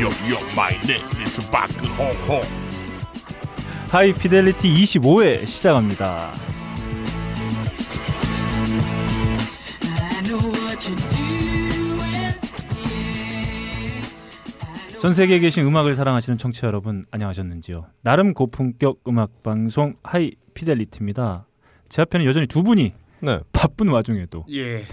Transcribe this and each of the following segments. Yo, my name is Park Ho Ho. 하이피델리티 25회 시작합니다. I know what you're doing. Yeah. I know 전 세계에 계신 음악을 사랑하시는 청취자 여러분 안녕하셨는지요? 나름 고품격 음악 방송 하이피델리티입니다. 제 앞에는 여전히 두 분이 네, 바쁜 와중에도 예.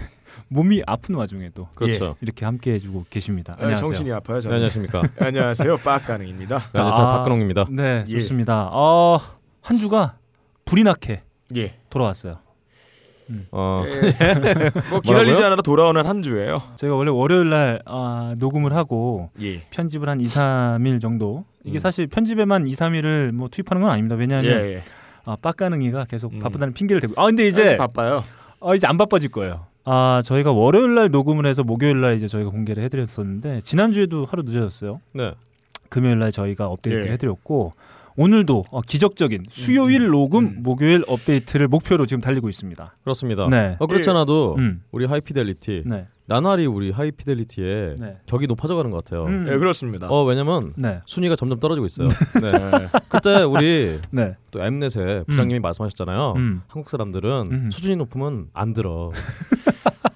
몸이 아픈 와중에도 그렇죠. 이렇게 함께 해주고 계십니다. 아, 안녕하세요. 정신이 아파요. 네, 저는. 안녕하십니까. 네, 안녕하세요. 빠가능입니다. 자, 안녕하세요. 아. 박근홍입니다. 네, 예. 좋습니다. 어, 한 주가 불이 나게 예. 돌아왔어요. 어, 예. 뭐 기다리지 뭐라고요? 않아도 돌아오는 한 주예요. 제가 원래 월요일 날 아, 녹음을 하고 예. 편집을 한 2, 3일 정도. 이게 음. 사실 편집에만 2, 3일을 뭐 투입하는 건 아닙니다. 예. 왜냐하면 예. 아, 빡가능이가 계속 음. 바쁘다는 핑계를 대고. 아 근데 이제 이제 바빠요. 아, 이제 안 바빠질 거예요. 아 저희가 월요일 날 녹음을 해서 목요일 날 이제 저희가 공개를 해드렸었는데 지난 주에도 하루 늦어졌어요. 네, 금요일 날 저희가 업데이트를 예. 해드렸고 오늘도 어, 기적적인 수요일 녹음, 음. 목요일 업데이트를 목표로 지금 달리고 있습니다. 그렇습니다. 네. 어, 그렇잖아도 음. 우리 하이피델리티 네. 나날이 우리 하이피델리티의 네. 격이 높아져가는 것 같아요. 음. 예, 그렇습니다. 어, 왜냐면 네. 순위가 점점 떨어지고 있어요. 네. 예. 그때 우리 네. 또 엠넷의 부장님이 말씀하셨잖아요. 음. 한국 사람들은 음. 수준이 높으면 안 들어.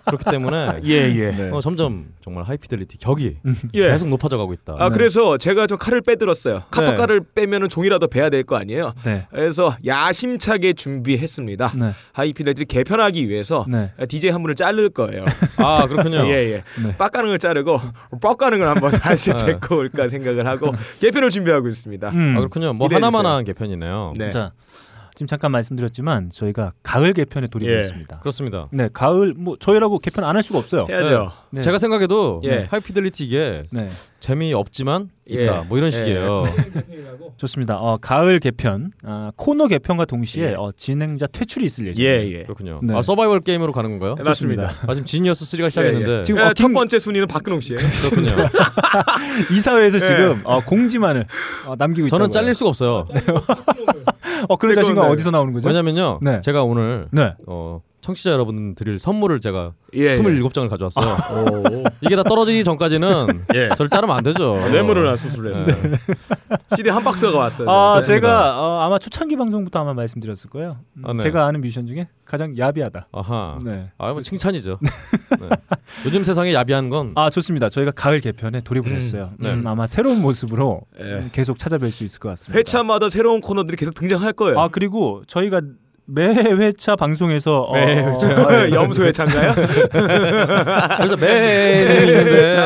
그렇기 때문에 예, 예. 어, 점점 정말 하이피델리티 격이 예. 계속 높아져가고 있다. 아, 그래서 제가 좀 칼을 빼들었어요. 카톡 어, 네. 칼을 빼면은 종이라도 베야 될 거 아니에요. 네. 그래서 야심차게 준비했습니다. 네. 하이피델들이 개편하기 어. 위해서 네. DJ 한 분을 자를 거예요. 아 그렇군요. 예, 네. 예. 빡가능을 자르고 뻑가능을 한번 다시 네. 데리고 올까 생각을 하고 개편을 준비하고 있습니다. 음. 아 그렇군요. 뭐 기대해주세요. 하나만한 개편이네요. 네. 자, 지금 잠깐 말씀드렸지만 저희가 가을 개편에 예. 돌입했습니다. 그렇습니다. 네, 가을 뭐 저희라고 개편 안 할 수가 없어요. 해야죠. 네. 예. 제가 생각해도 예. 하이피델리티 이게 네, 재미 없지만 예. 있다. 뭐 이런 예. 식이에요. 좋습니다. 어, 가을 개편, 아, 코너 개편과 동시에 예. 어, 진행자 퇴출이 있을 예, 예정입니다. 예. 그렇군요. 네. 아 서바이벌 게임으로 가는 건가요? 네, 맞습니다. 아 지금 지니어스 3가 시작했는데 예, 예. 지금 예, 첫 어떤- 번째 순위는 박근홍 씨예요. 그렇군요. 이사회에서 예. 지금 어, 공지만을 어, 남기고 저는 있다고요. 잘릴 수가 없어요. 어, 그런 자신감 네. 어디서 나오는 거죠? 왜냐면요. 네. 제가 오늘 네. 어, 청취자 여러분 드릴 선물을 제가 예, 예. 27장을 가져왔어요. 오. 이게 다 떨어지기 전까지는 예. 저를 자르면 안 되죠. 뇌물을 나 수술했어요. CD 한 박스가 왔어요. 네. 아, 네. 제가 어, 아마 초창기 방송부터 아마 말씀드렸을 거예요. 음, 아, 네. 제가 아는 뮤지션 중에 가장 야비하다. 아하. 네. 아, 뭐 칭찬이죠. 네. 요즘 세상에 야비한 건 아 좋습니다. 저희가 가을 개편에 돌입을 음, 했어요. 네. 음, 아마 새로운 모습으로 예. 음, 계속 찾아뵐 수 있을 것 같습니다. 회차마다 새로운 코너들이 계속 등장할 거예요. 아 그리고 저희가 매 회차 방송에서 매 어, 회차. 어, 아, 예, 염소 회차인가요? 아. 그래서 매일 있는데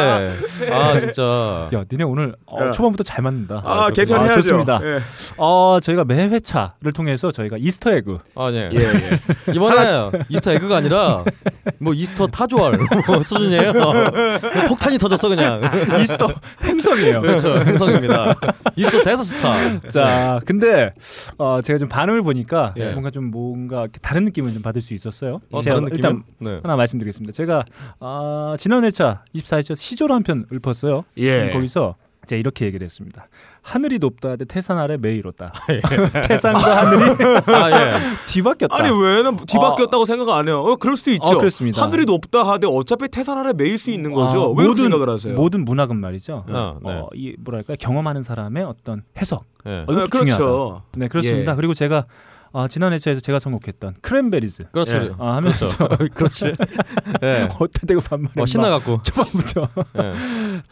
아 진짜 야, 니네 오늘 어, 야. 초반부터 잘 맞는다. 아, 아, 개편해야죠. 좋습니다. 예. 어, 저희가 매 회차를 통해서 저희가 이스터 에그 아 예. 예, 예. 이번에 이스터 에그가 아니라 뭐 이스터 타조알 뭐 수준이에요. 뭐 폭탄이 터졌어 그냥. 이스터 행성이에요. 네. 그렇죠. 행성입니다. 이스터 데스스타. 자, 근데 어, 제가 좀 반응을 보니까 예. 뭔가 좀 뭔가 이렇게 다른 느낌을 좀 받을 수 있었어요. 어, 제가 다른 느낌. 일단 예. 네. 하나 말씀드리겠습니다. 제가 아, 지난 회차 24회차 시조를 한 편 읊었어요. 음, 예. 거기서 제가 이렇게 얘기를 했습니다. 하늘이 높다 대 태산 아래 매이로다. 태산과 하늘이 아 예. 뒤바뀌었다. 예. 아니 왜는 뒤바뀌었다고 생각 안 해요? 어, 그럴 수도 있죠. 아, 그렇습니다. 하늘이 높다 하되 어차피 태산 아래 매일 수 있는 거죠. 아, 왜 그렇게 생각을 하세요? 모든 문학은 말이죠. 아, 네. 어, 이 뭐랄까 경험하는 사람의 어떤 해석. 예. 어, 이것도 네, 그렇죠. 중요하다. 네, 그렇습니다. 예. 그리고 제가 아, 지난 회차에서 제가 선곡했던 크랜베리즈 그렇죠. 예. 아, 하면서 그렇지. 예. 어때 대고 반말해. 어, 신나갖고. 초반부터 예.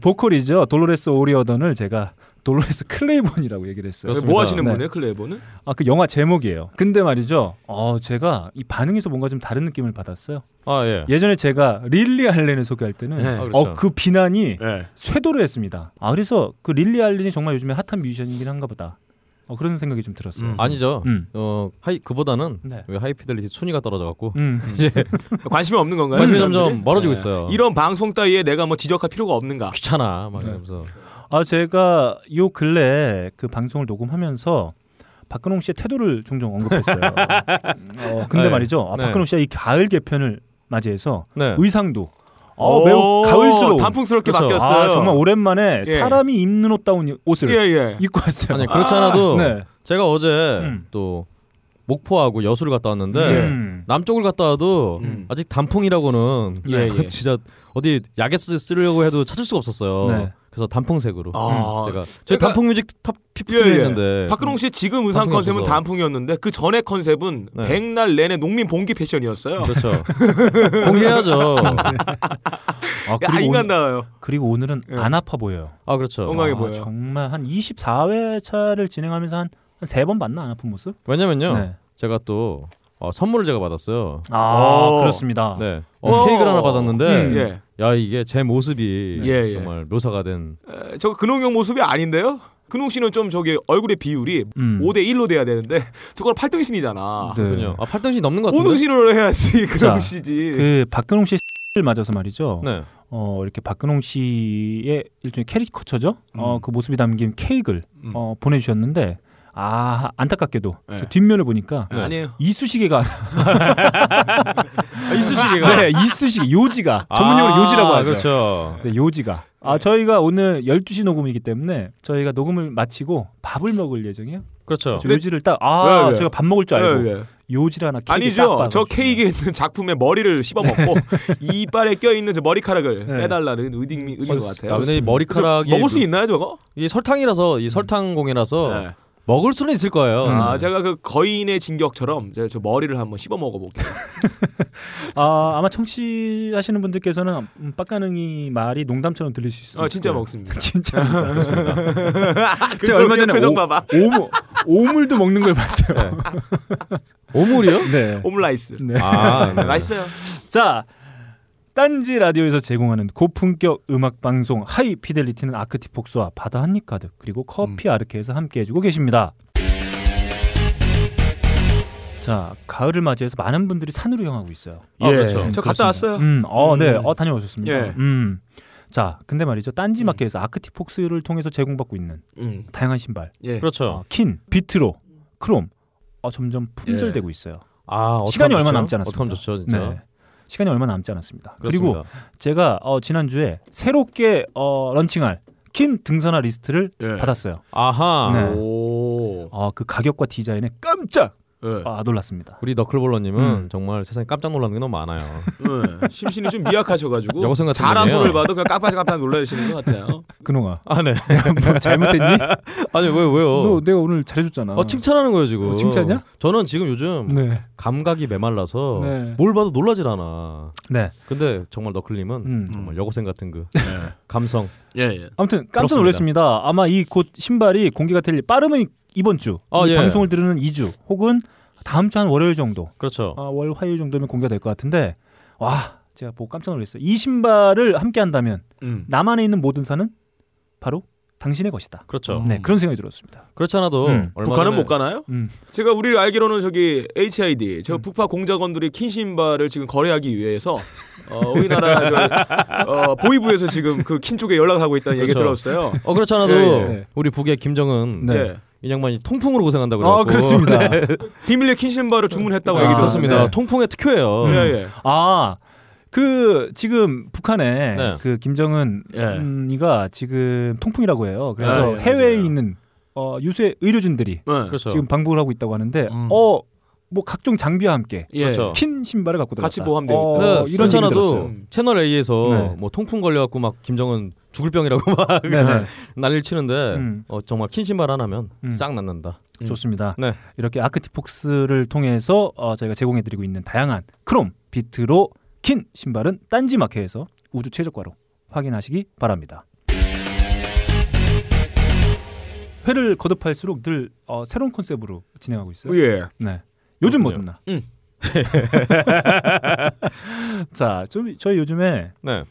보컬이죠. 돌로레스 오리어던을 제가 돌로레스 클레이본이라고 얘기를 했어요. 그렇습니다. 뭐 하시는 네. 분이에요, 클레이버는? 아, 그 영화 제목이에요. 근데 말이죠. 어, 제가 이 반응에서 뭔가 좀 다른 느낌을 받았어요. 아 예. 예전에 제가 릴리 할렌을 소개할 때는 네. 아, 그렇죠. 어, 그 비난이 네. 쇄도를 했습니다. 아, 그래서 그 릴리 할린이 정말 요즘에 핫한 뮤지션이긴 한가 보다. 어, 그런 생각이 좀 들었어요. 음. 아니죠. 음. 어 하이 그보다는 네. 왜 하이피델리티 순위가 떨어져갖고 음. 이제 관심이 없는 건가요? 관심이 사람들이? 점점 멀어지고 네. 있어요. 이런 방송 따위에 내가 뭐 지적할 필요가 없는가? 귀찮아 막 이러면서 아, 제가 요 근래 그 방송을 녹음하면서 박근홍 씨의 태도를 종종 언급했어요. 어, 근데 네. 말이죠. 아, 네. 박근홍 씨가 이 가을 개편을 맞이해서 네. 의상도 어, 매우 오, 가을스러운 단풍스럽게 그렇죠. 바뀌었어요. 아, 정말 오랜만에 예. 사람이 입는 옷다운 옷을 예, 예. 입고 왔어요. 아니 그렇지 않아도 네. 제가 어제 음. 또 목포하고 여수를 갔다 왔는데 네. 음. 남쪽을 갔다 와도 음. 아직 단풍이라고는 예, 예. 진짜 어디 약에 쓰- 쓰려고 해도 찾을 수가 없었어요. 네. 그래서 그래서 단풍색으로 아, 음, 제가 저희 그러니까- 단풍 뮤직 탑 예, 15에 예. 있는데 박근홍 씨의 지금 의상 단풍이 컨셉은 없어서. 단풍이었는데 그 전에 컨셉은 네. 백날 내내 농민 봉기 패션이었어요. 그렇죠. 공개해야죠. 아, 야 그리고, 인간 오늘, 나와요. 그리고 오늘은 예. 안 아파 보여요. 아 그렇죠. 건강해 아, 보여요. 정말 한 24회차를 진행하면서 한 한 세 번 봤나 안 아픈 모습? 왜냐면요. 네. 제가 또 어, 선물을 제가 받았어요. 아 오. 그렇습니다. 네. 오. 어, 케이크를 하나 받았는데 음. 예, 야 이게 제 모습이 예, 예. 정말 묘사가 된 에, 저 근홍형 모습이 아닌데요. 근홍 씨는 좀 저기 얼굴의 비율이 음. 5대 1로 돼야 되는데 저걸 8등신이잖아. 네. 군요. 아 8등신 넘는 것 같은데. 5등신으로 해야지 자, 근홍 씨지. 그 박근홍 씨를 맞아서 말이죠. 네. 어 이렇게 박근홍 씨의 일종의 캐리커처죠. 음. 어그 모습이 담긴 케이크를 음. 어, 보내주셨는데 아 안타깝게도 네. 저 뒷면을 보니까 그, 네. 아니에요. 이쑤시개가 아, 이쑤시개가. 아, 네 이쑤시개 요지가 전문용어로 요지라고 하죠. 그렇죠. 네, 요지가. 아 저희가 오늘 12시 녹음이기 때문에 저희가 녹음을 마치고 밥을 먹을 예정이에요. 그렇죠. 네. 저 요지를 딱아 예, 예. 제가 밥 먹을 줄 알고 예, 예. 요지를 하나 케이크 아니죠. 저 케이크에 있는 작품의 머리를 씹어 먹고 이빨에 껴 있는 저 머리카락을 네. 빼달라는 의미 의미인 것 아, 같아요. 근데 이 네. 저 머리카락이 그 먹을 수 있나요 저거? 이 설탕이라서 음. 이 설탕공이라서 네. 먹을 수는 있을 거예요. 아 제가 그 거인의 진격처럼 제가 저 머리를 한번 씹어 먹어볼게요. 아 아마 청취하시는 분들께서는 음, 빡가능이 말이 농담처럼 들리실 수도 있어요. 아, 진짜 먹습니다. 진짜. 근데 제가 얼마 그 전에 표정 오- 네. 봐봐. 오물 오물도 먹는 걸 봤어요. 네. 오물이요? 네. 오므라이스. 네. 아, 네. 맛있어요. 자, 딴지 라디오에서 제공하는 고품격 음악 방송 하이 피델리티는 아크티 폭스와 바다 한입 가득 그리고 커피 아르케에서 함께 해주고 계십니다. 자, 가을을 맞이해서 많은 분들이 산으로 향하고 있어요. 아, 그렇죠. 저 갔다 왔어요. 음, 어, 음. 네, 어 다녀오셨습니다. 예. 음. 자, 근데 말이죠. 딴지 마켓에서 아크티 폭스를 통해서 제공받고 있는 음, 다양한 신발, 예. 그렇죠. 어, 킨, 비트로, 크롬, 어, 점점 품절되고 있어요. 아, 어떡하면 네. 시간이 얼마 좋죠? 남지 않았습니다. 어떡하면 좋죠, 진짜. 네. 시간이 얼마 남지 않았습니다. 그리고 그리고 제가 어, 지난주에 새롭게 어, 런칭할 킨 등산화 리스트를 네. 예. 받았어요. 아하. 네. 오. 어, 그 가격과 디자인에 깜짝 예. 네. 아, 놀랐습니다. 우리 너클볼러님은 음. 정말 세상에 깜짝 놀라는 게 너무 많아요. 예. 심신이 좀 미약하셔가지고 여고생 같은 자라소를 분이에요. 봐도 그냥 깜빡깜빡 놀라시는 것 같아요. 근홍아, 아, 네. 뭐 잘못됐니? 아니, 왜, 왜요? 너 내가 오늘 잘해줬잖아. 어, 칭찬하는 거예요, 지금. 어, 칭찬이야? 저는 지금 요즘 네, 감각이 메말라서 네. 뭘 봐도 놀라질 않아. 네. 근데 정말 너클님은 음. 네. 정말 여고생 같은 그 예. 감성. 예. 아무튼 깜짝 놀랐습니다. 아마 이 곧 신발이 공개가 될 일, 빠르면 이번 주, 아, 이 예. 방송을 들으는 2주, 혹은 다음 주 한 월요일 정도, 그렇죠. 아, 월 화요일 정도면 공개가 될 것 같은데, 와, 제가 보고 깜짝 놀랐어요. 이 신발을 함께 한다면 음. 나만에 있는 모든 산은 바로 당신의 것이다. 그렇죠. 네, 그런 생각이 들었습니다. 그렇지 않아도 음. 얼마 북한은 전에 못 가나요? 음. 제가 우리를 알기로는 저기 HID, 음. 저 북파 공작원들이 킨 신발을 지금 거래하기 위해서 어, 우리나라 저, 어, 보이부에서 지금 그 킨 쪽에 연락을 하고 있다는 얘기 그렇죠. 들었어요. 어 그렇지 않아도 예, 예. 우리 북의 김정은 네. 예. 이 양반이 통풍으로 고생한다 그래요. 아, 그렇습니다. 비밀리에 킨 신발을 주문했다고 아, 얘기 그렇습니다. 네. 들었습니다. 통풍의 특효예요. 음, 예, 예. 아, 그 지금 북한에 네. 그 김정은 예. 음. 이가 지금 통풍이라고 해요. 그래서 네, 해외에 맞아요. 있는 어, 유수의 의료진들이 예. 그렇죠. 지금 방북을 하고 있다고 하는데 음. 어, 뭐 각종 장비와 함께 예. 그렇죠. 킨 신발을 갖고 들어갔다. 같이 보함되어 있다. 근데 어, 이런 얘기를 그렇잖아도 들었어요. 음. 들었어요. 채널 A에서 네. 뭐 통풍 걸려갖고 막 김정은 죽을 병이라고 막 네, 네. 난리를 치는데 음. 어, 정말 킨 신발 하나면 음. 싹 낫는다. 음. 좋습니다. 네. 이렇게 아크티폭스를 통해서 어, 저희가 제공해드리고 있는 다양한 크롬, 비트로 킨 신발은 딴지마켓에서 우주 최저가로 확인하시기 바랍니다. 회를 거듭할수록 늘 어, 새로운 컨셉으로 진행하고 있어요. 예. 네. 요즘 뭐 그렇군요. 음. 듣나? 자, 좀 저희 요즘에 네.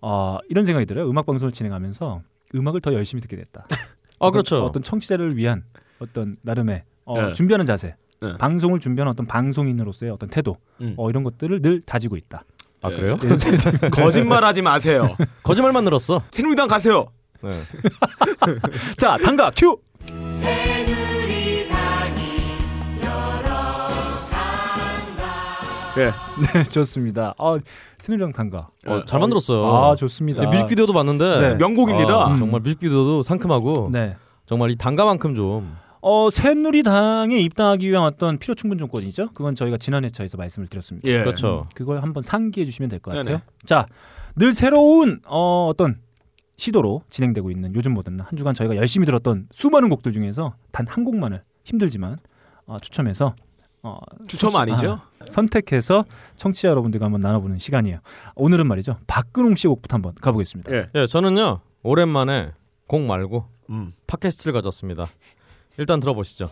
어, 이런 생각이 들어요. 음악 방송을 진행하면서 음악을 더 열심히 듣게 됐다. 아 어떤- 그렇죠. 어떤 청취자를 위한 어떤 나름의 어, 예. 준비하는 자세, 예. 방송을 준비하는 어떤 방송인으로서의 어떤 태도, 음. 어, 이런 것들을 늘 다지고 있다. 아 그래요? 네, 이제 거짓말하지 마세요. 거짓말만 늘었어. 새누리당 가세요. 네. 자, 단가 큐. 예. 네, 좋습니다. 아, 새누리당 단가. 어, 잘 만들었어요. 아, 좋습니다. 근데 뮤직비디오도 봤는데 네. 명곡입니다. 아, 정말 뮤직비디오도 상큼하고 네. 정말 이 단가만큼 좀 어, 새누리당에 입당하기 위한 어떤 필요 충분 조건이죠. 그건 저희가 지난 회차에서 말씀을 드렸습니다. 예. 그렇죠. 그걸 한번 상기해 주시면 될 것 같아요. 네네. 자, 늘 새로운 어, 어떤 시도로 진행되고 있는 요즘 모던나 한 주간 저희가 열심히 들었던 수많은 곡들 중에서 단 한 곡만을 힘들지만 어, 추첨해서 어, 추첨 아니죠? 아, 선택해서 청취자 여러분들과 한번 나눠보는 시간이에요. 오늘은 말이죠 박근홍 씨의 곡부터 한번 가보겠습니다. 예. 예, 저는요 오랜만에 곡 말고 음. 팟캐스트를 가졌습니다. 일단 들어보시죠.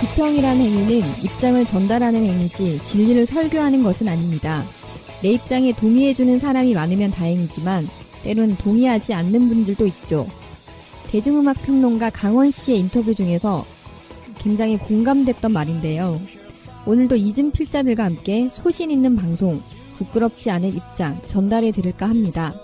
비평이라는 행위는 입장을 전달하는 행위지 진리를 설교하는 것은 아닙니다. 내 입장에 동의해주는 사람이 많으면 다행이지만 때론 동의하지 않는 분들도 있죠. 대중음악 평론가 강원 씨의 인터뷰 중에서 굉장히 공감됐던 말인데요. 오늘도 잊은 필자들과 함께 소신 있는 방송, 부끄럽지 않은 입장 전달해 드릴까 합니다.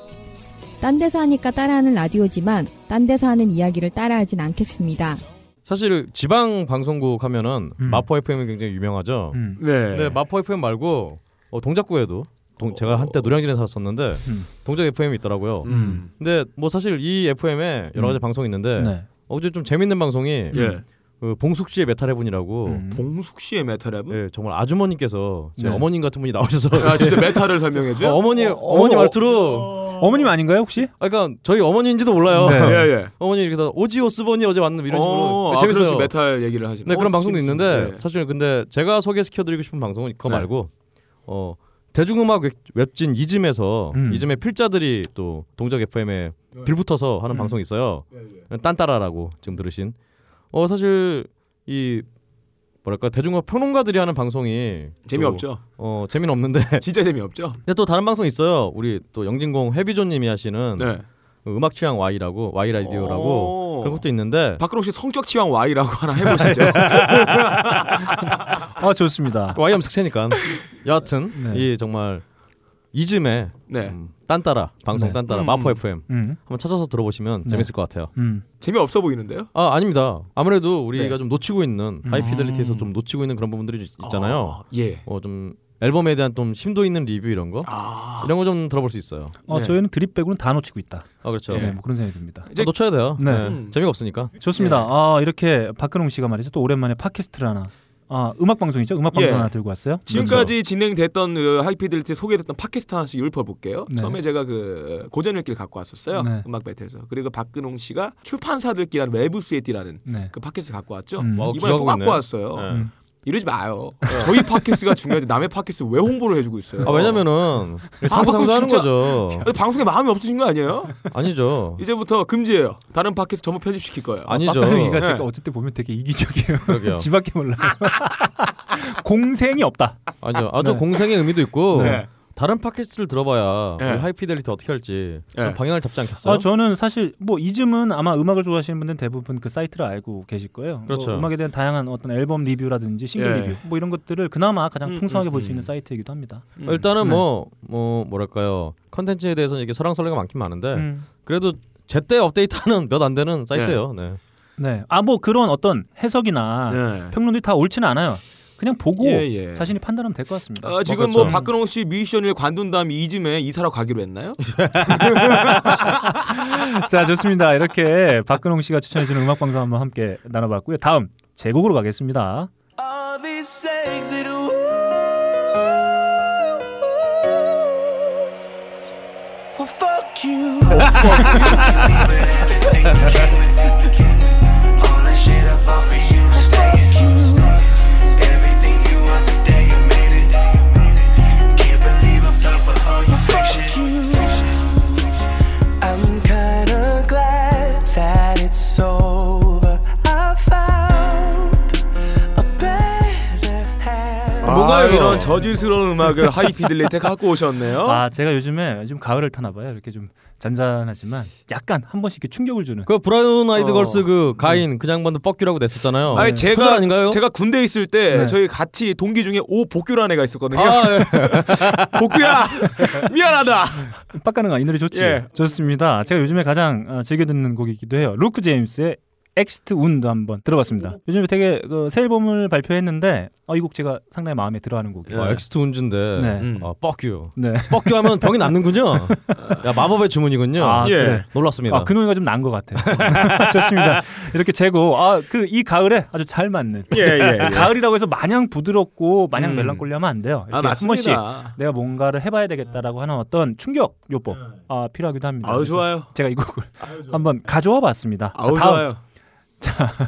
딴 데서 하니까 따라하는 라디오지만 딴 데서 하는 이야기를 따라하진 않겠습니다. 사실 지방 방송국 하면은 음. 마포 FM이 굉장히 유명하죠. 음. 네. 어. 근데 마포 FM 말고 어, 동작구에도 동- 제가 한때 노량진에 살았었는데 음. 동작 FM이 있더라고요. 음. 근데 뭐 사실 이 FM에 여러 가지 방송이 있는데 네. 어제 좀 재밌는 방송이 예. 그 봉숙 씨의 메탈 해븐이라고 음. 뭐, 봉숙 씨의 메탈 앱은? 예, 정말 아주머님께서 제 네. 어머님 같은 분이 나오셔서 아 진짜 메탈을 설명해 어, 줘요? 어머니 어, 어, 머니 어, 말투로 어머님 아닌가요 혹시? 아, 그러니까 저희 어머니인지도 몰라요. 네. 예, 예. 어머니 이렇게 해서 오지 오스본이 어제 왔는 이런 식으로 어, 재밌어요. 아, 그렇지, 메탈 얘기를 하시는. 네 어, 그런 방송도 재밌습니다. 있는데 예. 사실 근데 제가 소개시켜드리고 싶은 방송은 그거 네. 말고 어 대중음악 웹- 웹진 이즘에서 음. 이즘의 필자들이 또 동작 FM에 빌붙어서 음. 하는 방송이 있어요. 네, 딴따라라고 지금 들으신. 어 사실 이 뭐랄까 대중음악 평론가들이 하는 방송이 재미없죠. 또, 어 재미는 없는데 진짜 재미없죠. 근데 또 다른 방송 있어요. 우리 또 영진공 해비조님이 하시는 그 네. 음악 취향 Y라고 Y 라디오라고 오. 그런 것도 있는데 박근홍 씨 성적 취향 Y라고 하나 해보시죠. 아 좋습니다. Y 염색체니까 여하튼 네. 이 정말 이즘에 네. 음, 딴따라 방송 네. 딴따라 음. 마포 FM 음. 한번 찾아서 들어보시면 네. 재밌을 것 같아요. 음. 재미없어 보이는데요? 아 아닙니다. 아무래도 우리가 네. 좀 놓치고 있는 음. 하이피델리티에서 좀 놓치고 있는 그런 부분들이 있- 있잖아요. 아, 예. 어 좀 앨범에 대한 좀 심도 있는 리뷰 이런 거 아. 이런 거 좀 들어볼 수 있어요. 어, 네. 저희는 드립 빼고는 다 놓치고 있다. 아 그렇죠. 네. 네. 뭐 그런 생각이 듭니다. 이제- 놓쳐야 돼요. 네. 네. 음. 재미가 없으니까. 좋습니다. 예. 아 이렇게 박근홍 씨가 말이죠 또 오랜만에 팟캐스트를 하나 아 음악 방송이죠 음악 방송 예. 하나 들고 왔어요. 지금까지 진행됐던 그 하이피델리티 소개됐던 팟캐스트 하나씩 읊어볼게요. 네. 처음에 제가 그 고전읽기를 갖고 왔었어요. 네. 음악 배틀에서. 그리고 박근홍 씨가 출판사들끼리라는 외부 스웨티라는 네. 그 팟캐스트 갖고 왔죠. 음. 와, 이번에 또 기억하고 갖고 있네. 왔어요. 네. 음. 이러지 마요. 저희 팟캐스트가 중요하지 남의 팟캐스트 왜 홍보를 해주고 있어요? 아 왜냐면은 그거 상부상조하는 진짜- 거죠. 방송에 마음이 없으신 거 아니에요? 아니죠. 이제부터 금지예요. 다른 팟캐스트 전부 편집시킬 거예요. 아니- 아니죠. 박근홍 씨가 네. 제가 어쨌든 보면 되게 이기적이에요. 그러게요. 집 밖에 몰라. 공생이 없다. 아니죠. 아주 네. 공생의 의미도 있고 네. 다른 팟캐스트를 들어봐야 네. 우리 하이피델리티 어떻게 할지 네. 좀 방향을 잡지 않겠어요? 아, 저는 사실 뭐 이즘은 아마 음악을 좋아하시는 분들은 대부분 그 사이트를 알고 계실 거예요. 뭐 그렇죠. 음악에 대한 다양한 어떤 앨범 리뷰라든지 싱글 예. 리뷰 뭐 이런 것들을 그나마 가장 음, 풍성하게 음, 볼 수 음. 있는 사이트이기도 합니다. 음. 일단은 네. 뭐, 뭐 뭐랄까요 컨텐츠에 대해서는 이게 설랑설레가 많긴 많은데 음. 그래도 제때 업데이트하는 몇 안 되는 사이트예요. 네. 네. 아 뭐 그런 어떤 해석이나 네. 평론들이 다 옳지는 않아요. 그냥 보고 예, 예. 자신이 판단하면 될 것 같습니다. 아, 지금 그렇죠. 뭐 박근홍 씨 뮤지션을 관둔 다음 이즘에 이사로 가기로 했나요? 자, 좋습니다. 이렇게 박근홍 씨가 추천해 주는 음악 방송 한번 함께 나눠 봤고요. 다음 제곡으로 가겠습니다. All these things it Well, fuck you. All that shit up off of you. Staying Everything you want today, you made it. Can't believe I fell for all your fiction. I'm kinda glad that it's over. I found a better half. 뭐가 이거? 이런 저질스러운 음악을 하이피델리테 갖고 오셨네요. 아, 제가 요즘에 요즘 가을을 타나 봐요. 이렇게 좀 잔잔하지만 약간 한 번씩 이렇게 충격을 주는 그 브라운 아이드 어. 걸스 그 가인 그냥 반도 뻑규라고 냈었잖아요. 아니 소설 제가 네. 아닌가요? 제가 군대 있을 때 네. 저희 같이 동기 중에 오 복규라는 애가 있었거든요. 아, 예. 복규야 미안하다. 그 빡가능한 이 노래 좋지. 예. 좋습니다. 제가 요즘에 가장 어, 즐겨 듣는 곡이기도 해요. 루크 제임스의 엑시트 운도 한번 들어봤습니다. 요즘에 되게 그 새 앨범을 발표했는데 어, 이곡 제가 상당히 마음에 들어하는 곡이에요. 아, 엑스트 운주인데 네. 음. 아, 뻑큐. 네. 뻑큐 하면 병이 남는군요. 야, 마법의 주문이군요. 아, 예. 그래. 놀랐습니다. 아, 그 노래가 좀 난 것 같아요. 좋습니다. 이렇게 재고 아, 그 이 가을에 아주 잘 맞는 아, 예, 예, 예. 가을이라고 해서 마냥 부드럽고 마냥 음. 멜랑꼴리하면 안 돼요. 아 이렇게 한 번씩 맞습니다. 내가 뭔가를 해봐야 되겠다라고 하는 어떤 충격 요법 아, 필요하기도 합니다. 예. 아유 그래서 좋아요. 제가 이 곡을 한번 가져와 봤습니다. 아우 자, 다음. 좋아요.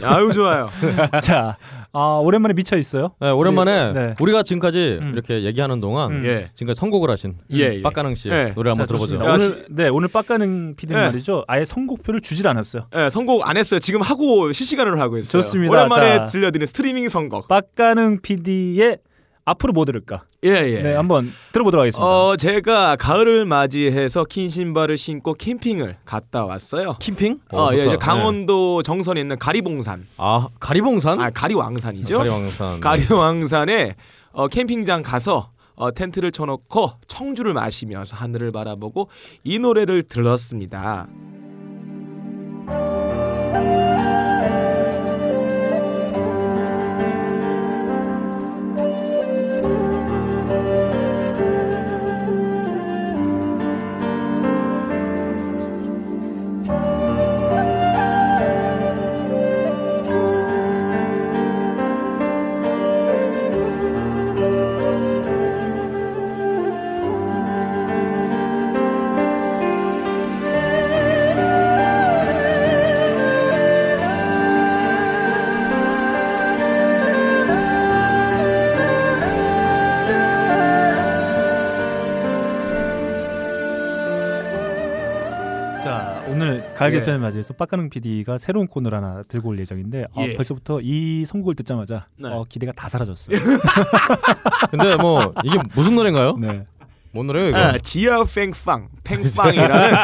아유 좋아요. 자, 아, 오랜만에 미쳐 있어요. 네, 오랜만에 네. 우리가 지금까지 음. 이렇게 얘기하는 동안 음. 예. 지금까지 선곡을 하신 예, 예. 빡가능 씨 예. 노래 자, 한번 들어보죠. 좋습니다. 야, 오늘 네 오늘 빡가는 피디는 예. 말이죠. 아예 선곡표를 주질 않았어요. 예, 선곡 안 했어요. 지금 하고 실시간으로 하고 있어요. 좋습니다. 오랜만에 자. 들려드리는 스트리밍 선곡. 빡가는 피디의 앞으로 뭐 들을까? 예 예. 네, 한번 들어보도록 하겠습니다. 어 제가 가을을 맞이해서 긴 신발을 신고 캠핑을 갔다 왔어요. 캠핑? 어, 네. 어, 예, 좋다. 이제 강원도 정선에 있는 가리봉산, 네. 아 가리봉산? 아 가리왕산이죠. 가리왕산. 가리왕산에 어, 캠핑장 가서 어, 텐트를 쳐놓고 청주를 마시면서 하늘을 바라보고 이 노래를 들었습니다. 자 오늘 가을 예. 개편을 맞이해서 빡가능 PD가 새로운 코너를 하나 들고 올 예정인데 어, 예. 벌써부터 이 선곡을 듣자마자 네. 어, 기대가 다 사라졌어요. 근데 뭐 이게 무슨 노래인가요? 네. 뭔 노래예요 이거? 아, 지아 팽팡 팽팡이라는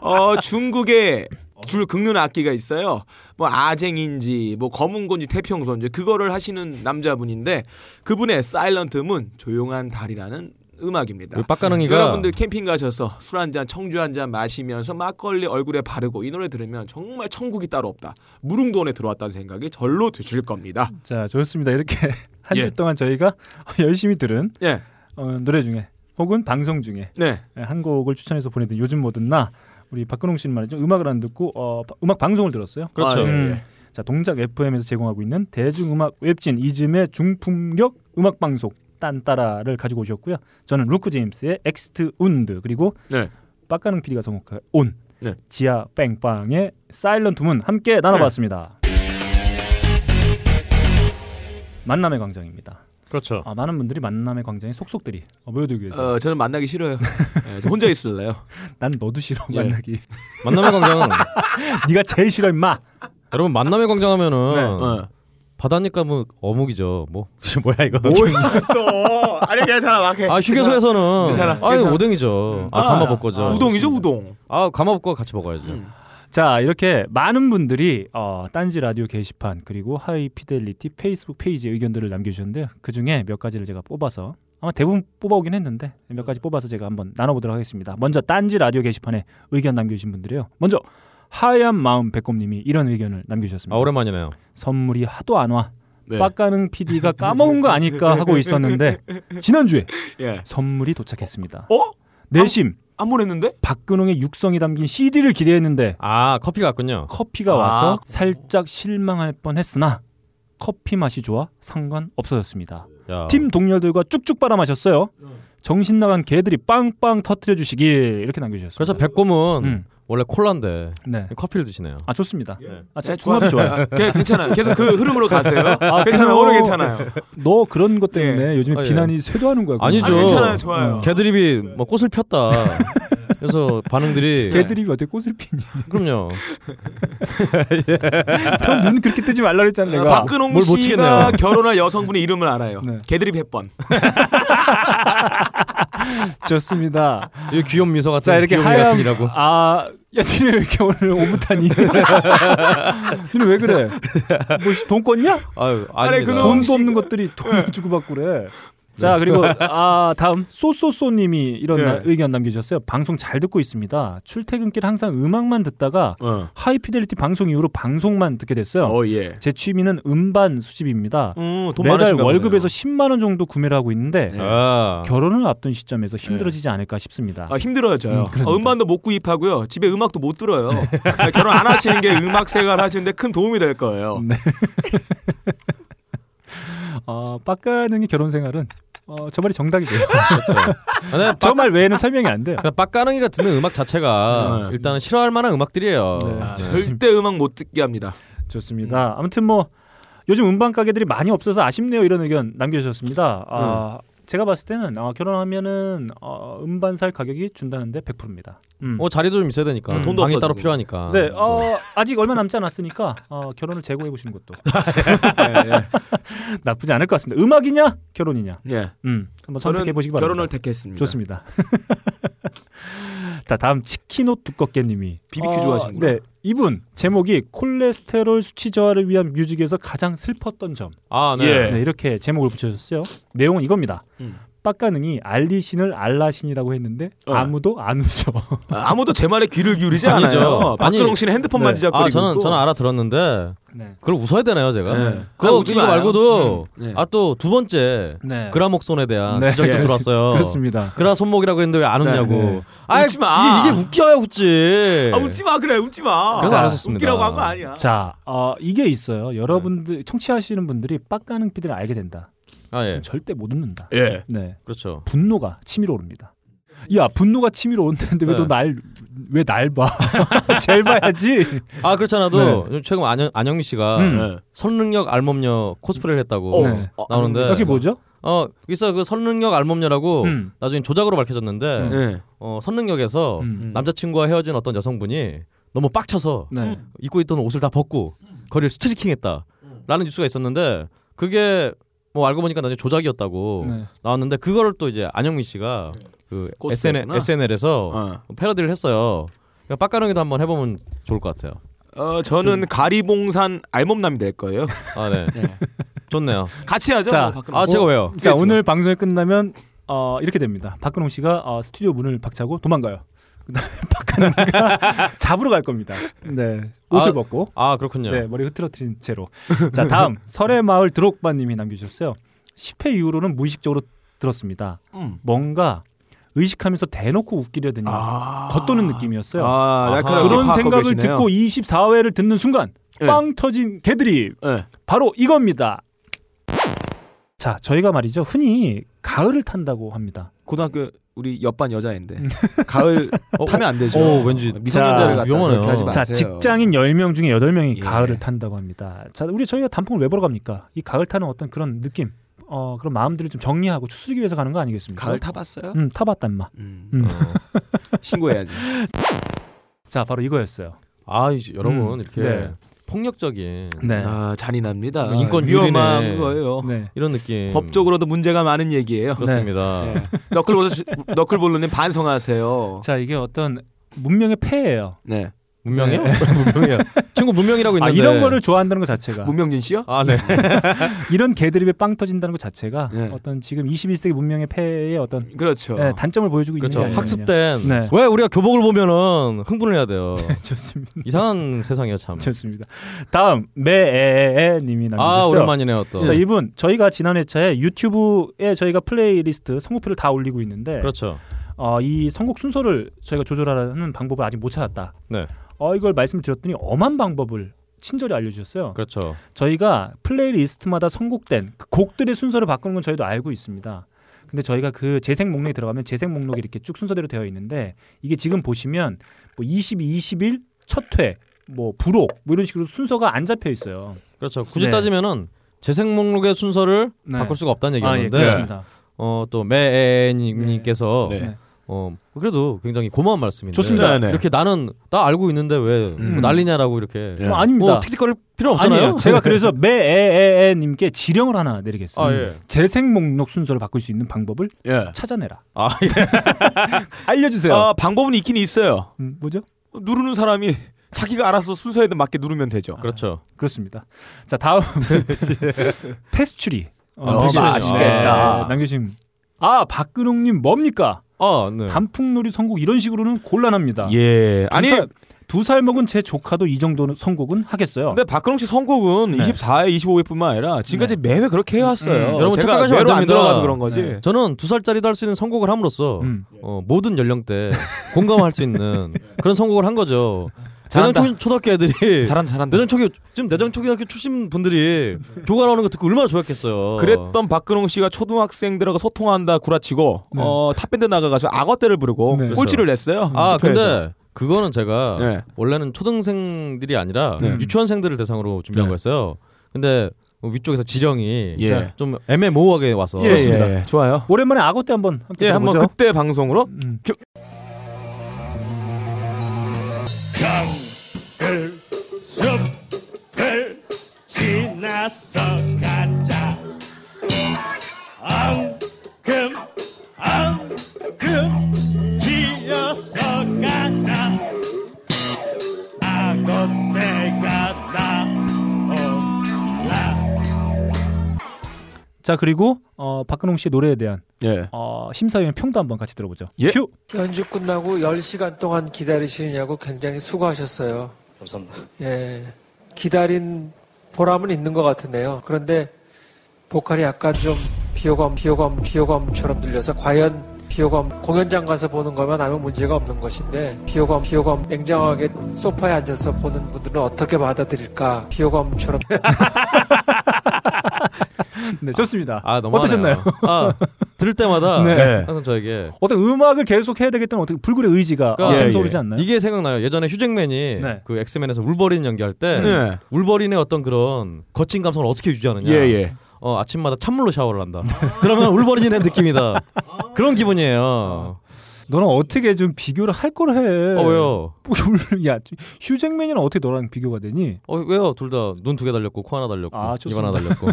어, 중국의 줄 긁는 악기가 있어요. 뭐 아쟁인지 뭐 검은곤지 태평소인지 그거를 하시는 남자분인데 그분의 사일런트 문 조용한 달이라는 음악입니다. 우리 빡가능이가 여러분들 캠핑 가셔서 술 한 잔, 청주 한 잔 마시면서 막걸리 얼굴에 바르고 이 노래 들으면 정말 천국이 따로 없다. 무릉도원에 들어왔다는 생각이 절로 드실 겁니다. 음. 자 좋습니다. 이렇게 한 주 예. 동안 저희가 열심히 들은 예, 어, 노래 중에 혹은 방송 중에 네, 한 곡을 추천해서 보내드린 요즘 뭐든 나 우리 박근홍 씨는 말이죠 음악을 안 듣고 어, 바- 음악 방송을 들었어요. 그렇죠. 아, 예, 음. 예. 자 동작 FM에서 제공하고 있는 대중음악 웹진 이즘의 중품격 음악 방송 딴따라를 가지고 오셨고요. 저는 루크 제임스의 엑스트 운드 그리고 네. 빡가능 PD가 선곡한 온 네. 지하 뺑빵의 사일런트 문 함께 나눠봤습니다. 네. 만남의 광장입니다. 그렇죠. 아, 많은 분들이 만남의 광장에 속속들이 어, 모여들기 위해서 어, 저는 만나기 싫어요. 예, 저 혼자 있을래요. 난 너도 싫어 예. 만나기. 만남의 광장. 네가 제일 싫어 임마. 여러분 만남의 광장 하면은 어. 바다니까 뭐 어묵이죠. 뭐 뭐야 이거? 또 아니 괜찮아 막 해. 아 휴게소에서는 괜찮아, 아 괜찮아. 오뎅이죠. 아 삼바볶어죠. 음. 우동이죠 우동. 아 감바볶어 같이 먹어야죠. 음. 자 이렇게 많은 분들이 어, 딴지 라디오 게시판 그리고 하이피델리티 페이스북 페이지에 의견들을 남겨주셨는데요. 그 중에 몇 가지를 제가 뽑아서 아마 대부분 뽑아오긴 했는데 몇 가지 뽑아서 제가 한번 나눠보도록 하겠습니다. 먼저 딴지 라디오 게시판에 의견 남겨주신 분들이요. 먼저 하얀 마음 백곰님이 이런 의견을 남겨주셨습니다. 아 오랜만이네요. 선물이 하도 안 와. 네. 빡가는 PD가 까먹은 거 아닐까 하고 있었는데 지난주에 예. 선물이 도착했습니다. 어? 내심 안 보냈는데? 박근홍의 육성이 담긴 CD를 기대했는데 아 커피 같군요. 커피가 아. 와서 살짝 실망할 뻔했으나 커피 맛이 좋아 상관 없어졌습니다. 야. 팀 동료들과 쭉쭉 빨아 마셨어요. 정신 나간 개들이 빵빵 터트려 주시길 이렇게 남겨주셨어요. 그래서 백곰은 음, 원래 콜라인데 네, 커피를 드시네요. 아 좋습니다. 예. 아, 제 궁합이 좋아요. 아, 그냥 괜찮아요. 계속 그 흐름으로 가세요. 아, 괜찮아요. 뭐 그거- 오늘 괜찮아요. 너 그런 것 때문에 요즘에 아, 예. 비난이 쇄도하는 거야. 어. 그거. 아니죠. 아, 괜찮아요. 좋아요. 개드립이 뭐 꽃을 폈다. 그래서 네. 반응들이 개들이 어떻게 꽃을 피니? 그럼요. 너 눈 그렇게 뜨지 말라 그랬잖아 아, 내가. 박근홍 뭘못 씨가 치겠네요. 결혼할 여성분의 이름을 알아요. 네. 개드립 해번. 좋습니다. 이 귀여운 미소 같은 자 이렇게 네, 귀여운 하얀 같은이라고. 아, 야 니네 왜 이렇게 오늘 오붓하니? 니네 왜 그래? 뭐 돈 껐냐? 아유, 아니, 아닙니다. 그놈 돈도 없는 것들이 돈을 주고받고 그래. 네. 자 네. 그리고 아 다음 소소소님이 이런 예. 나- 의견 남겨주셨어요. 방송 잘 듣고 있습니다. 출퇴근길 항상 음악만 듣다가 어. 하이피델리티 방송 이후로 방송만 듣게 됐어요. 어 예. 제 취미는 음반 수집입니다. 음, 매달 월급에서 10만 원 정도 구매를 하고 있는데 네. 아. 결혼을 앞둔 시점에서 힘들어지지 않을까 싶습니다. 아, 힘들어져요. 음, 네. 그렇습니다. 어, 음반도 못 구입하고요. 집에 음악도 못 들어요. 그러니까 결혼 안 하시는 게 음악 생활 하시는데 큰 도움이 될 거예요. 네. 어, 빡가능의 결혼 생활은 어, 저 말이 정답이고요. 아, 빠, 저 말 외에는 설명이 안 돼요. 아, 그냥 그러니까 빡가능이가 듣는 음악 자체가 네. 일단은 싫어할 만한 음악들이에요. 네. 네. 절대 음악 못 듣게 합니다. 좋습니다. 아무튼 뭐 요즘 음반 가게들이 많이 없어서 아쉽네요 이런 의견 남겨주셨습니다. 아, 음. 제가 봤을 때는 아, 결혼하면은 어, 음반 살 가격이 준다는데 100%입니다. 음. 어 자리도 좀 있어야 되니까 음, 돈도 방이 없어지고. 따로 필요하니까. 뭐. 네, 뭐. 어, 아직 얼마 남지 않았으니까 어, 결혼을 재고해 보시는 것도 나쁘지 않을 것 같습니다. 음악이냐 결혼이냐, 예. 예. 음, 한번 선택해 저는 보시기 바랍니다. 결혼을 택했습니다. 좋습니다. 자 다음 치킨옷 두껍게님이 BBQ 좋아하시는구나. 네, 이분 제목이 콜레스테롤 수치 저하를 위한 뮤직에서 가장 슬펐던 점. 아 네. 예. 네, 이렇게 제목을 붙여줬어요. 내용은 이겁니다. 음. 빡가능이 알리신을 알라신이라고 했는데 어. 아무도 안 웃어. 아, 아무도 제 말에 귀를 기울이지 아니죠. 않아요. 아니, 박근홍 씨는 핸드폰만 네. 지적거리고 아 저는 있고. 저는 알아들었는데 네. 그걸 웃어야 되나요 제가? 네. 그거 아, 이거 웃지 마요. 말고도 음, 네. 아 또 두 번째 네. 그라목손에 대한 네. 지적이 예. 좀 들어왔어요. 그렇습니다. 그라 손목이라고 했는데 왜 안 네, 웃냐고. 네. 아 웃지 마. 이게, 이게 웃겨야 웃지. 아, 웃지 마 그래 웃지 마. 그래서 자, 안 했었습니다. 웃기라고 한 거 아니야. 자, 어, 이게 있어요. 여러분들 청취하시는 분들이 빡가능 피디를 알게 된다. 아 예. 절대 못 웃는다. 예. 네. 그렇죠. 분노가 치밀어 오릅니다. 야, 분노가 치밀어 오는데 왜 네. 너 날 왜 날 봐? 제일 봐야지. 아 그렇잖아도 최근 안영 안영미 씨가 음. 예. 선릉역 알몸녀 코스프레를 했다고 어, 네. 나오는데 이게 뭐죠? 어 있어 그 선릉역 알몸녀라고 음. 나중에 조작으로 밝혀졌는데 음. 예. 어, 선릉역에서 음. 남자친구와 헤어진 어떤 여성분이 너무 빡쳐서 네. 입고 있던 옷을 다 벗고 거리를 스트리킹했다라는 뉴스가 있었는데 그게 뭐 알고 보니까 나중에 조작이었다고 네. 나왔는데 나왔는데 그거를 또 이제 안영민 씨가 그 SN, 고스트였구나. SNL에서 어. 패러디를 했어요. 그러니까 빡가릉이도 한번 해보면 좋을 것 같아요. 어, 저는 가리봉산 알몸남이 될 거예요. 아 네, 예. 좋네요. 같이 하죠. 뭐, 자, 박근홍. 아 제가 왜요? 자 그렇죠. 오늘 방송이 끝나면 어, 이렇게 됩니다. 박근홍 씨가 어, 스튜디오 문을 박차고 도망가요. 그다음에 박근홍가 잡으러 갈 겁니다. 네 옷을 아, 벗고 아 그렇군요. 네 머리 흐트러뜨린 채로 자 다음 설의 마을 드록바님이 남겨주셨어요. 10회 이후로는 무의식적으로 들었습니다. 음. 뭔가 의식하면서 대놓고 웃기려더니 아. 겉도는 느낌이었어요. 아, 아하. 날카롭게 그런 파악하고 생각을 계시네요. 듣고 24회를 듣는 순간 예. 빵 터진 개들이 예. 바로 이겁니다. 자, 저희가 말이죠. 흔히 가을을 탄다고 합니다. 고등학교 우리 옆반 여자인데 가을 타면 안 되죠. 오, 음. 어, 왠지 미성년자를 자, 갖다 위험하네요. 그렇게 하지 마세요. 자, 직장인 10명 중에 8명이 예. 가을을 탄다고 합니다. 자, 우리 저희가 단풍을 왜 보러 갑니까? 이 가을 타는 어떤 그런 느낌, 어, 그런 마음들을 좀 정리하고 추스르기 위해서 가는 거 아니겠습니까? 가을 타봤어요? 음, 타봤단 마. 음. 어. 음. 신고해야지. 자, 바로 이거였어요. 아 이제 여러분 음, 이렇게 네. 폭력적인 네. 아, 잔인합니다. 인권 위험한 유린의 거예요. 네. 이런 느낌. 법적으로도 문제가 많은 얘기예요. 그렇죠. 그렇습니다. 네. 너클볼러 너클볼러님 반성하세요. 자, 이게 어떤 문명의 폐예요. 네. 문명이요? 문명이요. 친구 문명이라고 아, 있는데. 이런 거를 좋아한다는 것 자체가 문명진 씨요? 아 네. 이런 개드립에 빵 터진다는 것 자체가 예. 네. 어떤 지금 21세기 문명의 폐의 어떤 그렇죠. 예, 단점을 보여주고 그렇죠. 있는 게 아니냐. 학습된. 네. 왜 우리가 교복을 보면은 흥분을 해야 돼요. 좋습니다. 이상한 세상이에요 참. 좋습니다. 다음 매에에님이 남겨주셨어요. 아 오랜만이네요 또. 자 이분 저희가 지난 회차에 유튜브에 저희가 플레이리스트 선곡표를 다 올리고 있는데 그렇죠. 어, 이 선곡 순서를 저희가 조절하는 방법을 아직 못 찾았다. 네. 어, 이걸 말씀을 드렸더니 엄한 방법을 친절히 알려주셨어요. 그렇죠. 저희가 플레이리스트마다 선곡된 그 곡들의 순서를 바꾸는 건 저희도 알고 있습니다. 근데 저희가 그 재생 목록에 들어가면 재생 목록이 이렇게 쭉 순서대로 되어 있는데 이게 지금 보시면 뭐 22, 21, 첫회, 뭐 부록 뭐 이런 식으로 순서가 안 잡혀 있어요. 그렇죠. 굳이 네. 따지면은 재생 목록의 순서를 네. 바꿀 수가 없다는 아, 예, 얘기였는데 그렇습니다. 어또 매애님께서 네. 네. 어 그래도 굉장히 고마운 말씀인데 좋습니다. 네, 네. 이렇게 나는 나 알고 있는데 왜 음. 뭐 난리냐라고 이렇게 예. 뭐 아닙니다. 뭐 틱틱거릴 필요 없잖아요. 네. 아니에요. 제가 그래서 매에에에님께 지령을 하나 내리겠습니다. 아, 예. 재생 목록 순서를 바꿀 수 있는 방법을 예. 찾아내라. 아 예. 알려주세요. 아, 방법은 있긴 있어요. 음, 뭐죠? 누르는 사람이 자기가 알아서 순서에 맞게 누르면 되죠. 그렇죠. 그렇습니다. 자 다음 패스츄리 너무 남겨주신- 아쉽겠다. 네, 남겨주신 아 박근홍님 뭡니까? 아, 네. 단풍놀이 선곡 이런 식으로는 곤란합니다. 예. 아니 두 살 먹은 제 조카도 이 정도는 선곡은 하겠어요. 근데 박근홍 씨 선곡은 네. 24회, 25회뿐만 아니라 지금까지 매회 그렇게 해왔어요. 음, 여러분 제가 착각하시면 매로 안 안 됩니다. 들어가서 그런 거지. 네. 저는 두 살짜리도 할 수 있는 선곡을 함으로써 음. 어, 모든 연령대 공감할 수 있는 그런 선곡을 한 거죠. 내장 잘한다. 초, 초등학교 애들이 잘한다, 잘한다. 내장 초기 지금 내장 초등학교 출신 분들이 음. 교가 나오는 거 듣고 얼마나 좋았겠어요. 그랬던 박근홍 씨가 초등학생들하고 소통한다 구라치고 네. 어, 탑밴드 나가가지고 악어떼를 부르고 네. 꼴찌를 냈어요. 아 음, 집회에서. 근데 그거는 제가 네. 원래는 초등생들이 아니라 네. 유치원생들을 대상으로 준비한 네. 거였어요. 근데 뭐 위쪽에서 지령이 예. 좀 애매모호하게 와서 예, 예, 예. 좋아요. 오랜만에 악어 때 한번 함께 예, 한번 들어보죠. 그때 방송으로 음. 강을 숲을 지나서 가자 앙금 앙금 기어서 가자 악어떼가 나올라 자 그리고 어, 박근홍 씨의 노래에 대한 예. 어, 심사위원 평도 한번 같이 들어보죠. 예. 큐. 연주 끝나고 10시간 동안 기다리시느냐고 굉장히 수고하셨어요. 감사합니다. 예. 기다린 보람은 있는 것 같은데요. 그런데 보컬이 약간 좀 비호감, 비호감, 비호감처럼 들려서 과연 비호감 공연장 가서 보는 것만 알면 문제가 없는 것인데 비호감, 비호감 냉정하게 소파에 앉아서 보는 분들은 어떻게 받아들일까? 비호감처럼 네 좋습니다. 아 너무 어떠셨나요? 아 들을 때마다 네. 네. 항상 저에게 어떤 음악을 계속 해야 되겠다는 어떻게 불굴의 의지가 아, 그러니까 예, 샘솟지 예. 않나요? 이게 생각나요. 예전에 휴잭맨이 네. 그 엑스맨에서 울버린 연기할 때 네. 울버린의 어떤 그런 거친 감성을 어떻게 유지하느냐. 예, 예. 어, 아침마다 찬물로 샤워를 한다. 그러면 울버린의 느낌이다. 그런 기분이에요. 너는 어떻게 좀 비교를 할 걸 네. 해. 어 왜요? 뭐, 울- 야 휴잭맨이랑 어떻게 너랑 비교가 되니? 어 왜요? 둘 다 눈 두 개 달렸고 코 하나 달렸고 아, 입 좋습니다. 하나 달렸고.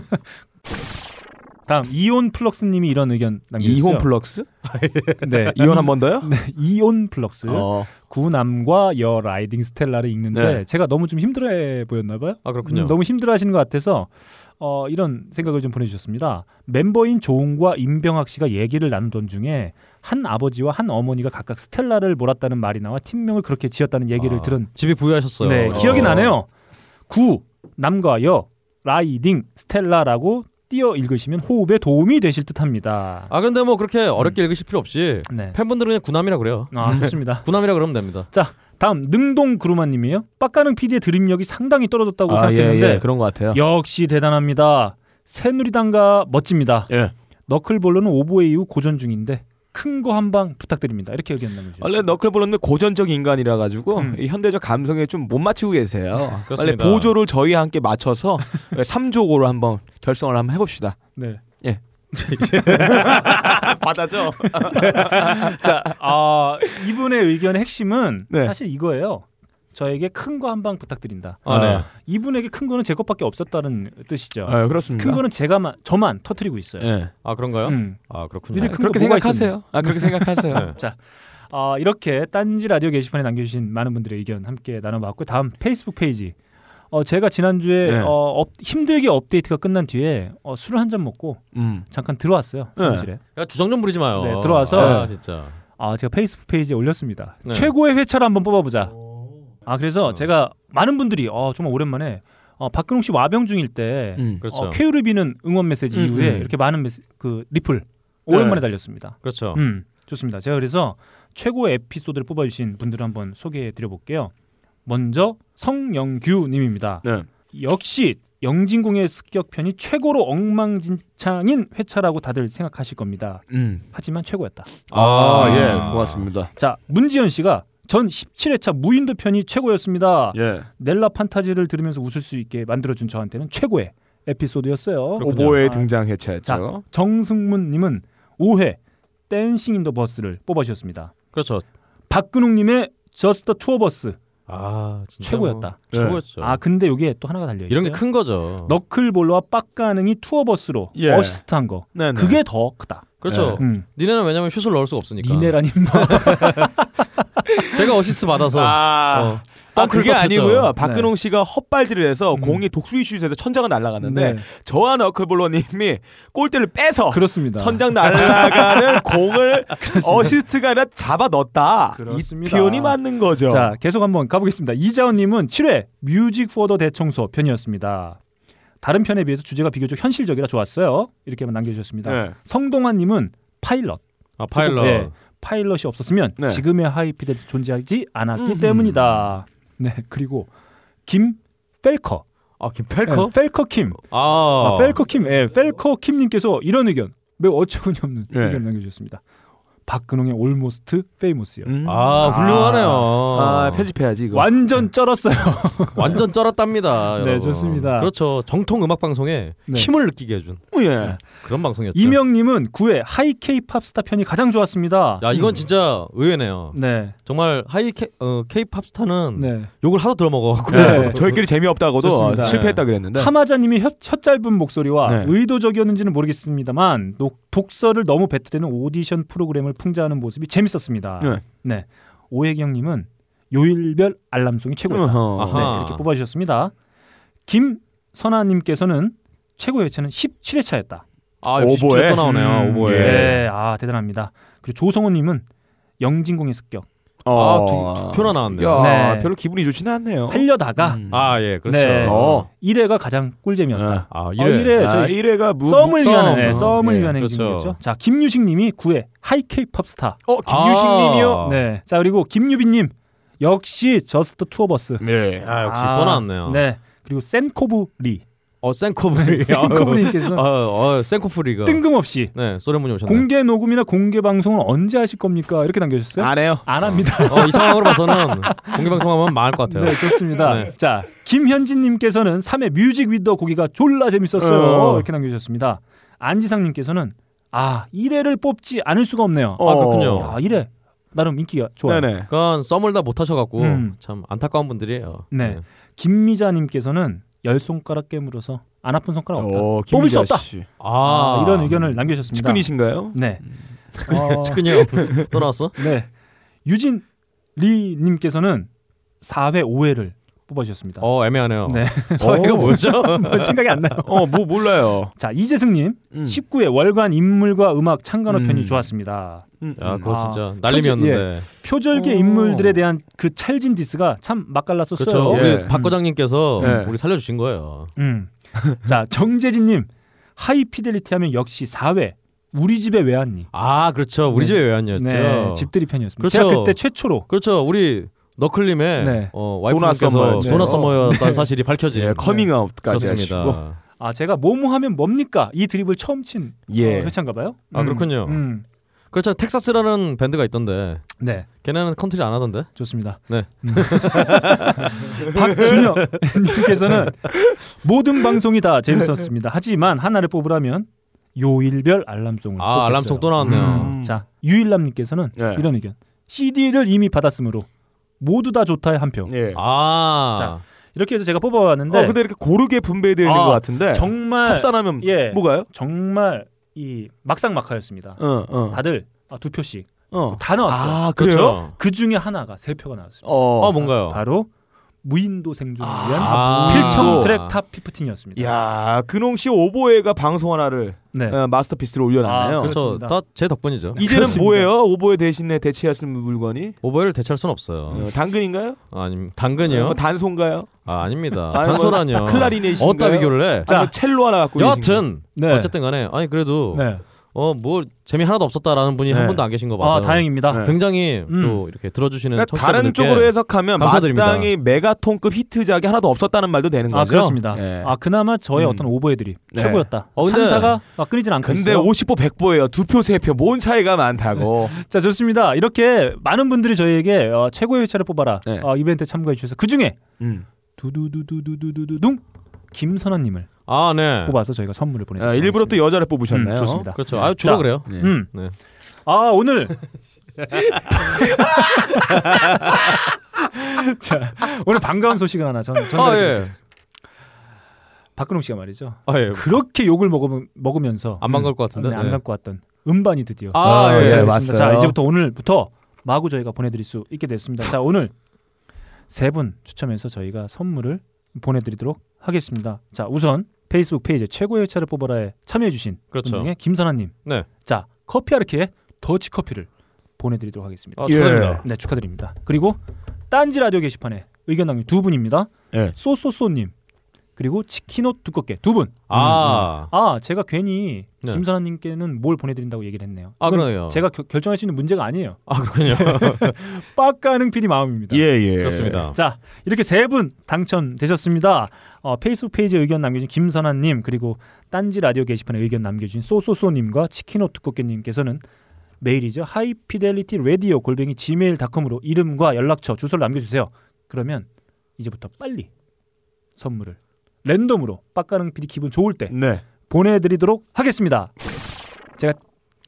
다음 이온 플럭스님이 아, 이런 의견 남겨주셨어요. 이혼 플럭스? 네 이혼 한 번 더요? 이온 플럭스 어. 구남과 여 라이딩 스텔라를 읽는데 네. 제가 너무 좀 힘들어해 보였나 봐요. 아 그렇군요. 음, 너무 힘들어하시는 것 같아서 어, 이런 생각을 좀 보내주셨습니다. 멤버인 조웅과 임병학 씨가 얘기를 나누던 중에 한 아버지와 한 어머니가 각각 스텔라를 몰았다는 말이 나와 팀명을 그렇게 지었다는 얘기를 아, 들은 집이 부유하셨어요. 네, 어. 기억이 나네요. 구 남과 여 라이딩 스텔라라고 띄어 읽으시면 호흡에 도움이 되실 듯합니다. 아 근데 뭐 그렇게 어렵게 읽으실 필요 없이 네, 팬분들은 그냥 구남이라 그래요. 음. 아 좋습니다. 구남이라 그러면 됩니다. 자 다음 능동 그루마님이에요. 빡가는 PD의 드립력이 상당히 떨어졌다고 아, 예, 생각했는데 예. 그런 것 같아요. 역시 대단합니다. 새누리당과 멋집니다. 예. 너클볼러는 오보에 이후 고전 중인데 큰 거 한 방 부탁드립니다. 이렇게 의견 남겨주세요. 원래 너클볼러는 고전적 인간이라 가지고 음. 이 현대적 감성에 좀 못 맞추고 계세요. 빨리 네, 그렇습니다. 보조를 저희와 함께 맞춰서 3조고로 한번 결성을 한번 해봅시다. 네. 받아줘. 자, 아, 이분의 의견의 핵심은 네. 사실 이거예요. 저에게 큰 거 한 방 부탁드린다. 아 네. 이분에게 큰 거는 제 것밖에 없었다는 뜻이죠. 아, 그렇습니다. 큰 거는 제가만 저만 터트리고 있어요. 예. 아 그런가요? 음. 아 그렇군요. 니들 큰 네, 그렇게 거 뭐가 있었니? 생각하세요. 아, 그렇게 생각하세요. 네. 아, 이렇게 딴지 라디오 게시판에 남겨주신 많은 분들의 의견 함께 나눠봤고 다음 페이스북 페이지. 어, 제가 지난주에 네. 어, 업- 힘들게 업데이트가 끝난 뒤에 어, 술을 한 잔 먹고 음. 잠깐 들어왔어요 사무실에. 야 주정 좀 부리지 마요. 네, 들어와서- 아 진짜. 아 제가 페이스북 페이지에 올렸습니다. 네. 최고의 회차를 한번 뽑아보자. 아 그래서 어. 제가 많은 분들이 어, 정말 오랜만에 어, 박근홍 씨 와병 중일 때 음. 그렇죠. 어, 쾌유를 비는 응원 메시지 음, 이후에 음. 이렇게 많은 메시, 그 리플 오랜만에 네. 달렸습니다. 그렇죠. 음 좋습니다. 제가 그래서 최고의 에피소드를 뽑아주신 분들 을 한번 소개해 드려볼게요. 먼저 성영규님입니다. 네. 역시 영진공의 습격편이 최고로 엉망진창인 회차라고 다들 생각하실 겁니다. 음. 하지만 최고였다. 아, 예. 고맙습니다. 자 문지연 씨가 전 17회차 무인도 편이 최고였습니다. 예. 넬라 판타지를 들으면서 웃을 수 있게 만들어준 저한테는 최고의 에피소드였어요. 오보의 아, 등장 자 해체였죠. 정승문님은 5회 댄싱 인 더 버스를 뽑아주셨습니다. 그렇죠. 박근홍님의 저스트 투어 버스 아 진짜 최고였다. 뭐 최고였죠. 아 근데 여기에 또 하나가 달려 있어요. 이런 게 큰 거죠. 너클볼러와 빡가능이 투어 버스로 예. 어시스트한 거. 네, 네. 그게 더 크다. 그렇죠. 음. 니네는 왜냐면 그러니까 슛을 넣을 수가 없으니까. 니네라니 뭐. 제가 어시스트 받아서 아. 어, 아, 땅크를 그게 딱 쳤죠. 아니고요. 박근홍 씨가 헛발질을 해서 공이 독수 이슈에서 천장은 날아갔는데 네. 저한 어클볼러님이 골대를 빼서 그렇습니다. 천장 날아가는 공을 어시스트가 아니라 잡아 넣었다. 이 그렇습니다. 표현이 맞는 거죠. 자, 계속 한번 가보겠습니다. 이자원님은 7회 뮤직 포 더 대청소 편이었습니다. 다른 편에 비해서 주제가 비교적 현실적이라 좋았어요. 이렇게만 남겨주셨습니다. 네. 성동환님은 파일럿. 아 파일럿. 예, 파일럿이 없었으면 네. 지금의 하이피델 존재하지 음. 않았기 때문이다. 네, 그리고 김 펠커. 아 김펠커? 예, 펠커 킴. 아, 아, 펠커 킴. 예, 펠커 킴님께서 이런 의견. 매우 어처구니없는 예. 네. 의견 남겨주셨습니다. 박근홍의 올모스트 페이모스요. 음. 아 훌륭하네요. 아, 편집해야지 이거. 예. 완전 쩔었어요. 그렇죠. 완전 쩔었답니다. 네, 여러분. 좋습니다. 그렇죠. 정통 음악 방송에 네. 힘을 느끼게 해준 예. 그런 방송이었죠. 이명님은 9회 하이 케이팝 스타 편이 가장 좋았습니다. 야 이건 진짜 의외네요. 네, 정말 하이 케, 어, 케이팝 스타는 네. 욕을 하도 들어먹어갖고 네. 저희끼리 재미없다고도 좋습니다. 실패했다 그랬는데. 하마자님이 혀, 혀 짧은 목소리와 네. 의도적이었는지는 모르겠습니다만 녹- 독서를 너무 배트되는 오디션 프로그램을 풍자하는 모습이 재밌었습니다. 네. 네, 오혜경님은 요일별 알람송이 최고였다. 어허. 네, 아하. 이렇게 뽑아주셨습니다. 김선아님께서는 최고의 회차는 17회차였다. 아 역시 오보에. 오보에. 또 나오네요. 그- 음, 오보에. 예, 아 대단합니다. 그리고 조성호님은 영진공의 습격 어. 아, 두- 두 표나 나왔네요. 야, 네. 별로 기분이 좋지는 않네요. 하려다가 음. 아 예, 그렇죠. 네. 어. 1회가 가장 꿀잼이었다. 네. 아 어, 이래. 이래. 네, 아, 저희 1회가 무 썸을 썸. 위한 네, 썸을 예, 위한 그렇죠. 행진이었죠. 자, 김유식님이 9회 하이케이 팝스타. 어, 김유식 님이요. 아. 네. 자 그리고 김유빈님 역시 저스트 투어버스. 네. 아 역시 또 나왔네요. 네. 그리고 센코브 리. 어 센코브리. 센코브리님께서 어, 어 센코프리가. 뜬금없이 네, 소련분이 오셨네. 공개 녹음이나 공개 방송을 언제 하실 겁니까? 이렇게 아, 남겨주셨어요. 안 해요. 안 합니다. 어, 이 상황으로 봐서는 공개 방송하면 망할 것 같아요. 네, 좋습니다. 네. 자, 김현진님께서는 3회 뮤직 위더 고기가 졸라 재밌었어요. 어. 이렇게 남겨주셨습니다. 안지상님께서는 아, 1회를 뽑지 않을 수가 없네요. 어. 아 그렇군요. 아, 1회. 나름 인기가 좋아요. 네네. 그건 썸을 다 못 하셔갖고 음. 참 안타까운 분들이에요. 네. 김미자님께서는 열 손가락 깨물어서 안 아픈 손가락 없다. 어, 뽑을 수 김미자 없다. 씨. 아, 아, 이런 의견을 남겨주셨습니다. 측근이신가요? 네. 어, 측근이 형또 나왔어? 네. 유진 리님께서는 4회, 5회를 뽑아주셨습니다. 어 애매하네요. 네. 사회가 어. 뭐죠? 뭐 생각이 안 나요. 어, 뭐 몰라요. 자, 이재승님 음. 19회 월간 인물과 음악 창간호 음. 편이 좋았습니다. 음. 야 그거 아, 예. 진짜 날림이었는데. 표절계 오. 인물들에 대한 그 찰진 디스가 참 맛깔났었어요. 그렇죠. 예. 우리 박 과장님께서 예. 우리 살려주신 거예요. 음. 자, 정재진님 하이피델리티 하면 역시 4회 우리 집에 외환니. 아 그렇죠. 우리 네. 집에 외환이었죠. 네, 집들이 편이었습니다. 그렇죠. 제가 그때 최초로 그렇죠. 우리 너클님의 네. 어, 도넛 와이프께서 썸머였죠. 도넛 썸머였다는 사실이 밝혀진. 네, 예, 커밍아웃까지 하시고. 그렇습니다. 아 제가 뭐뭐 하면 뭡니까 이 드립을 처음 친 예. 어, 회차인가봐요. 아, 그렇군요. 음. 그렇죠. 텍사스라는 밴드가 있던데 네, 걔네는 컨트리 안 하던데. 좋습니다. 네. 음. 박준혁님께서는 모든 방송이 다 재밌었습니다. 하지만 하나를 뽑으라면 요일별 알람송을 아 알람송 또 뽑겠어요. 나왔네요. 음. 자 유일남님께서는 예. 이런 의견. CD를 이미 받았으므로 모두 다 좋다의 한 표. 예. 아 자, 이렇게 해서 제가 뽑아왔는데 어, 근데 이렇게 고르게 분배되어 있는 아, 것 같은데. 정말 합산하면 예. 뭐가요? 정말 이 막상막하였습니다. 어, 어. 다들 아, 두 표씩 어. 다 나왔어요. 아, 그래요? 그렇죠. 그 중에 하나가 세 표가 나왔습니다. 어. 어 뭔가요? 바로 무인도 생존을 위한 아, 필청 무인도. 트랙 탑 피프틴이었습니다. 야, 근홍 씨 오보에가 방송 하나를 네. 예. 어, 마스터피스로 올려놨네요. 아, 그렇죠. 그렇죠. 그렇습니다. 다 제 덕분이죠. 이제는 그렇습니다. 뭐예요? 오보에 대신에 대체할 수 있는 물건이? 오버를 대체할 순 없어요. 어, 당근인가요? 아, 아니 당근이요? 어, 단소인가요? 아 아닙니다. 아니, 뭐, 단소라뇨. 클라리넷인가요? 어디다 비교를 해? 아니면 첼로 하나 갖고 계신가요? 여하튼 네. 어쨌든간에 아니 그래도 네. 어 뭐 재미 하나도 없었다라는 분이 네. 한 분도 안 계신 거 봐서 아 다행입니다. 네. 굉장히 음. 또 이렇게 들어주시는 그러니까 다른 청취자분들께 쪽으로 해석하면 감사드립니다. 마땅히 메가톤급 히트작이 하나도 없었다는 말도 되는 거죠. 아 그렇습니다. 예. 아 그나마 저의 음. 어떤 오버애들이 네. 최고였다. 어, 근데- 찬사가 막 끊이진 않고 근데 있어요. 50보 100보예요. 두 표 세 표 뭔 차이가 많다고. 자 좋습니다. 이렇게 많은 분들이 저희에게 어, 최고의 회차를 뽑아라 네. 어, 이벤트 참가해 주셔서 그 중에 음. 두두두두두두두둥 김선아님을 아 네. 뽑아서 저희가 선물을 보내드립니다. 아, 일부러 또 여자를 뽑으셨나요? 음, 좋습니다. 그렇죠. 아 주로 자. 그래요. 네. 음. 네. 아 오늘 자 오늘 반가운 소식을 하나 전 아 전달해 예. 드릴게요. 박근홍 씨가 말이죠. 아 예. 그렇게 욕을 먹으면, 먹으면서 안 반가울 것 같은데. 네, 안 네. 갖고 왔던 음반이 드디어 아, 아, 네, 예. 예. 도착했습니다. 왔어요. 자 이제부터 오늘부터 마구 저희가 보내드릴 수 있게 됐습니다. 자 오늘 세 분 추첨해서 저희가 선물을 보내드리도록 하겠습니다. 자, 우선 페이스북 페이지 최고의 회차를 뽑아라에 참여해주신 그렇죠. 분 중에 김선아님. 네. 자, 커피 아르케의 더치 커피를 보내드리도록 하겠습니다. 아, 축하드립니다. 네, 축하드립니다. 그리고 딴지 라디오 게시판에 의견 남긴 두 분입니다. 예. 소소소님 그리고 치킨옷 두껍게 두 분. 아, 아, 제가 괜히 네. 김선아님께는 뭘 보내드린다고 얘기를 했네요. 아 이건 그러네요. 제가 겨- 결정할 수 있는 문제가 아니에요. 아 그렇군요. 빡가는 PD 마음입니다. 예. 그렇습니다. 자, 이렇게 세 분 당첨되셨습니다. 어, 페이스북 페이지에 의견 남겨주신 김선아님, 그리고 딴지 라디오 게시판에 의견 남겨주신 소소소님과 치킨옷 두껍게님께서는 메일이죠. 하이피델리티 라디오 골뱅이 gmail.com으로 이름과 연락처, 주소를 남겨주세요. 그러면 이제부터 빨리 선물을 랜덤으로 빡가능 PD 기분 좋을 때 네. 보내드리도록 하겠습니다. 제가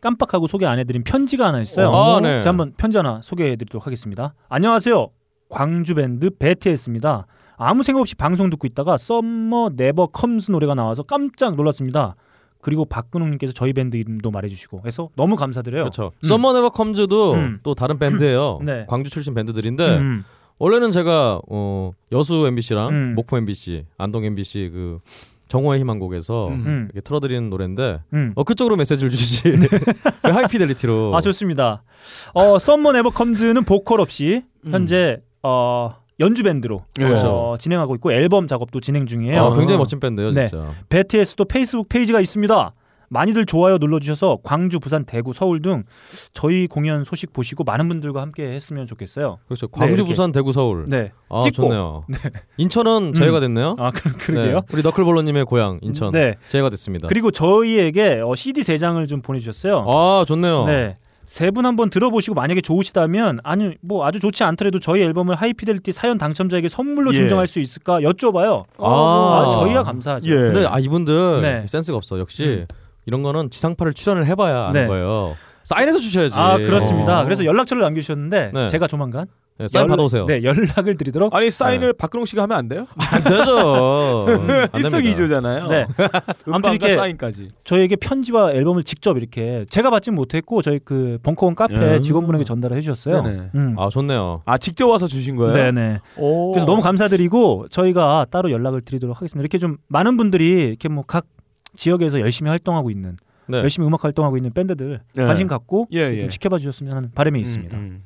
깜빡하고 소개 안 해드린 편지가 하나 있어요. 아, 네. 자, 한번 편지 하나 소개해드리도록 하겠습니다. 안녕하세요. 광주밴드 베티에스입니다. 아무 생각 없이 방송 듣고 있다가 썸머 네버 컴스 노래가 나와서 깜짝 놀랐습니다. 그리고 박근홍님께서 저희 밴드 이름도 말해주시고 해서 너무 감사드려요. 그렇죠. 음. 썸머 네버 컴즈도 음. 또 다른 밴드예요. 네. 광주 출신 밴드들인데 음, 원래는 제가 어, 여수 MBC랑 음. 목포 MBC, 안동 MBC 그 정오의 희망곡에서 음, 이렇게 틀어드리는 노래인데 음. 어 그쪽으로 메시지를 주시지 왜 하이피델리티로 아 좋습니다. 어, 썸머 네버 컴즈는 보컬 없이 음. 현재 어, 연주 밴드로 예. 어, 진행하고 있고 앨범 작업도 진행 중이에요. 어, 네, 그렇죠. 굉장히 멋진 밴드예요 네. 진짜 BTS도 페이스북 페이지가 있습니다. 많이들 좋아요 눌러주셔서 광주, 부산, 대구, 서울 등 저희 공연 소식 보시고 많은 분들과 함께 했으면 좋겠어요. 그렇죠 네, 광주 이렇게. 부산 대구 서울 네, 아 찍고. 좋네요 인천은 제외가 됐네요 아 그, 그러게요. 네, 우리 너클볼러님의 고향 인천 네. 제외가 됐습니다 그리고 저희에게 어, CD 세 장을 좀 보내주셨어요. 아 좋네요 네. 세 분 한번 들어보시고 만약에 좋으시다면 아니 뭐 아주 좋지 않더라도 저희 앨범을 하이피델리티 사연 당첨자에게 선물로 예. 증정할 수 있을까 여쭤봐요. 아, 아, 저희가 감사하죠. 예. 근데 아 이분들 네. 센스가 없어 역시 이런 거는 지상파를 출연을 해봐야 아는 네. 거예요 사인해서 주셔야지 아 그렇습니다. 어. 그래서 연락처를 남겨주셨는데 네. 제가 조만간 네, 사인 연락- 받아오세요 네 연락을 드리도록 아니 사인을 박근홍 씨가 하면 안 돼요? 안 음, 되죠 안 됩니다. 일석이조잖아요. 네. 음반과 이렇게- 사인까지. 저에게 편지와 앨범을 직접 이렇게 제가 받진 못했고 저희 그 벙커원 카페 음. 직원분에게 전달을 해주셨어요. 네네. 음. 아 좋네요 아 직접 와서 주신 거예요? 네네. 오. 그래서 너무 감사드리고 저희가 따로 연락을 드리도록 하겠습니다. 이렇게 좀 많은 분들이 이렇게 뭐 각 지역에서 열심히 활동하고 있는 네. 열심히 음악 활동하고 있는 밴드들 네. 관심 갖고 예, 예. 좀 지켜봐 주셨으면 하는 바람이 있습니다. 음,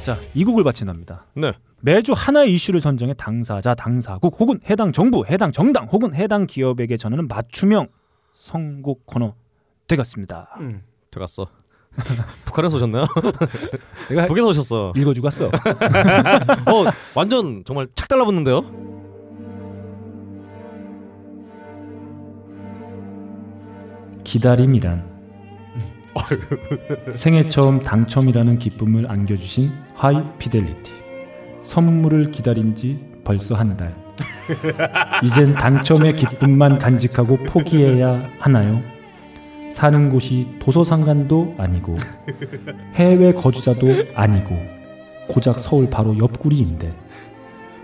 자, 이 곡을 바친답니다. 네. 매주 하나의 이슈를 선정해 당사자, 당사국 혹은 해당 정부, 해당 정당 혹은 해당 기업에게 전하는 맞춤형 선곡 코너 되겠습니다. 음. 음. 들어갔어. 북한에서 오셨나요? 내가 북에서 오셨어. 읽어주고 왔어. 어, 완전 정말 착 달라붙는데요? 기다림이란 생애 처음 당첨이라는 기쁨을 안겨주신 하이 피델리티 선물을 기다린 지 벌써 한 달 이젠 당첨의 기쁨만 간직하고 포기해야 하나요? 사는 곳이 도서상관도 아니고 해외 거주자도 아니고 고작 서울 바로 옆구리인데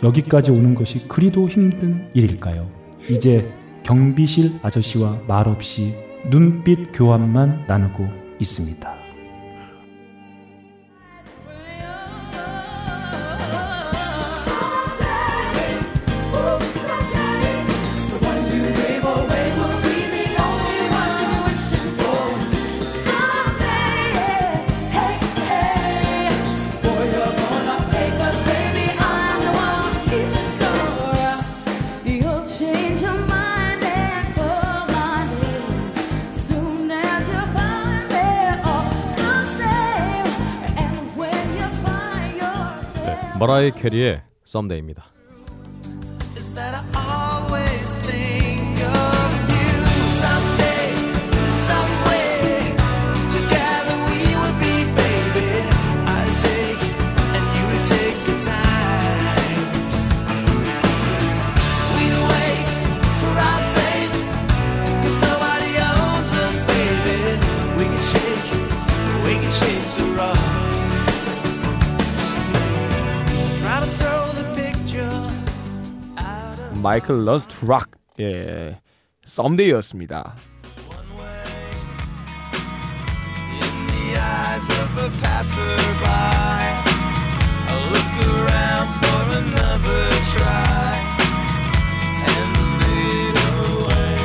여기까지 오는 것이 그리도 힘든 일일까요? 이제 경비실 아저씨와 말없이 눈빛 교환만 나누고 있습니다. Change your mind and call my name soon as you find they're all the same. And when you find yourself. 마라이 캐리의 썸데이입니다. is that I always think of you. Someday, someway, together we will be, baby. I'll take it, and you take your time. We'll wait for our fate, 'cause nobody owns us, baby. We can shake, it, we can shake the rock. Try to throw the picture. 마이클 러스트 락. 예. 썸데이였습니다. In the eyes of a passerby, around for another try and fade away.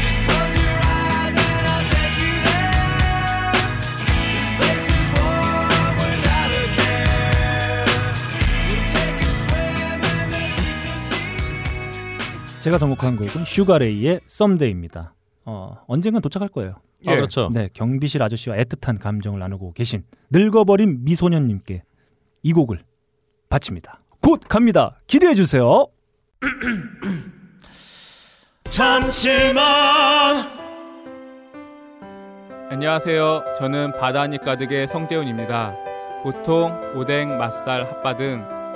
Just close your eyes and I'll take you there. This place is warm without a care. We'll take a swim in the deep sea. 제가 선곡한 곡은 슈가레이의 썸데이입니다. 어, 언젠간 도착할 거예요. 아, 그렇죠. 네, 경비실 아저씨와 애틋한 감정을 나누고 계신 늙어버린 미소년님께 이 곡을 바칩니다. 곧 갑니다. 기대해 주세요. 잠시만 안녕하세요. 저는 바다하니 가득의 성재훈입니다. 보통 오뎅, 맛살, 핫바 등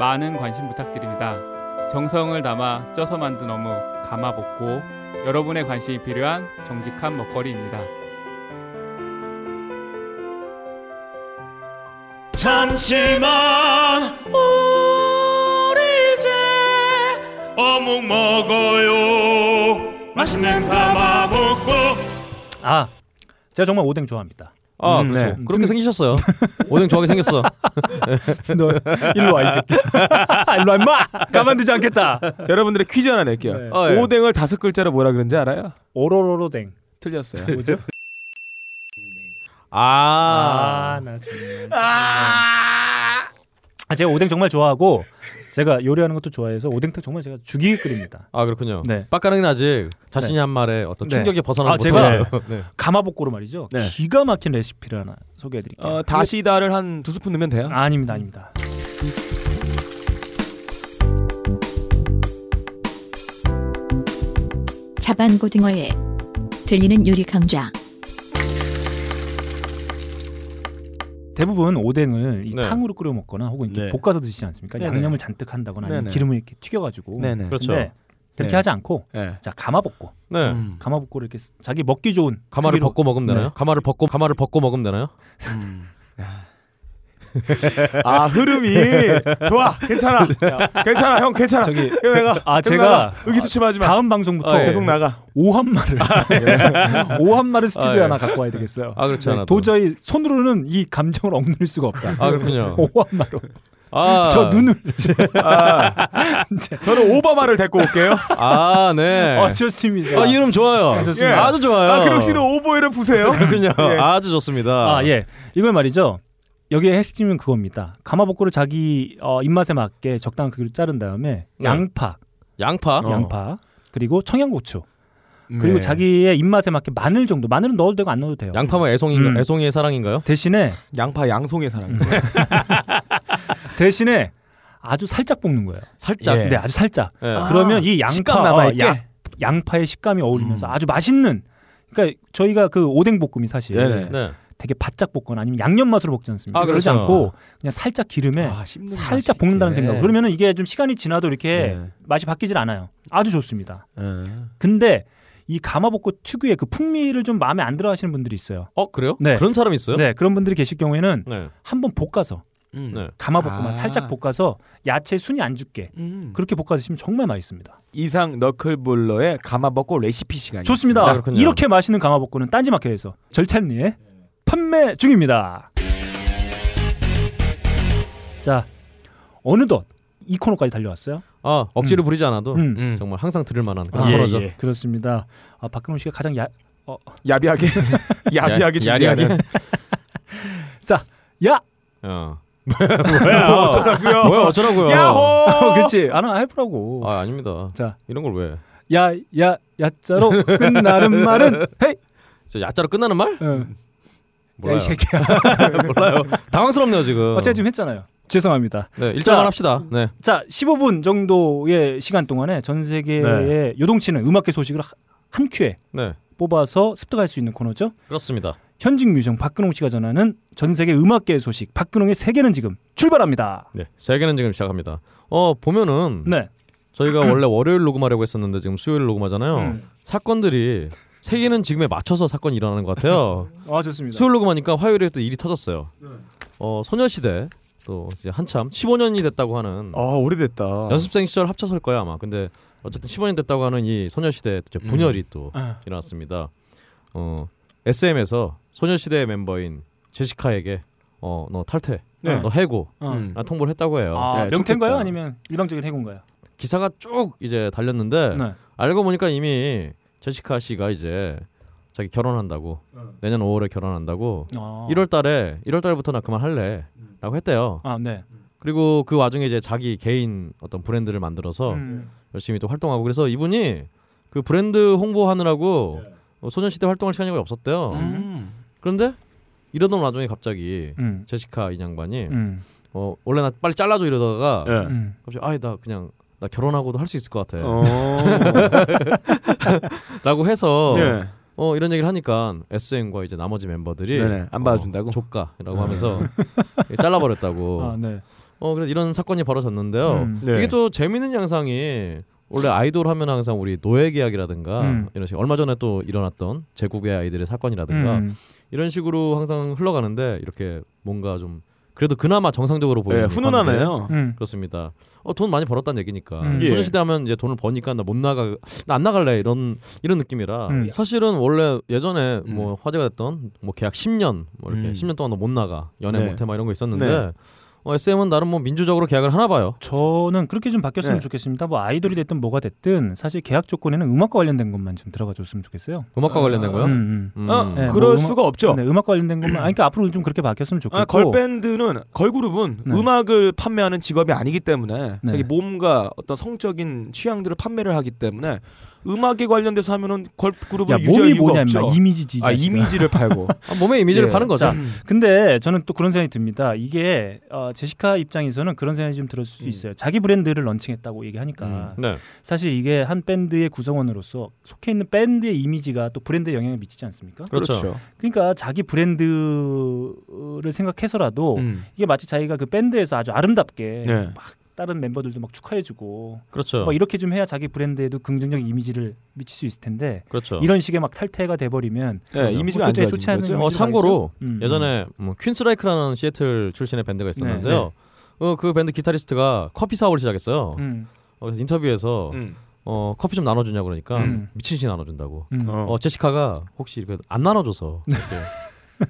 많은 관심 부탁드립니다. 정성을 담아 쪄서 만든 어묵 감아 볶고 여러분의 관심이 필요한 정직한 먹거리입니다. 잠시만 우리 이제 어묵 먹어요 맛있는 가마 먹고 아, 제가 정말 오뎅 좋아합니다. 아 음, 그렇죠. 네. 그렇게 생기셨어요. 오뎅 좋아하게 생겼어. 너 일로 와 이 새끼. 아, 일로 와 임마. 가만두지 않겠다. 여러분들의 퀴즈 하나 낼게요. 네. 어, 예. 오뎅을 다섯 글자로 뭐라 그런지 알아요? 오로로로댕. 틀렸어요. 뭐죠? 아, 아, 나 정말. 아, 제가 오뎅 정말 좋아하고 제가 요리하는 것도 좋아해서 오뎅탕 정말 제가 죽이게 끓입니다. 아 그렇군요. 네. 빡가릉이는 아직 자신이 네. 한 말에 어떤 네. 충격에 벗어나지 아, 제가- 못했어요. 네. 가마복고로 말이죠. 네. 기가 막힌 레시피를 하나 소개해드릴게요. 어, 다시다를 한 두 스푼 넣으면 돼요. 네. 아, 아닙니다, 아닙니다. 자반고등어에 들리는 유리 강좌. 대부분 오뎅을 이 네. 탕으로 끓여 먹거나 혹은 이렇게 네. 볶아서 드시지 않습니까? 네네. 양념을 잔뜩 한다거나 아니면 네네. 기름을 이렇게 튀겨가지고. 네네. 그렇죠. 근데 그렇게 네. 하지 않고 네. 자 가마복고, 네. 음. 가마복고를 이렇게 쓰- 자기 먹기 좋은 가마를 크기로- 벗고 먹으면 되나요? 네. 가마를 벗고 가마를 벗고 먹으면 되나요? 아 흐름이 좋아 괜찮아 괜찮아 형 괜찮아 저기- 형 내가 아, 형 제가- 나가. 의기소침하지 마 어, 다음 방송부터 아, 예. 계속 나가 아, 예. 오한마를 오한마를 스튜디오 아, 예. 하나 갖고 와야 되겠어요. 아 그렇지 네, 않아도. 도저히 손으로는 이 감정을 억누를 수가 없다. 아 그렇군요. 오한마로 아, 저 눈을 아, 제- 저는 오바마를 데리고 올게요 아 네. 어, 좋습니다. 아 이름 좋아요. 좋습니다. 아주 좋아요. 아 그럼 씨는 오보이를 부세요 그렇군요. 예. 아주 좋습니다. 아, 예. 이걸 말이죠. 여기에 핵심은 그겁니다. 가마복고를 자기 어, 입맛에 맞게 적당한 크기로 자른 다음에 네. 양파, 양파. 어. 네. 양파 그리고 청양고추 그리고 자기의 입맛에 맞게 마늘 정도 마늘은 넣어도 되고 안 넣어도 돼요. 양파면 애송인가? 음. 애송이의 사랑인가요? 대신에 양파 양송의 사랑 음. 대신에 아주 살짝 볶는 거예요. 살짝. 네, 아주 살짝. 예. 그러면 이 양파 어, 식감 남아있게? 양, 양파의 식감이 어울리면서 아주 맛있는. 그러니까 저희가 그 오뎅 볶음이 사실 네네. 네. 되게 바짝 볶거나 아니면 양념 맛으로 볶지 않습니까? 아, 그러지 그렇죠. 않고 그냥 살짝 기름에 아, 씹는 살짝 맛이 볶는다는 있네. 생각. 그러면 이게 좀 시간이 지나도 이렇게 네. 맛이 바뀌질 않아요. 아주 좋습니다. 예. 근데 이 가마볶고 특유의 그 풍미를 좀 마음에 안 들어 하시는 분들이 있어요. 어 그래요? 네. 그런 사람 있어요? 네, 그런 분들이 계실 경우에는 네. 한번 볶아서 음. 네. 가마볶음만 아. 살짝 볶아서 야채 순이 안 죽게 음. 그렇게 볶아 드시면 정말 맛있습니다. 이상 너클볼러의 가마먹고 레시피 시간 좋습니다. 아, 그렇군요. 이렇게 맛있는 강화복구는 딴지마켓에서 절찬리에 판매 중입니다. 자, 어느덧 이 코너까지 달려왔어요. 아 억지를 부리지 않아도 음. 음. 정말 항상 들을 만한 아, 그런 코너죠. 예. 그렇습니다. 아, 박근홍 씨가 가장 야, 야비하게 야비하게 야- 준비하는 야, 어. 뭐야? 어쩌라고요? 뭐야 어쩌라고요? 야호 어, 그렇지. 하나 해보라고. 아 아닙니다. 자, 이런 걸 왜? 야, 야, 야자로 끝나는 말은 헤이. 저 야자로 끝나는 말? 어, 음. 몰라요. 야이 새끼야. 몰라요. 당황스럽네요 지금. 어, 제가 지금 했잖아요. 죄송합니다. 네 일정만 자. 합시다. 네. 자, 15분 정도의 시간 동안에 전 세계의 요동치는 음악계 소식을 하- 한 큐에 네. 뽑아서 습득할 수 있는 코너죠. 그렇습니다. 현직 뮤지션 박근홍 씨가 전하는 전 세계 음악계의 소식 박근홍의 세계는 지금 출발합니다. 네, 세계는 지금 시작합니다. 어 보면은 네. 저희가 원래 월요일 녹음하려고 했었는데 지금 수요일 녹음하잖아요. 사건들이 세계는 지금에 맞춰서 사건이 일어나는 것 같아요. 아 좋습니다. 수요일 녹음하니까 화요일에 또 일이 터졌어요. 네. 어 소녀시대 또 이제 한참 15년이 됐다고 하는 어. 아 오래됐다. 연습생 시절 합쳐서일 거야 아마. 근데 어쨌든 15년 됐다고 하는 이 소녀시대 이제 분열이 또 아. 일어났습니다. 어 SM에서 소녀시대 멤버인 제시카에게 어너 탈퇴, 네. 너 해고 어. 음. 라 통보를 했다고 해요. 아, 네, 명태인가요? 좋겠다. 아니면 일방적인 해군가요? 기사가 쭉 이제 달렸는데 네. 알고 보니까 이미 제시카 씨가 이제 자기 결혼한다고 네. 내년 5월에 결혼한다고 아. 1월 달에 1월 달부터 나 그만할래라고 했대요. 아, 네. 그리고 그 와중에 이제 자기 개인 어떤 브랜드를 만들어서 음. 열심히 또 활동하고 그래서 이분이 그 브랜드 홍보하느라고 네. 어, 소녀시대 활동할 시간이 거의 없었대요. 음. 그런데 이러던 와중에 갑자기 음. 제시카 이 양반이 음. 어, 원래 나 빨리 잘라줘 이러다가 네. 예. 음. 갑자기 아이 나 그냥 나 결혼하고도 할 수 있을 것 같아. 어. 라고 해서 예. 어 이런 얘기를 하니까 SM과 이제 나머지 멤버들이 네네, 아. 안 봐준다고? 어, 조카라고 하면서 잘라버렸다고 아, 네. 어 그래서 이런 사건이 벌어졌는데요 음. 네. 이게 또 재밌는 양상이 원래 아이돌 하면 항상 우리 노예 계약이라든가 음. 이런 식으로 얼마 전에 또 일어났던 제국의 아이들의 사건이라든가 음. 이런 식으로 항상 흘러가는데 이렇게 뭔가 좀 그래도 그나마 정상적으로 보이는 예, 듯한데 훈훈하네요. 음. 그렇습니다. 어 돈 많이 벌었다는 얘기니까 음. 예. 소녀시대 하면 이제 돈을 버니까 나 못 나가 나 안 나갈래 이런 이런 느낌이라 음. 사실은 원래 예전에 음. 뭐 화제가 됐던 뭐 계약 10년 뭐 이렇게 음. 10년 동안 너 못 나가 연애 네. 못해 막 이런 거 있었는데 네. 어, SM은 나름 뭐 민주적으로 계약을 하나 봐요. 저는 그렇게 좀 바뀌었으면 네. 좋겠습니다. 뭐 아이돌이 됐든 뭐가 됐든 사실 계약 조건에는 음악과 관련된 것만 좀 들어가 줬으면 좋겠어요. 음악과 관련된 거요. 음, 음. 음. 어, 네, 그럴 뭐 음악- 수가 없죠. 네, 음악 관련된 것만. 아니, 그러니까 앞으로 좀 그렇게 바뀌었으면 좋겠고. 아, 걸 밴드는 걸 그룹은 네. 음악을 판매하는 직업이 아니기 때문에 네. 자기 몸과 어떤 성적인 취향들을 판매를 하기 때문에 음악에 관련돼서 하면은 걸 야, 그룹을 유지할 몸이 이유가 뭐냐, 없죠. 임마. 이미지지. 이 아 자식아. 이미지를 팔고 아, 몸의 이미지를 예. 파는 거죠. 음. 자, 근데 저는 또 그런 생각이 듭니다. 이게 어, 제시카 입장에서는 그런 생각이 좀 들었을 수 음. 있어요. 자기 브랜드를 런칭했다고 얘기하니까 네. 사실 이게 한 밴드의 구성원으로서 속해 있는 밴드의 이미지가 또 브랜드에 영향을 미치지 않습니까? 그렇죠. 그러니까 자기 브랜드를 생각해서라도 음. 이게 마치 자기가 그 밴드에서 아주 아름답게 네. 어. 다른 멤버들도 막 축하해주고 그렇죠. 막뭐 이렇게 좀 해야 자기 브랜드에도 긍정적 인 이미지를 미칠 수 있을 텐데 어. 그렇죠. 이런 식의 막 탈퇴가 돼버리면 네, 이미지가 안 좋아지는 어쨌든 좋지 않은 거죠. 뭐 이미지가 어, 참고로 있죠? 음. 예전에 뭐 퀸스라이크라는 시애틀 출신의 밴드가 있었는데요. 어, 그 밴드 기타리스트가 커피 사업을 시작했어요. 음. 어, 그래서 인터뷰에서 음. 어, 커피 좀 나눠주냐 그러니까 음. 미친 듯이 나눠준다고. 음. 어. 어, 제시카가 혹시 이렇게 안 나눠줘서 이렇게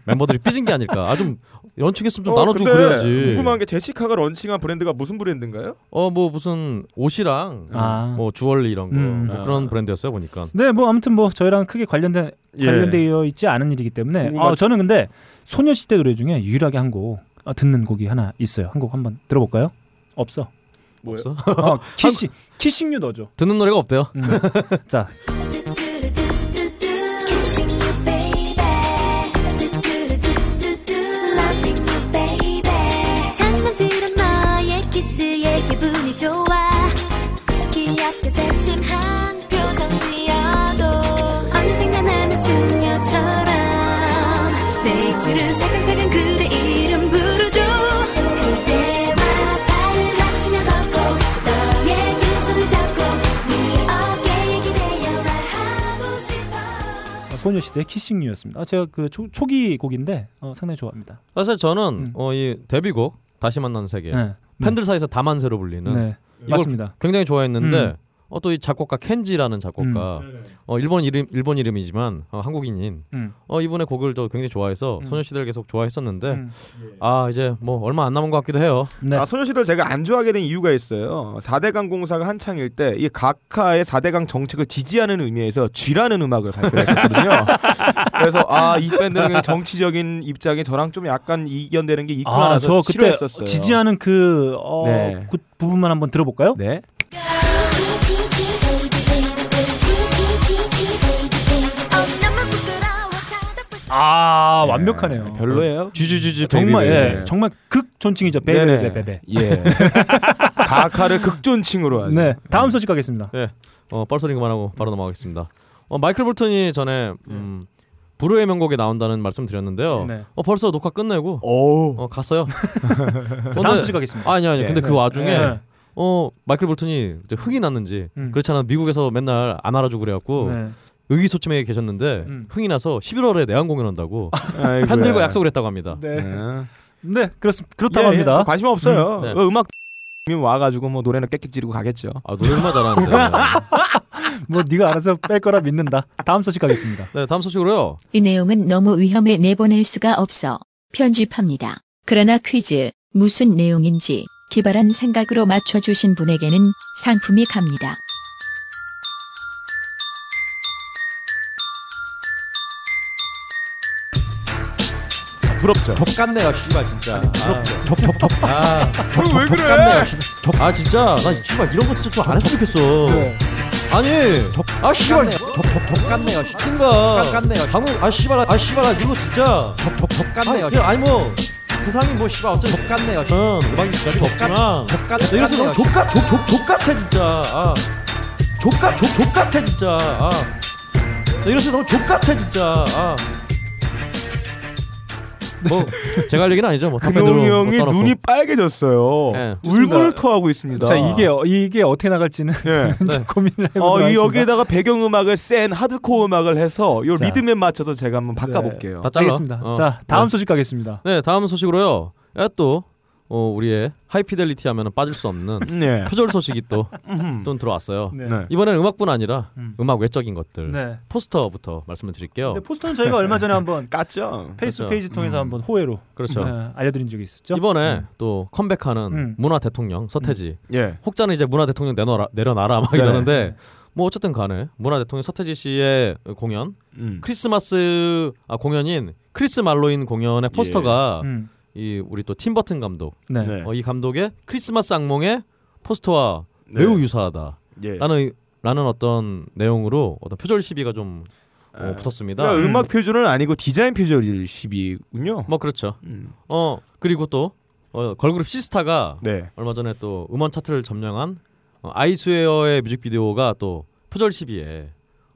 멤버들이 삐진 게 아닐까. 아 좀 런칭했으면 좀 나눠주고 그래야지. 어, 궁금한 게 제시카가 런칭한 브랜드가 무슨 브랜드인가요? 어 뭐 무슨 옷이랑 아. 뭐 주얼리 이런 거 음. 아. 뭐 그런 브랜드였어요 보니까. 네, 뭐 아무튼 뭐 저희랑 크게 관련된 관련되어 있지 않은 일이기 때문에 예. 궁금하- 아, 저는 근데 소녀시대 노래 중에 유일하게 한 곡 아, 듣는 곡이 하나 있어요. 한 곡 한번 들어볼까요? 없어. 뭐요? 아, 없어? 어, 키시 키싱류 넣어줘. 듣는 노래가 없대요. 음. 자, Kissing you, baby. Loving you, baby. 장난스런 너의 키스에 기분이 좋아. 귀엽게 새침한 표정 지어도 어느샌가 나는 숙녀처럼 내 입술은 새근새근 그대 이름 부르죠. 그대와 발을 맞추며 걷고 너의 두 손을 잡고 네 어깨에 기대어 말하고 싶어. 소녀시대 키싱류였습니다. 아, 제가 그 초, 초기 곡인데 어, 상당히 좋아합니다. 사실 저는 음. 어 이 데뷔곡 다시 만난 예. 세계 네. 팬들 사이에서 다만세로 네. 불리는 네. 이걸 맞습니다. 굉장히 좋아했는데 음. 어, 또 이 작곡가 켄지라는 작곡가 어, 일본 이름 일본 이름이지만 어, 한국인인 네. 음. 어, 이분의 곡을 또 굉장히 좋아해서 음. 소녀시대를 계속 좋아했었는데 음. 아 이제 뭐 얼마 안 남은 것 같기도 해요. 네. 아, 소녀시대를 제가 안 좋아하게 된 이유가 있어요. 4대강 공사가 한창일 때 이 각하의 4대강 정책을 지지하는 의미에서 쥐라는 음악을 발표했었거든요. 그래서 아 이 밴드는 정치적인 입장에 저랑 좀 약간 이견되는 게 있구나 아, 해서 저 그때 싫어했었어요. 지지하는 그, 어, 네. 그 부분만 한번 들어볼까요? 네. 아, 네. 완벽하네요. 별로예요. 쥐쥐쥐쥐 예, 정말 베이비베이. 예, 정말 극 존칭이죠. 네네. 베베베베. 예. 각하를 극존칭으로 하죠. 네, 다음 소식 가겠습니다. 어, 뻘소리 그만하고 바로 넘어가겠습니다. 어, 마이클 볼턴이 전에 음, 불후의 명곡에 나온다는 말씀 드렸는데요. 네. 어, 벌써 녹화 끝내고 오. 어, 갔어요. 자, 다음 소식 가겠습니다. 아니 아니. 근데 네. 그 와중에 네. 어 마이클 볼턴이 이제 흑이 났는지 음. 그렇잖아 미국에서 맨날 안 알아주고 그래갖고 네. 의기소침해 계셨는데 음. 흥이 나서 11월에 내한 공연한다고 아, 팬들과 예, 약속을 했다고 합니다. 네. 네, 그렇습 그렇다고 합니다. 뭐 아, 관심 없어요. 음, 네. 음, 악이 와가지고 뭐 노래는 깨끗 지르고 가겠죠. 아 노래 얼마 잘하는데. 뭐 네가 알아서 뺄 거라 믿는다. 다음 소식 가겠습니다. 네 다음 소식으로요. 이 내용은 너무 위험해 내보낼 수가 없어 편집합니다. 그러나 퀴즈 무슨 내용인지 기발한 생각으로 맞춰주신 분에게는 상품이 갑니다. 부럽죠. 족같네요 씨발 진짜 아, 형 왜 그래? 아 진짜 나 씨발 이런 거 진짜 좀 안 했으면 좋겠어. 아니 아 씨발 족같네요 인가 깐깐네요. 방금 아 씨발 아 씨발 아 이거 진짜 족족족같네요. 아니, 아니 뭐 세상이 뭐 씨발 어쩌 족같네요. 응 음악이 진짜 족같구나. 족같 이래서 너무 족같 족족족 같아 진짜. 아 족같 족족 같아 진짜. 아 이래서 너무 족 같아 진짜. 아. 뭐 제가 할 얘기는 아니죠. 뭐 근홍이 그 형이 눈이 네. 빨개졌어요. 예, 좋습니다. 울분을 토하고 있습니다. 네, 자, 이게 이게 어떻게 나갈지는 예. 좀 고민을 해보도록 어, 이 하겠습니다. 여기에다가 배경 음악을 센 하드코어 음악을 해서 요 자. 리듬에 맞춰서 제가 한번 바꿔볼게요. 다 잘라. 어. 알겠습니다. 자, 다음 소식 가겠습니다. 네 다음 소식으로요. 예, 또 어, 우리의 하이피델리티 하면 은 빠질 수 없는 네. 표절 소식이 또 음흠. 또 들어왔어요. 네. 네. 이번에는 음악뿐 아니라 음. 음. 악 외적인 것들 네. 포스터부터 말씀을 드릴게요. 근데 포스터는 저희가 얼마 전에 한번 깠죠. 페이스 어. 그렇죠. 페이지 통해서 한번 호혜로 그렇죠. 네, 알려드린 적이 있었죠. 이번에 음. 또 컴백하는 음. 문화 대통령 서태지 예. 혹자는 이제 문화 대통령 내놔라, 내려놔라 막 네. 이러는데 뭐 어쨌든 간에 문화 대통령 서태지 씨의 공연 음. 크리스마스 아 공연인 크리스 말로인 공연의 포스터가 음. 이 우리 또 팀버튼 감독 네. 네. 어, 이 감독의 크리스마스 악몽의 포스터와 네. 매우 유사하다. 예. 라는 라는 어떤 내용으로 어떤 표절 시비가 좀 어, 아. 붙었습니다. 그러니까 음악 표절은 아니고 디자인 표절 시비군요. 뭐 그렇죠. 음. 어 그리고 또 어, 걸그룹 시스타가 네. 얼마 전에 또 음원 차트를 점령한 어, 아이스웨어의 뮤직비디오가 또 표절 시비에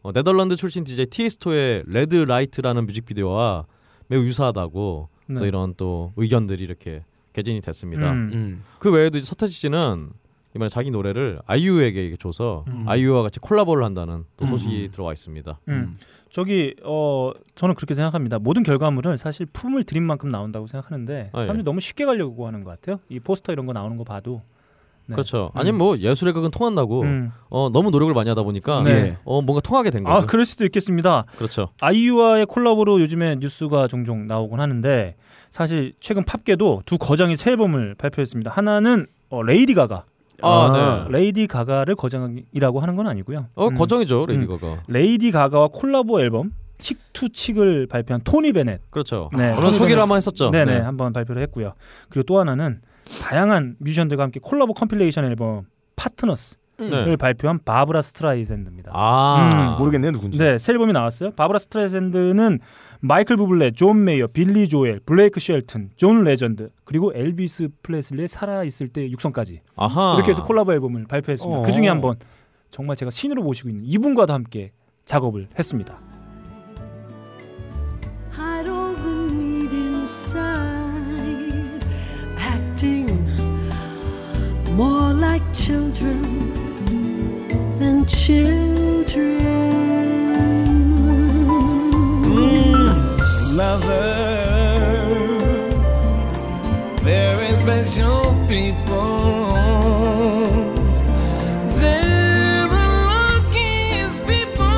어, 네덜란드 출신 DJ 티에스토의 레드 라이트라는 뮤직비디오와 매우 유사하다고 네. 또 이런 또 의견들이 이렇게 개진이 됐습니다. 음. 음. 그 외에도 이제 서태지 씨는 이번에 자기 노래를 아이유에게 이게 줘서 아이유와 같이 콜라보를 한다는 또 소식이 들어와 있습니다. 음. 저기 어 저는 그렇게 생각합니다. 모든 결과물은 사실 품을 들인 만큼 나온다고 생각하는데 아, 예. 사람들이 너무 쉽게 가려고 하는 것 같아요. 이 포스터 이런 거 나오는 거 봐도 네. 그렇죠. 음. 아니 뭐 예술의 극은 통한다고 음. 어, 너무 노력을 많이 하다 보니까 네. 어, 뭔가 통하게 된 아 거죠. 그럴 수도 있겠습니다. 그렇죠. 아이유와의 콜라보로 요즘에 뉴스가 종종 나오곤 하는데 사실 최근 팝계도 두 거장이 새 앨범을 발표했습니다. 하나는 어, 레이디 가가, 아, 아. 네. 레이디 가가를 거장이라고 하는 건 아니고요. 어 음. 거정이죠 레이디 음. 거가. 레이디 가가와 콜라보 앨범 칙투 칙을 발표한 토니 베넷. 그렇죠. 네, 물론 소개를 한번 했었죠. 네네 한번 발표를 했고요. 그리고 또 하나는 다양한 뮤지션들과 함께 콜라보 컴필레이션 앨범 파트너스를 네. 발표한 바브라 스트라이샌드입니다. 아 음, 모르겠네 누군지. 네, 새 앨범이 나왔어요. 바브라 스트라이샌드는 마이클 부블레, 존 메이어, 빌리 조엘, 블레이크 쉘튼, 존 레전드 그리고 엘비스 플레슬리의 살아 있을 때 육성까지 아하. 이렇게 해서 콜라보 앨범을 발표했습니다. 어. 그 중에 한번 정말 제가 신으로 모시고 있는 이분과도 함께 작업을 했습니다. hide all the need inside, acting more like children than children. Very special people. They're the luckiest people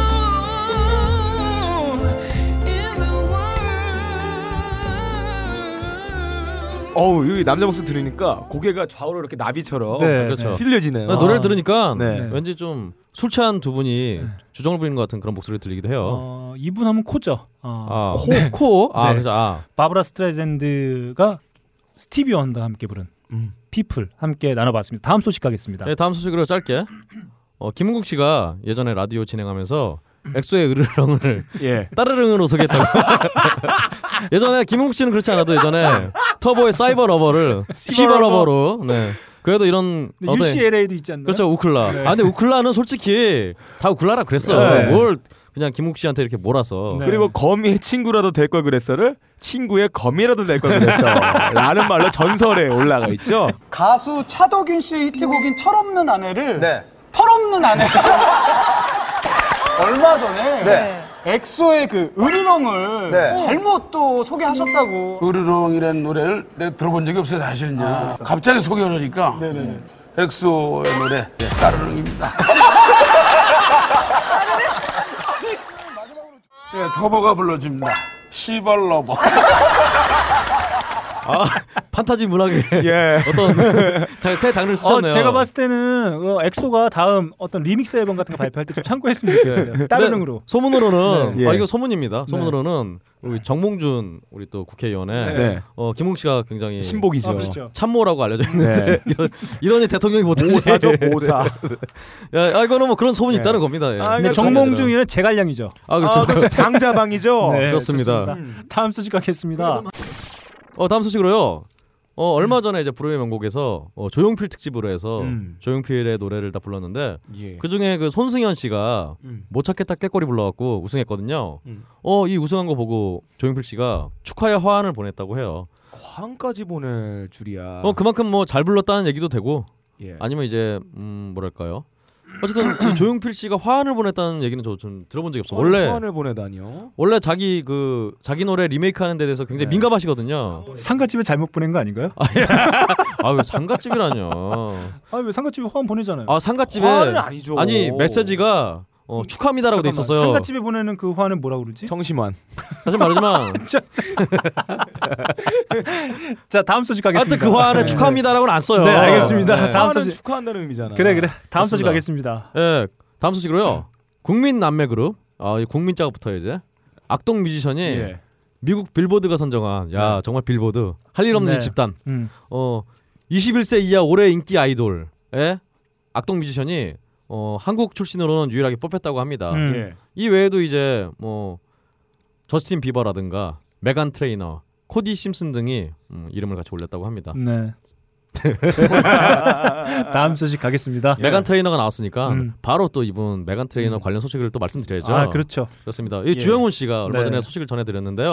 in the world. 어우 여기 남자 목소리 들으니까 고개가 좌우로 이렇게 나비처럼 그렇죠. 휘둘려지네요. 나 아. 노래를 들으니까 네. 왠지 좀 술 취한 두 네. 분이 주정을 부리는 것 같은 그런 목소리를 들리기도 해요. 어, 이분 하면 코죠. 어, 아, 코, 코. 아, 네. 그래서 아, 바브라 스트라이샌드가 스티비 원더와 함께 부른 음. 피플 함께 나눠봤습니다. 다음 소식 가겠습니다. 네, 다음 소식으로 짧게. 어, 김은국 씨가 예전에 라디오 진행하면서 엑소의 으르렁을 예. 따르릉으로 소개했다고. 예전에 김은국 씨는 그렇지 않아도 예전에 터보의 사이버 러버를 시버 러버로 네, 그래도 이런 근데 어떤- UCLA도 있지 않나? 그렇죠 우클라. 네. 아 근데 우클라는 솔직히 다 우클라라 그랬어. 네. 뭘 그냥 김욱 씨한테 이렇게 몰아서. 네. 그리고 뭐 거미의 친구라도 될 걸 그랬어를 친구의 거미라도 될 걸 그랬어 라는 말로 전설에 올라가 있죠 가수 차덕윤 씨의 히트곡인 철없는 아내를 털없는 아내 얼마 전에 엑소의 그 으르렁을 잘못 또 소개하셨다고 으르렁이라는 노래를 내가 들어본 적이 없어요 사실은요. 갑자기 소개를 하니까 엑소의 노래 따르릉입니다. 네, 서버가 불러줍니다. 시벌러버. 아 판타지 문학의 예 어떤 자, 새 장르를 어, 쓰셨네요. 제가 봤을 때는 어, 엑소가 다음 어떤 리믹스 앨범 같은 거 발표할 때 좀 참고했으면 좋겠어요. 따르릉으로. 근데 네, 소문으로는 네. 아 예. 이거 소문입니다. 소문으로는 우리 정몽준 우리 또 국회의원의 네. 어 김웅 씨가 굉장히 신복이죠 아, 그렇죠. 참모라고 알려져 있는데 네. 이런 이런 대통령이 못하지. 모사죠 모사 야, 아, 이거는 뭐 그런 소문이 네. 있다는 겁니다. 예. 아, 근데 그러니까 정몽중이는 제갈량이죠. 아 아, 그렇죠. 그렇죠. 장자방이죠 네, 그렇습니다. 좋습니다. 음. 다음 소식 가겠습니다. 어 다음 소식으로요. 어 얼마 전에 이제 불후의 명곡에서 어, 조용필 특집으로 해서 음. 조용필의 노래를 다 불렀는데 예. 그 중에 그 손승현 씨가 음. 못 찾겠다 깨꼬리 불러갖고 우승했거든요. 음. 어 이 우승한 거 보고 조용필 씨가 축하의 화환을 보냈다고 해요. 황까지 보낼 줄이야 어 그만큼 뭐 잘 불렀다는 얘기도 되고 예. 아니면 이제 음 뭐랄까요. 어쨌든 이 조용필 씨가 화환을 보냈다는 얘기는 저 좀 들어본 적이 없어. 요 원래 소환을 보내다니요 원래 자기 그 자기 노래 리메이크하는 데 대해서 굉장히 네. 민감하시거든요. 상가집에 잘못 보낸 거 아닌가요? 아 왜 상가집이라뇨? 아, 왜 상가집에 화환 보내잖아요. 아 상가집에 화환은 아니죠 아니 메시지가 어, 축하합니다라고 돼 음, 잠깐만, 있었어요. 상가집에 보내는 그 화환은 뭐라고 그러지? 정심환 다시 말하지만 자, 다음 소식 가겠습니다. 하여튼 그 화환에 네. 축하합니다라고는 안 써요. 네, 알겠습니다. 네. 다음 화환은 소식. 축하한다는 의미잖아 그래 그래. 다음 소식 좋습니다. 가겠습니다. 예, 다음 소식으로요. 국민 남매 그룹 아 이 국민자가 붙어요 이제 악동 뮤지션이 예. 미국 빌보드가 선정한 야 정말 빌보드 할 일 없는 네. 이 집단 음. 어 21세 이하 올해 인기 아이돌의 악동 뮤지션이 어 한국 출신으로는 유일하게 뽑혔다고 합니다. 음. 예. 이 외에도 이제 뭐 저스틴 비버라든가 메간 트레이너, 코디 심슨 등이 음, 이름을 같이 올렸다고 합니다. 네. 다음 소식 가겠습니다. 메간 트레이너가 나왔으니까 예. 음. 바로 또 이분 메간 트레이너 관련 소식을 또 말씀드려야죠. 아, 그렇죠. 그렇습니다. 이 주영훈 씨가 얼마 네. 전에 소식을 전해드렸는데요.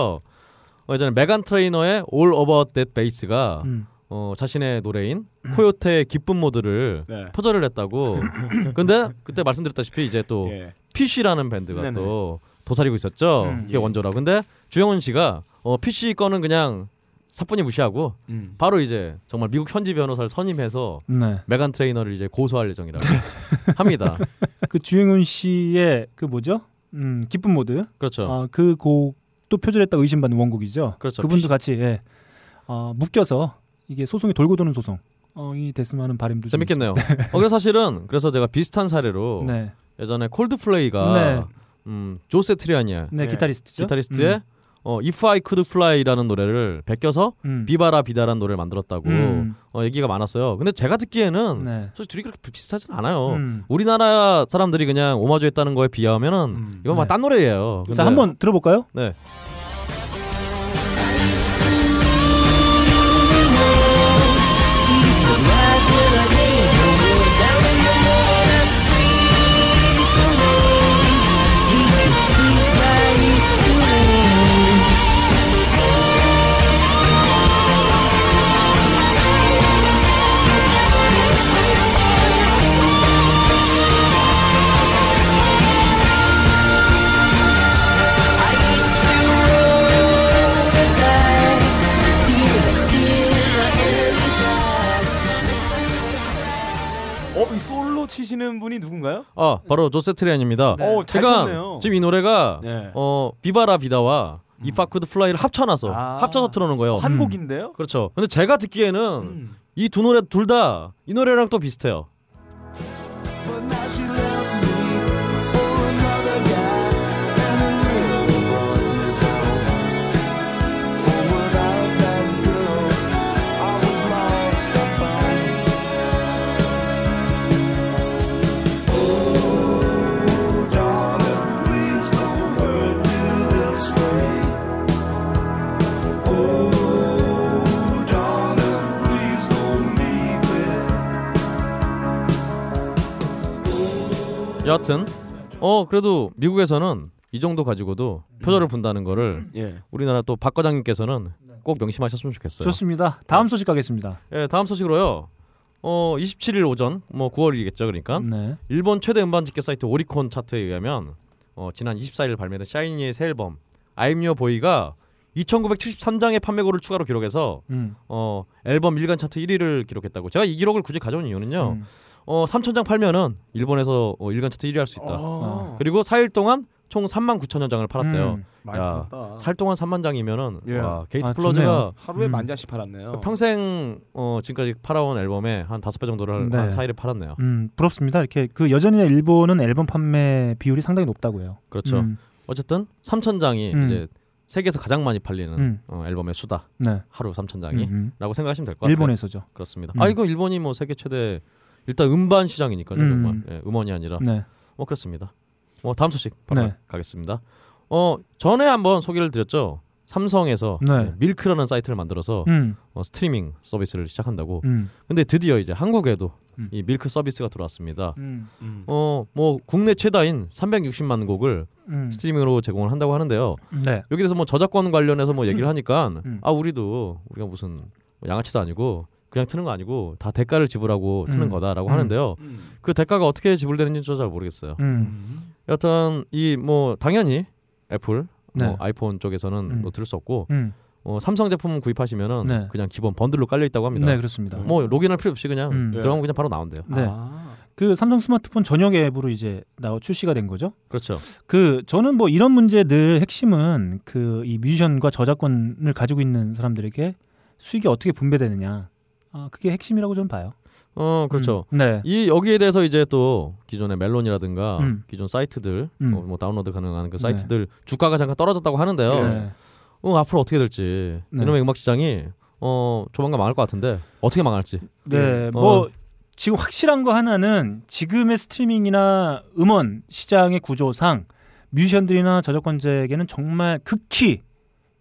어, 예전에 메간 트레이너의 All About That Bass가 음. 어, 자신의 노래인 코요테의 기쁨 모드를 네. 표절을 했다고. 근데 그때 말씀드렸다시피 이제 또 예. 피쉬라는 밴드가 네네. 또 도사리고 있었죠. 음, 그게 예. 원조라고. 근데 주영훈 씨가 어, 피쉬 거는 그냥 사뿐히 무시하고 음. 바로 이제 정말 미국 현지 변호사를 선임해서 네. 메간 트레이너를 이제 고소할 예정이라고 합니다. 그 주영훈 씨의 그 뭐죠? 음, 기쁜 모드. 그렇죠. 아, 그 곡도 표절했다 고 의심받는 원곡이죠. 그렇죠. 분도 피시- 같이 예. 어, 묶여서 이게 소송이 돌고 도는 소송. 어, 이 됐으면 하는 바람도 좀 재밌겠네요. 어, 그래서 사실은 그래서 제가 비슷한 사례로 있- 네. 예전에 콜드플레이가 음, 조세 트리아니아 네, 네. 기타리스트죠. 기타리스트의 어, If I Could Fly라는 노래를 베껴서 음. 비바라 비다란 노래를 만들었다고 음. 어, 얘기가 많았어요. 근데 제가 듣기에는 네. 솔직히 둘이 그렇게 비슷하진 않아요. 음. 우리나라 사람들이 그냥 오마주했다는 거에 비하면은 음. 이건 막 네. 딴 노래예요. 근데- 자, 한번 들어볼까요? 네. 어, 이 솔로 치시는 분이 누군가요? 아 바로 조세 트리안입니다. 어, 잘 쳤네요. 그러니까 지금 이 노래가 네. 어 비바라 비다와 음. If I Could Fly를 합쳐놔서 아. 합쳐서 틀어놓은 거예요. 한 곡인데요? 그렇죠. 근데 제가 듣기에는 음. 이 두 노래 둘 다 이 노래랑 또 비슷해요. Oh, Oh, darling, please don't leave me. 하여튼 어 그래도 미국에서는 이 정도 가지고도 표절을 분다는 거를 예. 우리나라 또 박 과장님께서는 꼭 명심하셨으면 좋겠어요. 좋습니다. 네. 다음 소식 가겠습니다. 예, 다음 소식으로요. 어 27일 오전 뭐 9월이겠죠 그러니까 네. 일본 최대 음반 집계 사이트 오리콘 차트에 의하면 어, 지난 24일 발매된 샤이니의 새 앨범 I'm Your Boy가 2,973장의 판매고를 추가로 기록해서 음. 어, 앨범 일간 차트 1위를 기록했다고. 제가 이 기록을 굳이 가져온 이유는요. 음. 어, 3,000장 팔면은 일본에서 어, 일간 차트 1위 할 수 있다. 아. 그리고 4일 동안 총 3만 9천 여 장을 팔았대요. 어. 음. 많이 야, 팔았다. 4일 동안 3만 장이면은 예. 와, 게이트 아, 플러즈가 좋네요. 하루에 음. 만 장씩 팔았네요. 평생 어, 지금까지 팔아온 앨범에 한 5배 정도를 네. 한 사이를 팔았네요. 음, 부럽습니다. 이렇게 그 여전히 일본은 앨범 판매 비율이 상당히 높다고요. 그렇죠. 음, 어쨌든 3천 장이 음. 이제 세계에서 가장 많이 팔리는 음. 어, 앨범의 수다. 네. 하루 3천 장이. 음, 라고 생각하시면 될 것 음. 같아요. 일본에서죠. 그렇습니다. 음. 아 이거 일본이 뭐 세계 최대 일단 음반 시장이니까요 음. 정말 예, 음원이 아니라 네. 뭐 그렇습니다. 뭐 다음 소식 바로 네. 가겠습니다. 어 전에 한번 소개를 드렸죠. 삼성에서 네. 예, 밀크라는 사이트를 만들어서 음, 어, 스트리밍 서비스를 시작한다고. 음, 근데 드디어 이제 한국에도 음. 이 밀크 서비스가 들어왔습니다. 음, 음. 어 뭐 국내 최다인 360만 곡을 음. 스트리밍으로 제공을 한다고 하는데요. 네. 여기 대해서 뭐 저작권 관련해서 뭐 얘기를 하니까 음. 아 우리도 우리가 무슨 뭐 양아치도 아니고 그냥 트는 거 아니고 다 대가를 지불하고 트는 음. 거다라고 음. 하는데요. 음. 그 대가가 어떻게 지불되는지 저잘 모르겠어요. 음, 여튼 이 뭐 당연히 애플 네. 뭐 아이폰 쪽에서는 음. 뭐 들을 수 없고 음. 어, 삼성 제품 구입하시면은 네. 그냥 기본 번들로 깔려 있다고 합니다. 네, 그렇습니다. 뭐 로그인할 필요 없이 그냥 음. 들어가면 그냥 바로 나온대요. 네. 아. 그 삼성 스마트폰 전용 앱으로 이제 나와 출시가 된 거죠. 그렇죠. 그 저는 뭐 이런 문제 늘 핵심은 그 이 뮤지션과 저작권을 가지고 있는 사람들에게 수익이 어떻게 분배되느냐. 아, 그게 핵심이라고 좀 봐요. 어 그렇죠. 음, 네. 이 여기에 대해서 이제 또 기존의 멜론이라든가 음. 기존 사이트들 음. 어, 뭐 다운로드 가능한 그 네. 사이트들 주가가 잠깐 떨어졌다고 하는데요. 네. 어, 앞으로 어떻게 될지 네. 이놈의 음악 시장이 어 조만간 망할 것 같은데 어떻게 망할지 네, 어. 뭐 지금 확실한 거 하나는 지금의 스트리밍이나 음원 시장의 구조상 뮤지션들이나 저작권자에게는 정말 극히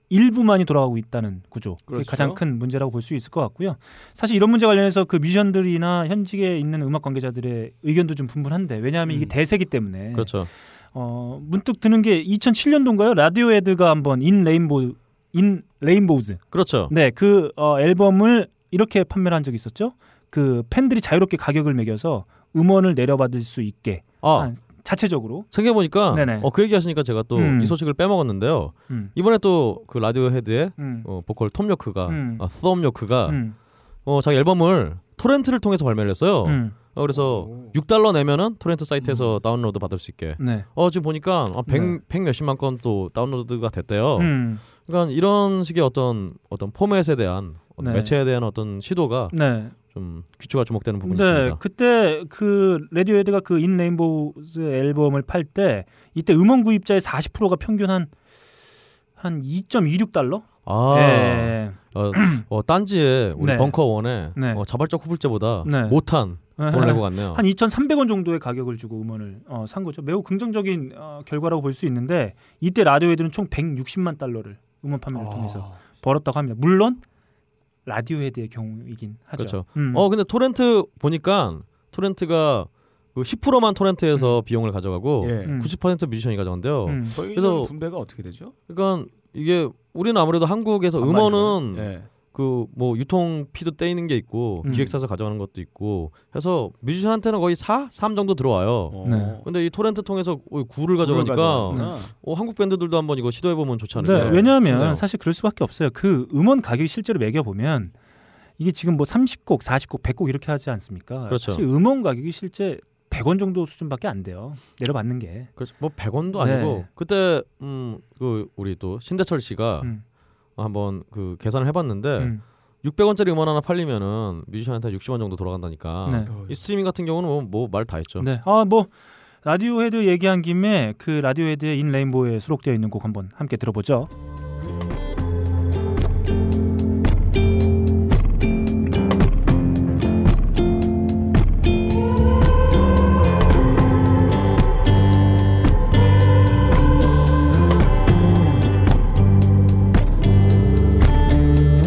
일부만이 돌아가고 있다는 구조. 그게 그렇죠. 가장 큰 문제라고 볼 수 있을 것 같고요. 사실 이런 문제 관련해서 그 뮤지션들이나 현직에 있는 음악 관계자들의 의견도 좀 분분한데 왜냐하면 이게 음. 대세기 때문에 그렇죠. 어, 문득 드는 게 2007년도인가요? 라디오 헤드가 한번 인 레인보우 인 레인보우즈 그렇죠. 네, 그 어, 앨범을 이렇게 판매를 한 적이 있었죠. 그 팬들이 자유롭게 가격을 매겨서 음원을 내려받을 수 있게 아 한- 자체적으로. 생각해 보니까 네네. 어, 그 얘기 하시니까 제가 또 이 음. 소식을 빼먹었는데요. 음. 이번에 또 그 라디오 헤드의 음. 어, 보컬 톰 요크가 음. 아, 톰 요크가 음. 어, 자기 앨범을 토렌트를 통해서 발매를 했어요. 음. 어, 그래서 오. 6달러 내면은 토렌트 사이트에서 다운로드 받을 수 있게. 네. 어 지금 보니까 아, 100, 음. 네. 100 몇십만 건 또 다운로드가 됐대요. 음. 그러니까 이런 식의 어떤 어떤 포맷에 대한 어떤 네. 매체에 대한 어떤 시도가 네. 좀 귀추가 주목되는 부분이 근데 있습니다. 그때 그 레디오헤드가 그 인 레인보우즈 앨범을 팔 때 이때 음원 구입자의 40%가 평균 한 한 2.26달러? 아, 예. 어, 어, 딴지에 우리 네. 벙커원에 네. 어, 자발적 후불제보다 네. 못한 돈을 내고 갔네요. 한 2,300원 정도의 가격을 주고 음원을 어, 산 거죠. 매우 긍정적인 어, 결과라고 볼 수 있는데 이때 라디오헤드는 총 160만 달러를 음원 아. 판매를 통해서 벌었다고 합니다. 물론 라디오헤드의 경우이긴 하죠. 그렇죠. 음. 어 근데 토렌트 보니까 토렌트가 그 10%만 토렌트에서 비용을 가져가고 예. 음. 90% 뮤지션이 뭐. 가져간대요. 음. 저희 그래서- 그래서 분배가 어떻게 되죠? 그러니까 이게 우리는 아무래도 한국에서 음원은 반반이고요. 예. 그 뭐 유통 피도 떼이는 게 있고 음. 기획사에서 가져가는 것도 있고 해서 뮤지션한테는 거의 4, 3 정도 들어와요. 어. 네. 네. 근데 이 토렌트 통해서 9를 그걸 가져가니까 가져가는구나. 어, 한국 밴드들도 한번 이거 시도해 보면 좋지 네, 않을까? 왜냐하면 싶네요. 사실 그럴 수밖에 없어요. 그 음원 가격이 실제로 매겨 보면 이게 지금 뭐 30곡, 40곡, 100곡 이렇게 하지 않습니까? 그렇죠. 사실 음원 가격이 실제 100원 정도 수준밖에 안 돼요. 내려받는 게. 그래서 뭐 100원도 네. 아니고 그때 음그 우리 또 신대철 씨가 음, 한번 그 계산을 해봤는데 음. 600원짜리 음원 하나 팔리면은 뮤지션한테 60원 정도 돌아간다니까. 네. 이 스트리밍 같은 경우는 뭐 말 다 했죠. 네. 아, 뭐 라디오 헤드 얘기한 김에 그 라디오 헤드의 인 레인보우에 수록되어 있는 곡 한번 함께 들어보죠. 그대와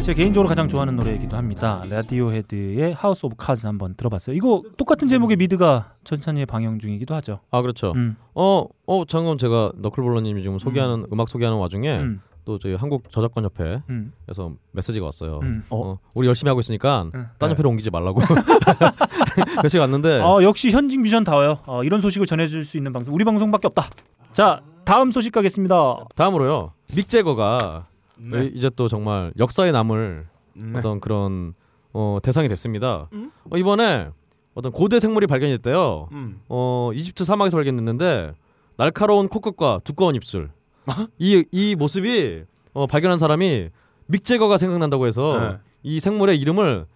제 개인적으로 가장 좋아하는 노래이기도 합니다. 라디오헤드의 하우스 오브 카즈 한번 들어봤어요. 이거 똑같은 제목의 미드가 천천히 방영 중이기도 하죠. 아 그렇죠. 음. 어, 어 잠깐 제가 너클볼러님이 지금 소개하는 음. 악 소개하는 와중에 음. 또 저희 한국 저작권 협회에서 음. 메시지가 왔어요. 네. 음. 네. 어, 우리 열심히 하고 있으니까 딴 협회로 옮기지 말라고. 며칠 갔는데 어, 역시 현직 뮤지션다워요. 어, 이런 소식을 전해줄 수 있는 방송 우리 방송밖에 없다. 자 다음 소식 가겠습니다. 다음으로요. 믹 제거가 네. 이- 이제 또 정말 역사에 남을 네. 어떤 그런 어, 대상이 됐습니다. 어, 이번에 어떤 고대 생물이 발견됐대요. 음. 어, 이집트 사막에서 발견됐는데 날카로운 코끝과 두꺼운 입술. 아? 이 이 모습이 어, 발견한 사람이 믹 제거가 생각난다고 해서 네. 이 생물의 이름을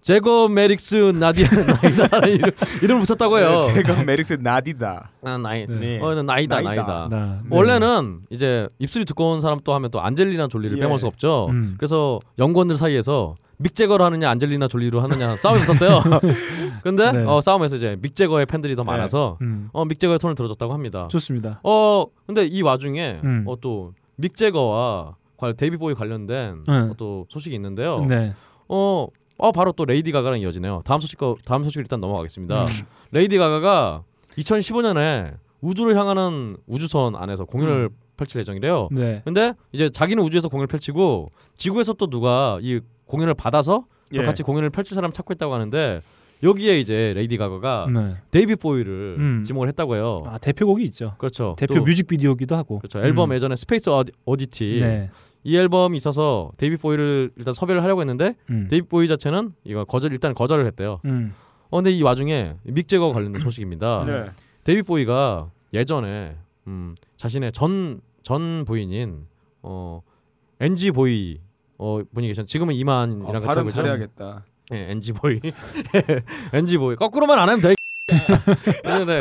제거 메릭스 나디아 나이다라는 이름, 이름을 붙였다고 해요. 네, 제가 메릭스 나디다. 아 나이. 네. 어, 나이다, 나이다. 나- 네. 원래는 이제 입술이 두꺼운 사람 또 하면 또 안젤리나 졸리를 예. 빼먹을 수 없죠. 음. 어, 그래서 연구원들 사이에서 믹제거를 하느냐 안젤리나 졸리로 하느냐 싸움이 붙었대요. 근데 네. 어, 싸움에서 이제 믹제거의 팬들이 더 네. 많아서 음. 어, 믹제거의 손을 들어줬다고 합니다. 좋습니다. 어 근데 이 와중에 음. 어, 또 믹제거와 관- 데이비보이 관련된 네. 어, 또 소식이 있는데요. 네. 어, 어 바로 또 레이디 가가랑 이어지네요. 다음 소식 거 다음 소식 일단 넘어가겠습니다. 음. 레이디 가가가 2015년에 우주를 향하는 우주선 안에서 공연을 음. 펼칠 예정이래요. 네. 근데 이제 자기는 우주에서 공연을 펼치고 지구에서 또 누가 이 공연을 받아서 또 예. 같이 공연을 펼칠 사람 찾고 있다고 하는데 여기에 이제 레이디 가가가 네. 데이비 보이를 음. 지목을 했다고 해요. 아, 대표곡이 있죠. 그렇죠. 대표 어. 또- 뮤직비디오기도 하고. 그렇죠. 앨범 음. 예전에 스페이스 어디, 어디티 네. 이 앨범이 있어서 데이비 보이를 일단 섭외를 하려고 했는데 음. 데이비 보이 자체는 이거 거절 일단 거절을 했대요. 음. 어, 근데 이 와중에 믹 제거와 관련된 음. 소식입니다. 네. 예. 데이비 보이가 예전에 음, 자신의 전, 전 부인인 어, NG 보이 어, 분이 계셨 지금은 이만이랑 아, 같이 발음 하고 있죠. 잘해야겠다. 예, NG 보이. NG 보이. 거꾸로만 안 하면 돼. 네, 네.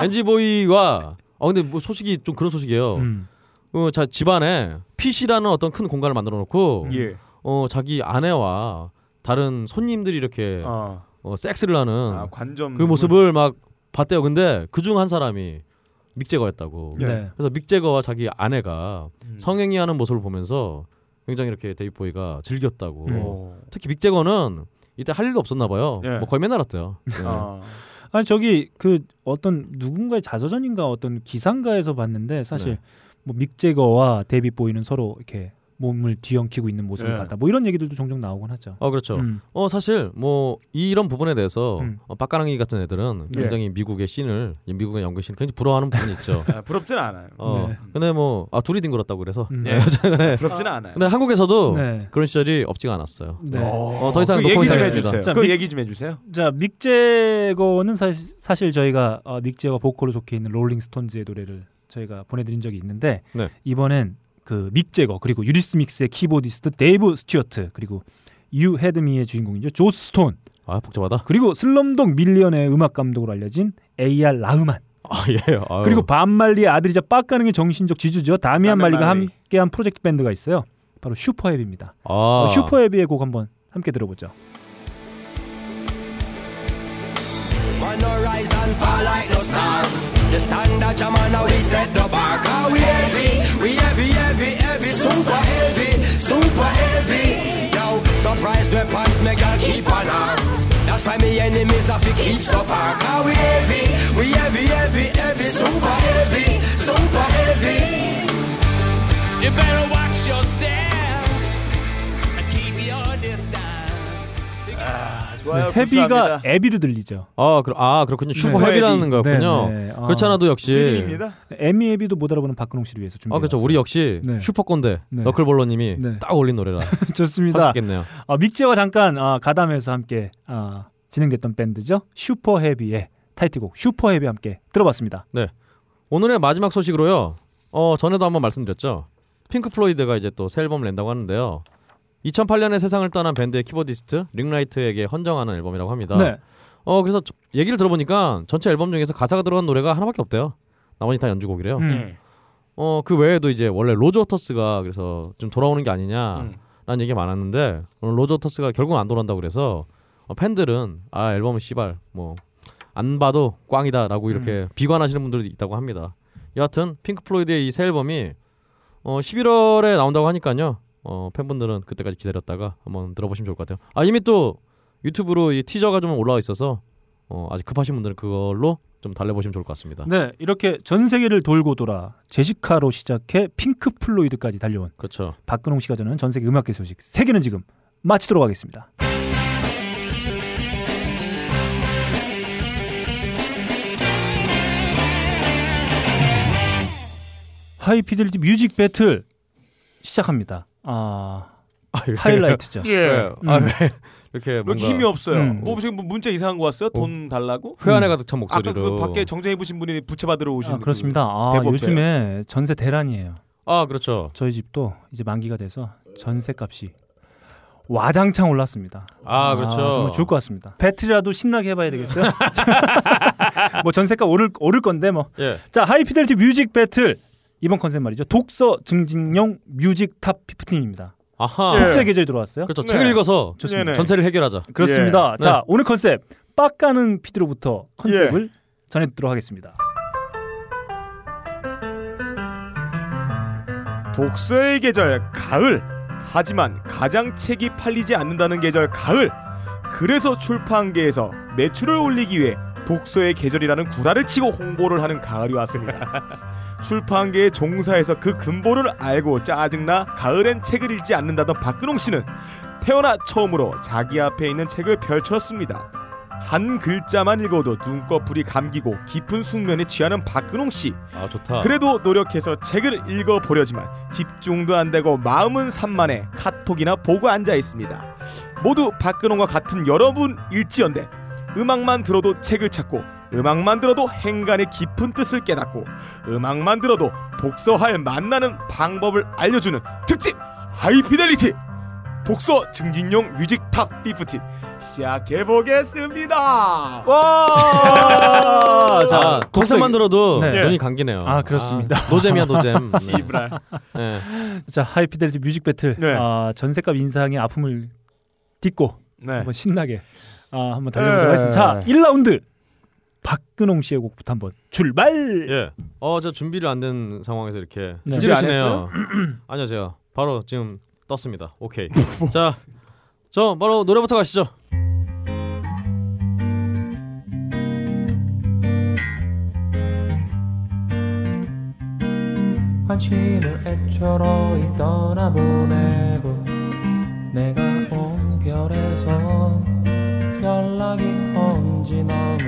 NG 보이와 어 근데 뭐 소식이 좀 그런 소식이에요. 음. 어, 자 집안에 핏이라는 어떤 큰 공간을 만들어 놓고 예. 어 자기 아내와 다른 손님들이 이렇게 아, 어. 어, 섹스를 하는 아, 관전 그 모습을 막 봤대요. 근데 그 중 한 사람이 믹제거였다고. 네. 그래서 믹제거와 자기 아내가 음. 음. 성행위 하는 모습을 보면서 굉장히 이렇게 데이보이가 즐겼다고. 음. 오. 어. 특히 믹제거는 이때 할 일도 없었나 봐요. 예. 뭐 거의 맨날 왔대요. 예. 아니 저기 그 어떤 누군가의 자서전인가 어떤 기사인가에서 봤는데 사실 네. 뭐 믹제거와 데뷔 보이는 서로 이렇게 몸을 뒤엉키고 있는 모습을 네. 봤다. 뭐 이런 얘기들도 종종 나오곤 하죠. 어 그렇죠. 음. 어 사실 뭐 이런 부분에 대해서 음. 네. 어, 빡가랑이 같은 애들은 예. 굉장히 미국의 씬을 이 미국의 연극 씬 굉장히 부러워하는 부분이 있죠. 아, 부럽진 않아요. 어 네. 근데 뭐아 둘이 뒹굴었다고 그래서 음. 예, 어쨌거나 부럽진 않아요. 근데 한국에서도 네. 그런 시절이 없지가 않았어요. 네. 어, 더 이상 그 노코멘트 얘기 좀 하겠습니다. 해주세요. 그 얘기 좀 해주세요. 자 믹제거는 사실, 사실 저희가 어, 믹제거가 보컬로 속해 있는 롤링스톤즈의 노래를 저희가 보내드린 적이 있는데 네. 이번엔 그 믹제거 그리고 유리스믹스의 키보디스트 데이브 스튜어트 그리고 유 헤드미의 주인공이죠 조스 스톤 아 복잡하다. 그리고 슬럼독 밀리언의 음악 감독으로 알려진 A.R. 라흐만 아 예. 아유. 그리고 반말리의 아들이자 빡가능의 정신적 지주죠 어. 다미안 다미안 말리가 말리. 함께한 프로젝트 밴드가 있어요 바로 슈퍼헤비입니다 아. 어, 슈퍼헤비의 곡 한번 함께 들어보죠 Man no rise and fall like no star. The standard German now we set the bar. Cause we heavy, we heavy, heavy, heavy, super heavy, super heavy. Yo, surprise weapons make all keep on her. That's why me enemies have to keep so far. Cause we heavy, we heavy, heavy, heavy, super heavy, super heavy. You better watch your step and keep your distance. 네, 헤비가 에비로 들리죠 아, 그아 그렇군요. 슈퍼 네. 헤비라는 헤비. 거였군요. 네, 네. 아. 그렇지 않아도 역시 에미 에비도 못 알아보는 박근홍 씨를 위해서 준비했어요 아 그렇죠. 우리 역시 네. 슈퍼 꼰대 네. 너클볼러님이 네. 딱 올린 노래라. 좋습니다. 할수 있겠네요. 아, 믹제와 잠깐 아, 가담해서 함께 아, 진행됐던 밴드죠. 슈퍼헤비의 타이틀곡 슈퍼헤비 함께 들어봤습니다. 네. 오늘의 마지막 소식으로요. 어, 전에도 한번 말씀드렸죠. 핑크 플로이드가 이제 또 새 앨범을 낸다고 하는데요. 2008년에 세상을 떠난 밴드의 키보디스트 링라이트에게 헌정하는 앨범이라고 합니다. 네. 어, 그래서 저- 얘기를 들어보니까 전체 앨범 중에서 가사가 들어간 노래가 하나밖에 없대요. 나머지 다 연주곡이래요. 음. 예. 어, 그 외에도 이제 원래 로저 워터스가 그래서 좀 돌아오는 게 아니냐라는 음. 얘기가 많았는데 오늘 로저 워터스가 결국 안 돌아온다고 그래서 어, 팬들은 아, 앨범은 씨발 뭐 안 봐도 꽝이다라고 음. 이렇게 비관하시는 분들도 있다고 합니다. 여하튼 핑크 플로이드의 이 새 앨범이 어, 11월에 나온다고 하니까요. 어, 팬분들은 그때까지 기다렸다가 한번 들어보시면 좋을 것 같아요. 아 이미 또 유튜브로 이 티저가 좀 올라와 있어서 어, 아직 급하신 분들은 그걸로 좀 달래보시면 좋을 것 같습니다. 네, 이렇게 전 세계를 돌고 돌아 제시카로 시작해 핑크 플로이드까지 달려온 그렇죠. 박근홍 씨가 전하는 전 세계 음악계 소식 세계는 지금 마치도록 하겠습니다. 하이피델리티 뮤직 배틀 시작합니다. 아 하이라이트죠. 예. 음. 아, 왜 이렇게 왜 뭔가 힘이 없어요? 음. 어, 지금 뭐 문자 이상한 거 왔어요? 돈 달라고? 회한에 가득 찬 목소리로. 아까 그 밖에 정장 입으신 분이 부채 받으러 오신 아, 그렇습니다. 아, 요즘에 전세 대란이에요. 아 그렇죠. 저희 집도 이제 만기가 돼서 전세 값이 와장창 올랐습니다. 아, 그렇죠. 정말 죽을 것 같습니다. 배틀이라도 신나게 해봐야 되겠어요. 뭐 전세가 오를 오를 건데 뭐. 예. 자 하이피델리티 뮤직 배틀 이번 컨셉 말이죠. 독서 증진용 뮤직 탑 피프틴입니다. 아하. 독서의 계절이 들어왔어요. 그렇죠. 책을 읽어서 예. 좋습니다. 전체를 해결하자. 그렇습니다. 예. 자 네. 오늘 컨셉 빡가는 피드로부터 컨셉을 예. 전해드리도록 하겠습니다. 독서의 계절 가을. 하지만 가장 책이 팔리지 않는다는 계절 가을. 그래서 출판계에서 매출을 올리기 위해 독서의 계절이라는 구라를 치고 홍보를 하는 가을이 왔습니다. 출판계의 종사에서 그 근본을 알고 짜증나 가을엔 책을 읽지 않는다던 박근홍 씨는 태어나 처음으로 자기 앞에 있는 책을 펼쳤습니다. 한 글자만 읽어도 눈꺼풀이 감기고 깊은 숙면에 취하는 박근홍 씨. 아 좋다. 그래도 노력해서 책을 읽어보려지만 집중도 안 되고 마음은 산만해 카톡이나 보고 앉아 있습니다. 모두 박근홍과 같은 여러분 일지연대 음악만 들어도 책을 찾고 음악만 들어도 행간의 깊은 뜻을 깨닫고 음악만 들어도 독서할 만나는 방법을 알려주는 특집 하이피델리티 독서 증진용 뮤직 탑 피프틴 시작해 보겠습니다. 아, 와! 자, 아, 독서만 들어도 네. 눈이 감기네요. 아 그렇습니다. 아, 노잼이야 노잼. 씨발. 네. 자 하이피델리티 뮤직 배틀 아, 전세값 인상의 아픔을 딛고 한번 신나게 아, 한번 달려보도록 네. 예. 하겠습니다. 자 1라운드 박근홍 씨의 곡부터 한번 출발. 예. 어, 저 준비를 안 된 상황에서 이렇게 네. 찌르시 준비 네 안 요 아니요, 제가 바로 지금 떴습니다. 오케이. 자, 저 바로 노래부터 가시죠. 관심을 애초로이 떠나보내고 내가 온 별에서 연락이 온 지 너무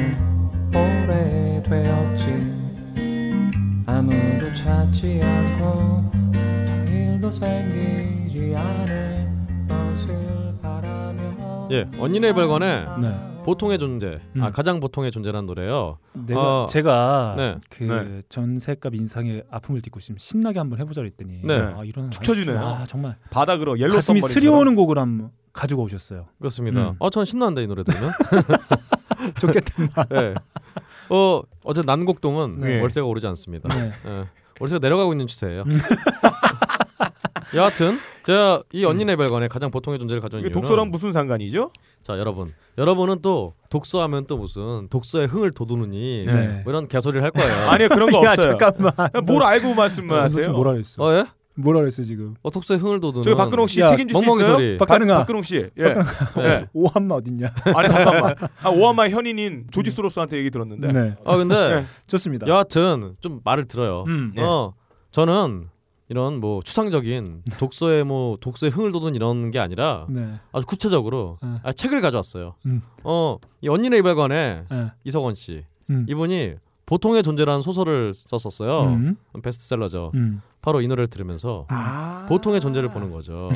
오래되었지 아무도 찾지 않고 어떤 일도 생기지 않을 것을 바라며 예. 언니네 발건의 네. 보통의 존재. 아, 음. 가장 보통의 존재라는 노래요. 내가 어, 제가 네. 그 전세값 인상의 아픔을 딛고 지금 신나게 한번 해보자 그랬더니 네. 아, 이런 축 처지네요. 아, 정말 바닥으로 옐로우 가슴이 선머리처럼. 스려오는 곡을 한번 가지고 오셨어요. 그렇습니다. 음. 어, 저는 신나는데 이 노래 들으면. 좋겠다, 인마. 예. 어, 어제 난곡동은 네. 월세가 오르지 않습니다. 네. 예. 월세가 내려가고 있는 추세예요. 음. 여하튼 제가 이 언니네 별관에 가장 보통의 존재를 음. 가져온 이게 이유는 독서랑 무슨 상관이죠? 자 여러분 여러분은 또 독서하면 또 무슨 독서의 흥을 돋우느니 네. 뭐 이런 개소리를 할 거예요. 아니요, 그런 거 야, 없어요. 뭐 잠깐만. 야, 뭘 알고 말씀을 야, 하세요? 지금 뭐라 그랬어? 어, 예? 뭐라 그랬어 지금? 어, 독서의 흥을 돋우는 저기 박근홍 씨 야, 책임질 수 멍멍이 있어요? 소리. 박- 박가능아. 박근홍 씨. 예. 박가능아. 예. 오한마 어딨냐? 아니 잠깐만. 아, 오하마 현인인 조지 소로스한테 얘기 들었는데. 네. 아 근데 예. 좋습니다. 여하튼 좀 말을 들어요. 음. 어 저는 이런 뭐 추상적인 독서의 뭐 독서의 흥을 돋는 이런 게 아니라 네. 아주 구체적으로 아, 책을 가져왔어요. 음. 어이 언니네 이발관에 네. 이석원 씨 음. 이분이 보통의 존재라는 소설을 썼었어요. 음. 베스트셀러죠. 음. 바로 이 노래를 들으면서 아. 보통의 존재를 보는 거죠.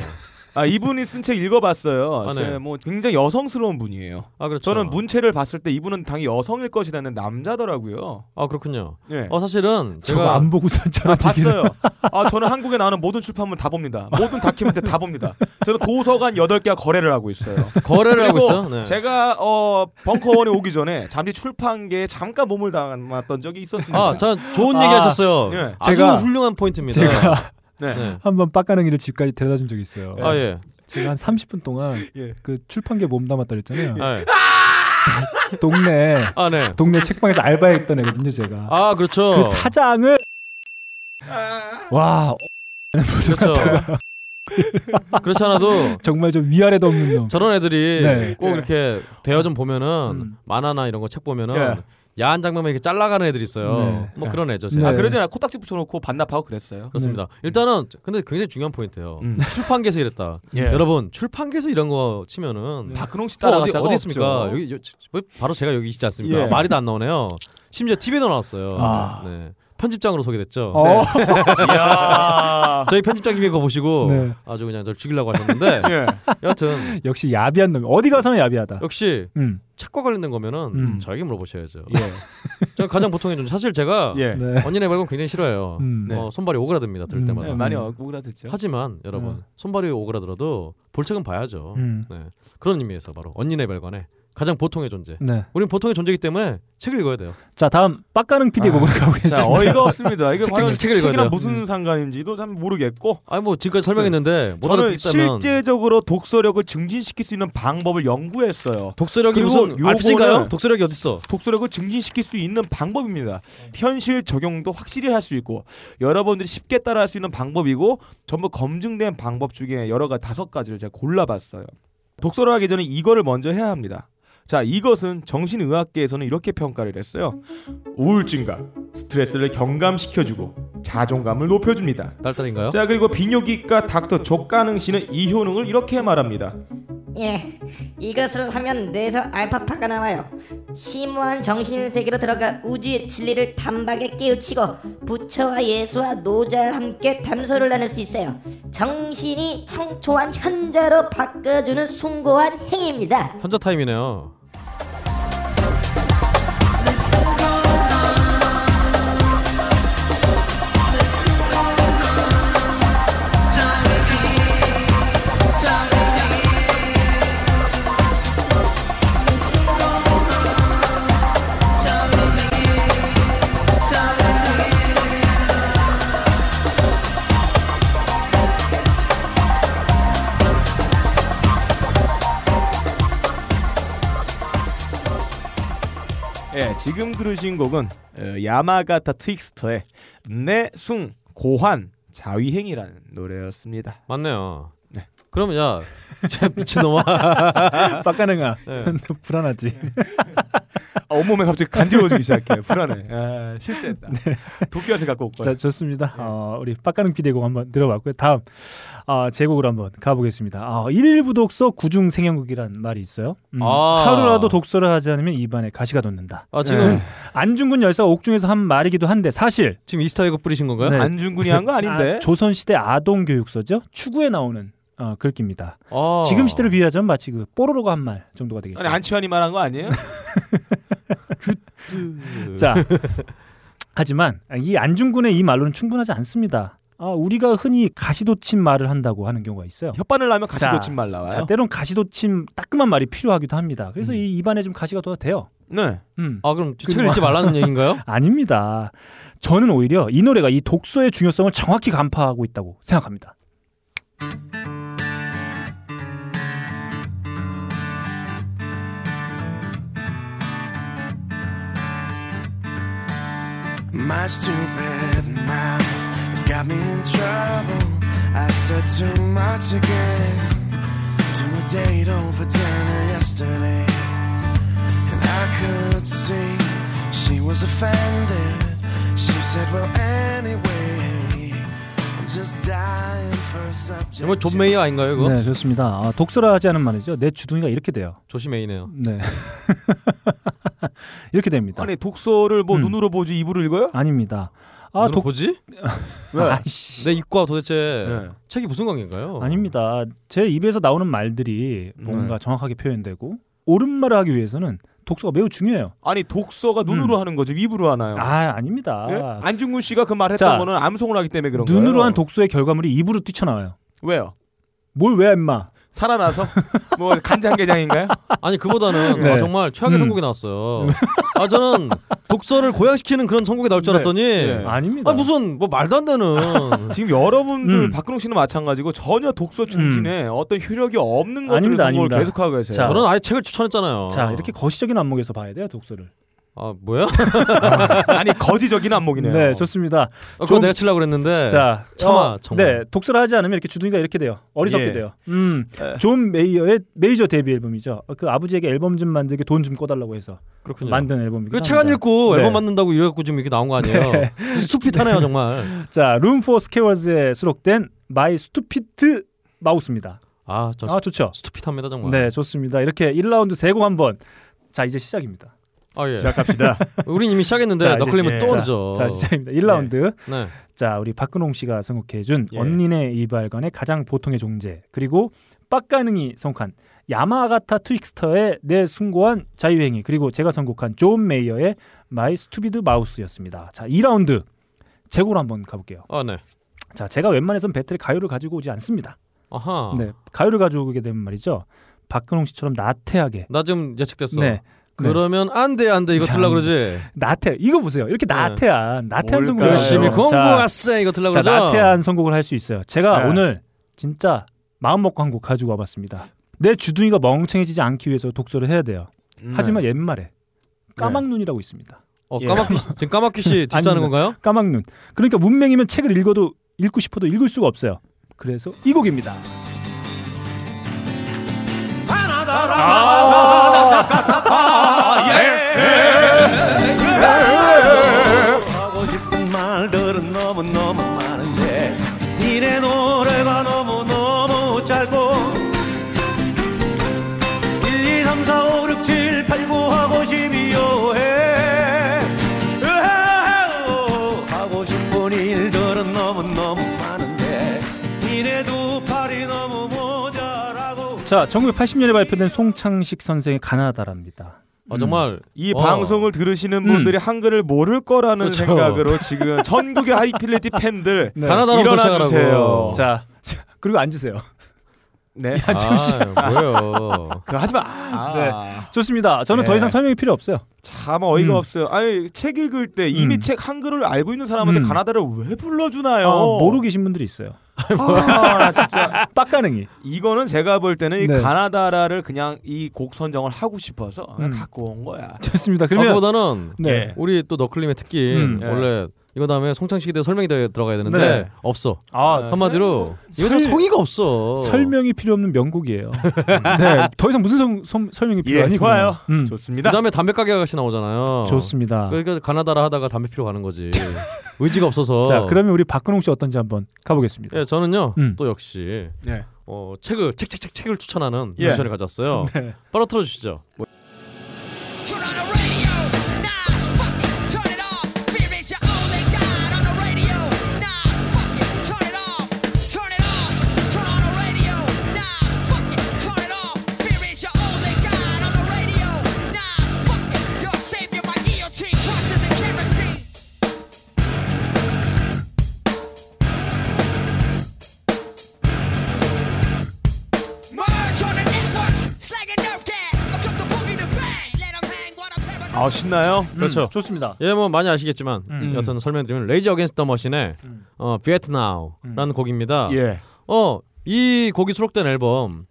아 이분이 쓴 책 읽어봤어요. 아, 네. 제뭐 굉장히 여성스러운 분이에요. 아, 그렇죠. 저는 문체를 봤을 때 이분은 당연히 여성일 것이라는 남자더라고요. 아 그렇군요. 예. 어 사실은 네. 저거 제가 안 보고서 아, 저런 얘기를- 봤어요. 아 저는 한국에 나오는 모든 출판물 다 봅니다. 모든 다큐멘터 다 봅니다. 저는 도서관 8개와 거래를 하고 있어요. 거래를 하고 그리고 있어요? 네. 제가 어 벙커원에 오기 전에 잠시 출판계에 잠깐 몸을 담았던 적이 있었습니다. 아, 저 좋은 얘기 하셨어요. 예. 아주 제가- 훌륭한 포인트입니다. 제가 네. 한번 빡가능이를 집까지 데려다 준 적이 있어요. 아, 예. 제가 한 30분 동안 예. 그 출판계 몸 담았다 그랬잖아요. 예. 동네 아, 네. 동네 책방에서 알바했던 애거든요, 제가. 아, 그렇죠. 아. 그 사장을 와 그렇죠. 그렇지 않아도 정말 좀 위아래도 없는 놈. 저런 애들이 네. 꼭 예. 이렇게 대여점 보면은 만화나 이런 거 책 보면은 음. 예. 야한 장면만 이렇게 잘라가는 애들이 있어요. 네. 음. 뭐 그런 애죠. 아 제가. 그러잖아 코딱지 붙여놓고 반납하고 그랬어요. 그렇습니다. 일단은 근데 굉장히 중요한 포인트예요. 출판계에서 이랬다. 예. 여러분 출판계에서 이런 거 치면은 박근홍 씨 네. 네. 어디, 따라가자가 어디 있습니까? 없죠. 여기 여- 뭐, 바로 제가 여기 있지 않습니까? 예. 말이 다 안 나오네요. 심지어 TV도 나왔어요. 아. 네. 편집장으로 소개됐죠. 어. 네. 이야. 저희 편집장님이 그거 보시고 네. 아주 그냥 저를 죽이려고 하셨는데 예. 여하튼 역시 야비한 놈. 어디 가서나 야비하다. 역시 음. 책과 관련된 거면은 음. 저에게 물어보셔야죠. 저는 가장 보통의 좀 사실 제가 예. 네. 언니네 발굴 굉장히 싫어해요. 음. 어, 손발이 오그라듭니다. 들 음. 때마다. 네, 많이 오그라들죠. 하지만 여러분 네. 손발이 오그라들어도 볼 책은 봐야죠. 음. 네. 그런 의미에서 바로 언니네 발관의 가장 보통의 음. 존재. 네. 우리는 보통의 존재이기 때문에 책을 읽어야 돼요. 자 다음 빡가는 PD 부분 가보겠습니다. 아. 자, 어이가 없습니다. 이게 책, 과연 책, 책을 읽어야 책이랑 돼요. 음. 무슨 상관인지도 참 모르겠고. 아니 뭐 지금까지 설명했는데 그렇죠. 못 저는 알아듣겠다면. 실제적으로 독서력을 증진시킬 수 있는 방법을 연구했어요. 독서력이 그리고 무슨 요거를 RPG인가요? 독서력이 어딨어? 독서력을 증진시킬 수 있는 방법입니다. 현실 적용도 확실히 할 수 있고 여러분들이 쉽게 따라할 수 있는 방법이고 전부 검증된 방법 중에 여러 가지 다섯 가지를 제가 골라봤어요. 독서를 하기 전에 이거를 먼저 해야 합니다. 자, 이것은 정신의학계에서는 이렇게 평가를 했어요. 우울증과 스트레스를 경감시켜주고 자존감을 높여줍니다. 딸딸인가요? 자, 그리고 비뇨기과 닥터 조가능 씨는 이 효능을 이렇게 말합니다. 예, 이것을 하면 뇌에서 알파파가 나와요. 심오한 정신 세계로 들어가 우주의 진리를 단박에 깨우치고 부처와 예수와 노자와 함께 담소를 나눌 수 있어요. 정신이 청초한 현자로 바꿔주는 숭고한 행위입니다. 현자 타임이네요. 예, 지금 들으신 곡은 어, 야마가타 트윅스터의 내숭 고환 자위행이라는 노래였습니다. 맞네요. 그러면 야, 쟤 미친놈아. 빡가능아. 네. 너 불안하지. 아, 온몸에 갑자기 간지러워지기 시작해요. 불안해. 아, 실수했다. 네. 도끼와서 갖고 올 거야. 자 좋습니다. 네. 어, 우리 빡가는 피디곡 한번 들어봤고요. 다음 아, 제 곡으로 한번 가보겠습니다. 아, 일일부 독서 구중 생연극이란 말이 있어요. 음, 아. 하루라도 독서를 하지 않으면 입안에 가시가 돋는다. 아, 지금- 네. 음, 안중근 열사가 옥중에서 한 말이기도 한데 사실 지금 이스타에그 뿌리신 건가요? 네. 안중근이 한거 아닌데? 네. 조선 시대 아동 교육서죠. 추구에 나오는 어, 글귀입니다. 아. 지금 시대를 비유하자면 마치 그 뽀로로가 한 말 정도가 되겠죠. 어. 아니 안치환이 말한 거 아니에요? 그 자, 하지만 이 안중근의 이 말로는 충분하지 않습니다. 아, 우리가 흔히 가시도친 말을 한다고 하는 경우가 있어요. 혓바늘 나면 가시도친 말 나와요? 음. 자, 때론 가시도친 따끔한 말이 필요하기도 합니다. 그래서 이 입안에 좀 가시가 돋아대요. 네. 음. 아 그럼 책을 읽지 말라는 얘기인가요? 아닙니다. 저는 오히려 이 노래가 이 독서의 중요성을 정확히 간파하고 있다고 생각합니다. My stupid mouth has got me in trouble. I said too much again to a date over dinner yesterday. And I could see she was offended. She said, Well, anyway, I'm just dying for a subject. 이거 존 메이어 아닌가요? 이거? 네, 그렇습니다. 아, 독서라 하지 않은 말이죠. 내 주둥이가 이렇게 돼요. 조시 메이네요. 네. 이렇게 됩니다. 아니 독서를 음. 뭐 눈으로 보지 입으로 읽어요? 아닙니다. 아, 눈으로 독... 보지? 왜? 내 입과 도대체 네. 네. 책이 무슨 관계인가요? 아닙니다. 제 입에서 나오는 말들이 뭔가 정확하게 표현되고 옳은 말을 하기 위해서는 독서가 매우 중요해요. 아니 독서가 눈으로 하는 거죠. 입으로 하나요? 음. 아, 아닙니다. 네. 예? 안중근 씨가 그 말했던 자, 거는 암송을 하기 때문에 그런 거예요. 눈으로 한 독서의 결과물이 입으로 뛰쳐나와요. 왜요? 뭘 왜 임마? 살아나서 뭐 간장게장인가요? 아니 그보다는 네. 아, 정말 최악의 음. 선곡이 나왔어요. 아 저는 독서를 고양시키는 그런 선곡이 나올 줄 알았더니 네. 아닙니다. 아, 무슨 뭐 말도 안 되는. 지금 여러분들 음. 박근홍 씨는 마찬가지고 전혀 독서 중심에 어떤 효력이 없는 것들을 음. 선곡을 아닙니다, 아닙니다. 계속하고 계세요. 자, 저는 아예 책을 추천했잖아요. 자, 이렇게 거시적인 안목에서 봐야 돼요, 독서를. 아 뭐야? 아니 거지적인 안목이네요. 네, 좋습니다. 어, 그거 내가 치려고 그랬는데. 자, 참아, 어, 예. 정말. 네, 독서를 하지 않으면 이렇게 주둥이가 이렇게 돼요. 어리석게 예. 돼요. 음, 존 메이어의 메이저 데뷔 앨범이죠. 어, 그 아버지에게 앨범 좀 만들게 돈 좀 꺼달라고 해서 그렇군요. 만든 앨범이긴 그 책 안 합니다. 읽고 네. 앨범 만든다고 이래갖고 지금 이렇게 나온 거 아니에요? 네. 스투핏하네요 정말. 자, 룸포 스케어즈에 수록된 마이 스투피트 마우스입니다. 아, 저 아, 좋죠. 스투핏합니다 정말. 네, 좋습니다. 이렇게 1라운드 세 곡 한번. 자, 이제 시작입니다. 아, 예. 시작합니다. 우린 이미 시작했는데 자, 이제 너클림은 시작. 또 늦어. 자, 자, 시작입니다. 1라운드. 네. 예. 네. 자, 우리 박근홍 씨가 선곡해준 언니네 이발관의 가장 보통의 종재 그리고 빡가능이 선곡한 야마가타 트윅스터의 내 숭고한 자유행위 그리고 제가 선곡한 존 메이어의 마이 스투비드 마우스였습니다. 자, 2라운드 재고로 한번 가볼게요. 아, 네. 자, 제가 웬만해선 배틀에 가요를 가지고 오지 않습니다. 아하. 네, 가요를 가져오게 되면 말이죠. 박근홍 씨처럼 나태하게 나 지금 예측됐어. 네. 그러면 안 돼 안돼 이거 자, 틀라 그러지. 나태 이거 보세요. 이렇게 나태한 나태한 네. 뭘까요? 선곡을 열심히 공부했어, 이거 들으려고 자, 그러죠? 나태한 선곡을 할 수 있어요. 제가 네. 오늘 진짜 마음 먹고 한 곡 가지고 와봤습니다. 내 주둥이가 멍청해지지 않기 위해서 독서를 해야 돼요. 음. 하지만 옛말에 까막눈이라고 있습니다. 어, 까마귀 씨- 지금 까마귀 씨 예. 아닙니다. 디스하는 건가요? 까막눈. 그러니까 문맹이면 책을 읽어도 읽고 싶어도 읽을 수가 없어요. 그래서 이 곡입니다. 하고 싶은 말들은 너무너무 많은데 니네 노래가 너무너무 짧고 1, 2, 3, 4, 5, 6, 7, 8, 9 하고 12호해 하고 싶은 일들은 너무너무 많은데 니네 두 팔이 너무 모자라고 자, 1980년에 발표된 송창식 선생의 가나다랍니다. 아, 정말 이 어. 방송을 들으시는 분들이 한글을 모를 거라는 그렇죠. 생각으로 지금 전국의 하이필리티 팬들 네. 일어나 주세요. 자, 자, 그리고 앉으세요. 네. 야, 잠시만. 아, 뭐예요? 그거 하지 마. 아. 네. 좋습니다. 저는 네. 더 이상 설명이 필요 없어요. 참 어이가 음. 없어요. 아니 책 읽을 때 이미 음. 책 한글을 알고 있는 사람한테 음. 가나다를 왜 불러주나요? 아, 모르 계신 분들이 있어요. 아, 진짜 빡가능이. 이거는 제가 볼 때는 이 네. 가나다라를 그냥 이 곡 선정을 하고 싶어서 그냥 음. 갖고 온 거야. 좋습니다. 아, 그러면 그보다는 네. 우리 또 너클림의 특기 음. 원래 이거 다음에 송창식에 대해 설명이 되- 들어가야 되는데 네. 없어. 아, 한마디로 이거 좀 설- 성의가 없어. 설명이 필요 없는 명곡이에요. 네, 더 이상 무슨 성- 성- 설명이 필요하니? 그러면. 음. 좋습니다. 그다음에 담배 가게 아가씨 나오잖아요. 좋습니다. 그러니까 가나다라 하다가 담배 피러 가는 거지. 의지가 없어서. 자, 그러면 우리 박근홍 씨 어떤지 한번 가보겠습니다. 예, 저는요. 음. 또 역시 네. 어, 책을 책 책 책 책을 추천하는 예. 미션을 가져왔어요. 네. 바로 틀어 주시죠. 아 신나요? 그렇죠. 음, 좋습니다. 예, 뭐 많이 아시겠지만 음. 여튼 설명드리면 레이지 어게인스트 더 머신의 음. 어, 비에트나우라는 곡입니다. 예. 어, 이 곡이 수록된 앨범